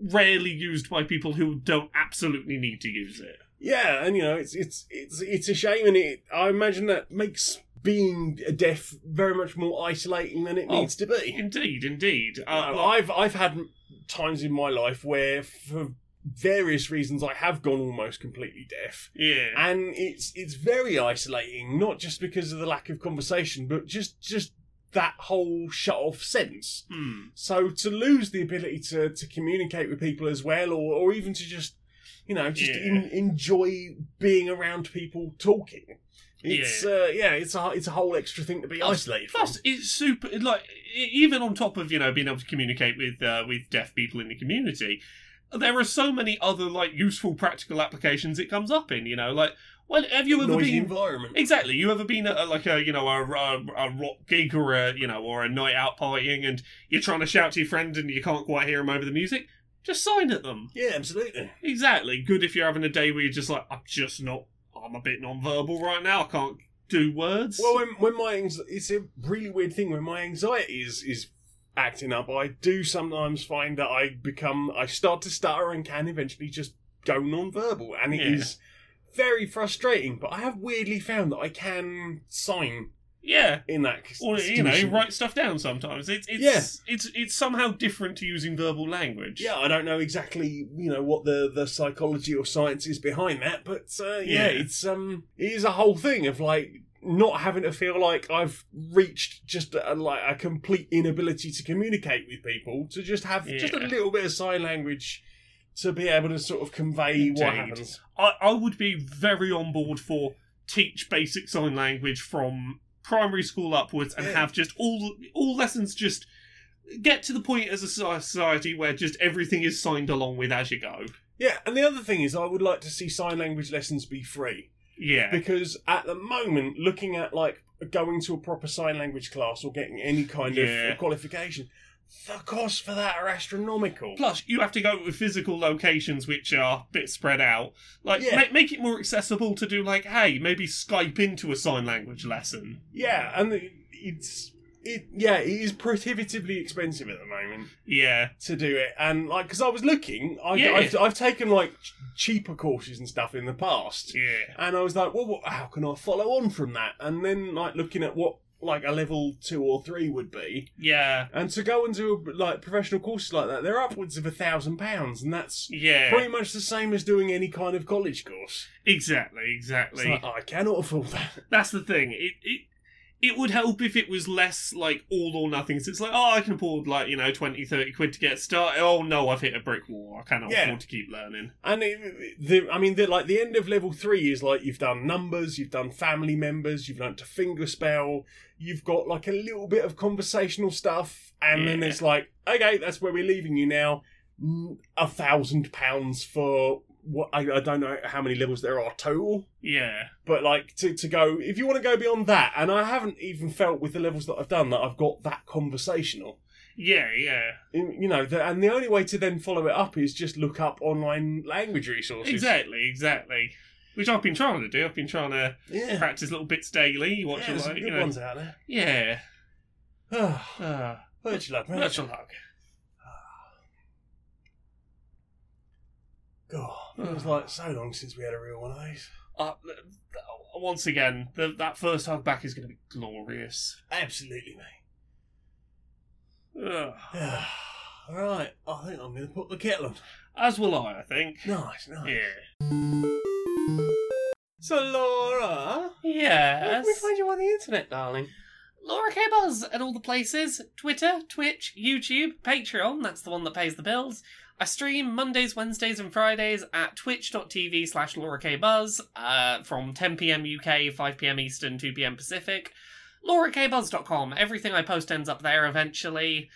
Speaker 2: rarely used by people who don't absolutely need to use it.
Speaker 4: Yeah, and you know it's it's it's it's a shame, and it I imagine that makes being deaf very much more isolating than it
Speaker 2: Oh.
Speaker 4: needs to be.
Speaker 2: Indeed, indeed. Uh,
Speaker 4: Uh,
Speaker 2: like-
Speaker 4: I've I've had times in my life where, for various reasons, I have gone almost completely deaf,
Speaker 2: yeah.
Speaker 4: and it's it's very isolating. Not just because of the lack of conversation, but just just that whole shut off sense.
Speaker 2: Hmm.
Speaker 4: So to lose the ability to to communicate with people as well, or or even to just you know just
Speaker 2: Yeah.
Speaker 4: en- enjoy being around people talking. It's yeah, uh, yeah it's a it's a whole extra thing to be
Speaker 2: Oh,
Speaker 4: isolated from.
Speaker 2: Plus, it's super. Like, e- even on top of you know being able to communicate with uh, with deaf people in the community, there are so many other like useful practical applications it comes up in. You know, like, well, have you ever
Speaker 4: Noisy
Speaker 2: been?
Speaker 4: environment.
Speaker 2: Exactly. You ever been at a, like a you know a, a, a rock gig or a you know or a night out partying and you're trying to shout to your friend and you can't quite hear him over the music? Just sign at them.
Speaker 4: Yeah, absolutely.
Speaker 2: Exactly. Good if you're having a day where you're just like, I'm just not. I'm a bit nonverbal right now. I can't do words.
Speaker 4: Well, when, when my anx- it's a really weird thing when my anxiety is is acting up. I do sometimes find that I become I start to stutter and can eventually just go non-verbal, and it is
Speaker 2: Yeah.
Speaker 4: very frustrating. But I have weirdly found that I can sign
Speaker 2: yeah.
Speaker 4: in that. c-
Speaker 2: Or you know,
Speaker 4: condition.
Speaker 2: write stuff down sometimes. It's it's it's it's somehow different to using verbal language.
Speaker 4: Yeah, I don't know exactly you know what the the psychology or science is behind that, but uh, yeah,
Speaker 2: Yeah.
Speaker 4: it's um it is a whole thing of like not having to feel like I've reached just a, like a complete inability to communicate with people to just have just a
Speaker 2: Yeah.
Speaker 4: little bit of sign language to be able to sort of convey what
Speaker 2: Indeed.
Speaker 4: happens.
Speaker 2: I, I would be very on board for teach basic sign language from primary school upwards and
Speaker 4: Yeah.
Speaker 2: have just all all lessons just get to the point as a soci- society where just everything is signed along with as you go.
Speaker 4: Yeah, and the other thing is I would like to see sign language lessons be free.
Speaker 2: Yeah.
Speaker 4: because at the moment looking at like going to a proper sign language class or getting any kind
Speaker 2: Yeah.
Speaker 4: of qualification the costs for that are astronomical
Speaker 2: Plus, you have to go with physical locations which are a bit spread out. Like,
Speaker 4: Yeah.
Speaker 2: ma- make it more accessible to do, like, hey, maybe Skype into a sign language lesson.
Speaker 4: yeah and it- it's it yeah it is prohibitively expensive at the moment
Speaker 2: Yeah.
Speaker 4: to do it and like because i was looking I,
Speaker 2: Yeah.
Speaker 4: I've, I've taken like ch- cheaper courses and stuff in the past
Speaker 2: Yeah.
Speaker 4: and i was like well what, how can i follow on from that and then like looking at what like a level two or three would be
Speaker 2: Yeah.
Speaker 4: And to go and do like professional courses like that, they're upwards of a thousand pounds, and that's
Speaker 2: Yeah.
Speaker 4: pretty much the same as doing any kind of college course.
Speaker 2: Exactly,
Speaker 4: It's
Speaker 2: exactly.
Speaker 4: like, I cannot afford that.
Speaker 2: That's the thing. It it it would help if it was less like all or nothing. So it's like, oh, I can afford like you know 20, 30 quid to get started. Oh no, I've hit a brick wall. I cannot
Speaker 4: Yeah.
Speaker 2: afford to keep learning.
Speaker 4: And it, the, I mean, the, like the end of level three is like you've done numbers, you've done family members, you've learnt to finger spell, you've got like a little bit of conversational stuff, and then
Speaker 2: Yeah.
Speaker 4: it's like, okay, that's where we're leaving you now. Mm, A thousand pounds for what I, I don't know how many levels there are total.
Speaker 2: Yeah,
Speaker 4: But like to, to go if you want to go beyond that, and I haven't even felt with the levels that I've done that I've got that conversational.
Speaker 2: yeah, yeah.
Speaker 4: You you know, the, and the only way to then follow it up is just look up online language resources.
Speaker 2: Exactly, exactly. Which I've been trying to do. I've been trying to
Speaker 4: Yeah.
Speaker 2: practice little bits daily. You
Speaker 4: Yeah,
Speaker 2: watch
Speaker 4: there's
Speaker 2: a
Speaker 4: some
Speaker 2: lot,
Speaker 4: good
Speaker 2: you know.
Speaker 4: ones out there.
Speaker 2: Yeah.
Speaker 4: Ah,
Speaker 2: Uh,
Speaker 4: virtual luck, mate.
Speaker 2: virtual hug.
Speaker 3: God, feels like so long since we had a real one of these.
Speaker 4: Uh, th- th- once again, the, that first hug back is going to be glorious.
Speaker 3: Absolutely, mate.
Speaker 4: Ugh.
Speaker 3: All right, I think I'm going to put the kettle on.
Speaker 4: As will I, I think.
Speaker 3: Nice, nice.
Speaker 4: Yeah.
Speaker 3: So, Laura, where
Speaker 2: Yes.
Speaker 3: can we find you on the internet, darling?
Speaker 2: Laura K. Buzz at all the places Twitter, Twitch, YouTube, Patreon, that's the one that pays the bills. I stream Mondays, Wednesdays, and Fridays at twitch.tv slash Laura K. Buzz uh, from 10pm UK, 5pm Eastern, 2pm Pacific. LauraKBuzz.com. Everything I post ends up there eventually.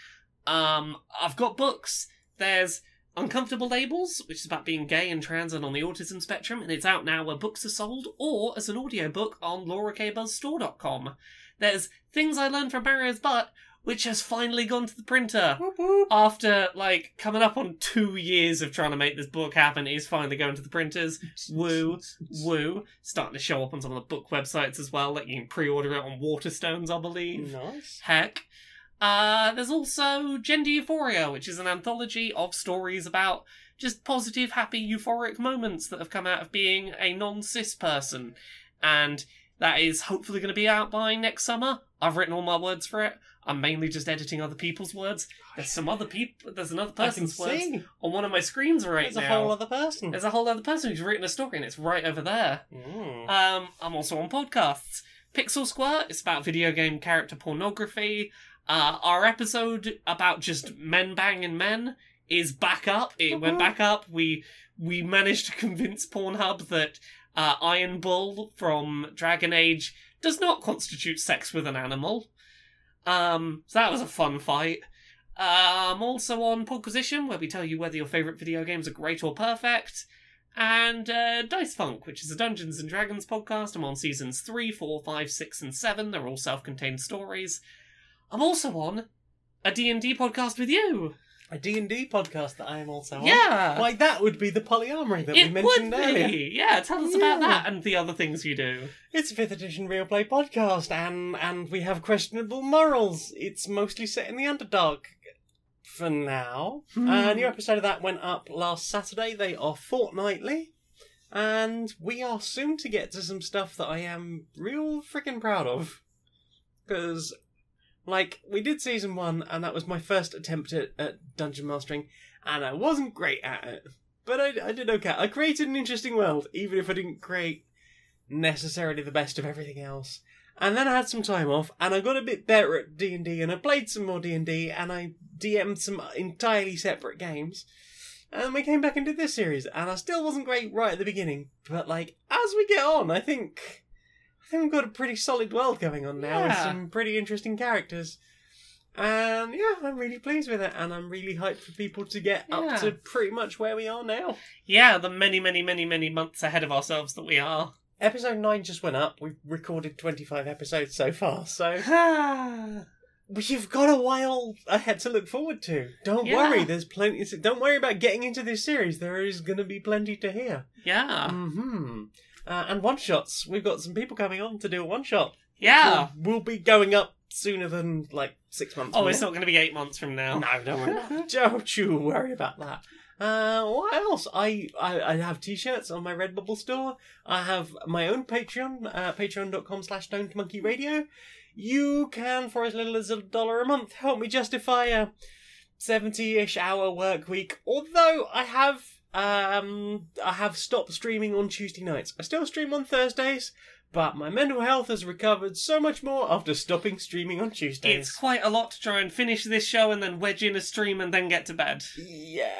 Speaker 2: Um, I've got books. There's Uncomfortable Labels, which is about being gay and trans and on the autism spectrum, and it's out now where books are sold, or as an audiobook on LauraKBuzzStore.com. There's Things I Learned from Mario's Butt, which has finally gone to the printer.
Speaker 3: Whoop, whoop.
Speaker 2: After, like, coming up on two years of trying to make this book happen, it is finally going to the printers. Woo, woo. Starting to show up on some of the book websites as well. Like, you can pre order it on Waterstones, I
Speaker 3: Mm.
Speaker 2: believe.
Speaker 3: Nice.
Speaker 2: Heck. Uh, there's also Gender Euphoria, which is an anthology of stories about just positive, happy, euphoric moments that have come out of being a non cis person. And that is hopefully going to be out by next summer. I've written all my words for it. I'm mainly just editing other people's words. There's some other people. There's another
Speaker 3: I can
Speaker 2: person's words
Speaker 3: see.
Speaker 2: on one of my screens right
Speaker 3: There's
Speaker 2: now.
Speaker 3: a whole other person.
Speaker 2: There's a whole other person who's written a story, and it's right over there.
Speaker 3: Mm.
Speaker 2: Um, I'm also on podcasts. Pixel Squirt, it's about video game character pornography. Uh, our episode about just men banging men is back up. It went back up. We we managed to convince Pornhub that uh, Iron Bull from Dragon Age does not constitute sex with an animal. Um, so that was a fun fight. Uh, I'm also on Podquisition, where we tell you whether your favourite video games are great or perfect and uh, Dice Funk, which is a Dungeons and Dragons podcast. I'm on seasons three, four, five, six, and seven. They're all self-contained stories. I'm also on a D&D podcast with you.
Speaker 3: A D&D podcast that I am also on.
Speaker 2: yeah,
Speaker 3: Why, that would be the polyamory that we
Speaker 2: it would
Speaker 3: mentioned earlier.
Speaker 2: be. Yeah, tell us
Speaker 3: Yeah.
Speaker 2: about that and the other things you do.
Speaker 3: It's a fifth edition real play podcast, and and we have questionable morals. It's mostly set in the underdark for now. A new episode of that went up last Saturday. They are fortnightly, and we are soon to get to some stuff that I am real freaking proud of, because. Like, we did season one, and that was my first attempt at, at dungeon mastering, and I wasn't great at it. But I, I did okay. I created an interesting world, even if I didn't create necessarily the best of everything else. And then I had some time off, and I got a bit better at D and D, and I played some more D and D, and I DM'd some entirely separate games. And we came back and did this series, and I still wasn't great right at the beginning, but like as we get on, I think I think we've got a pretty solid world going on now with
Speaker 2: Yeah.
Speaker 3: some pretty interesting characters. And yeah, I'm really pleased with it, and I'm really hyped for people to get
Speaker 2: Yeah.
Speaker 3: up to pretty much where we are now.
Speaker 2: Yeah, the many, many, many, many months ahead of ourselves that we are.
Speaker 3: Episode 9 just went up. We've recorded 25 episodes so far, so you've got a while ahead to look forward to. Don't
Speaker 2: Yeah.
Speaker 3: worry, there's plenty. To, don't worry about getting into this series. There is going to be plenty to hear.
Speaker 2: yeah,
Speaker 3: hmm Uh, and one shots. We've got some people coming on to do a one shot.
Speaker 2: yeah.
Speaker 3: We'll, we'll be going up sooner than like six months.
Speaker 2: Ah. Oh,
Speaker 3: from
Speaker 2: it's
Speaker 3: now.
Speaker 2: not going to be eight months from now.
Speaker 3: No, don't worry. don't you worry about that. Uh, what else? I, I I have t-shirts on my Redbubble store. I have my own Patreon, uh, patreon.com slash radio. You can, for as little as a dollar a month, help me justify a 70-ish hour work week. Although I have um I have stopped streaming on Tuesday nights. I still stream on Thursdays, but my mental health has recovered so much more after stopping streaming on Tuesdays.
Speaker 2: It's quite a lot to try and finish this show and then wedge in a stream and then get to bed.
Speaker 3: Yeah.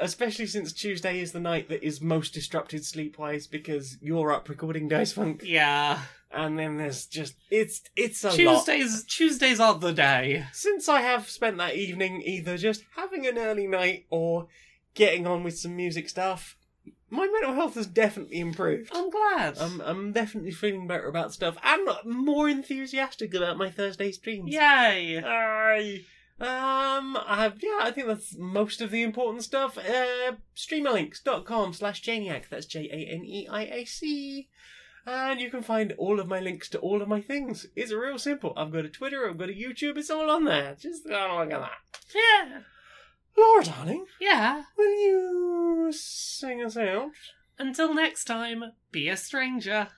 Speaker 3: Especially since Tuesday is the night that is most disrupted sleep wise because you're up recording Dice Funk
Speaker 2: Yeah.
Speaker 3: and then there's just it's it's a lot.
Speaker 2: Tuesdays Tuesdays are the day.
Speaker 3: Since I have spent that evening either just having an early night or getting on with some music stuff, my mental health has definitely improved.
Speaker 2: I'm glad.
Speaker 3: I'm I'm definitely feeling better about stuff and more enthusiastic about my Thursday streams.
Speaker 2: Yay.
Speaker 3: Aye. Um, I yeah, I think that's most of the important stuff. Uh, streamerlinks.com slash Janiac. That's J A N E I A C. And you can find all of my links to all of my things. It's real simple. I've got a Twitter, I've got a YouTube, it's all on there. Just go and look at that.
Speaker 2: Yeah.
Speaker 3: Laura, darling,
Speaker 2: Yeah.
Speaker 3: will you sing us out?
Speaker 2: Until next time, be a stranger.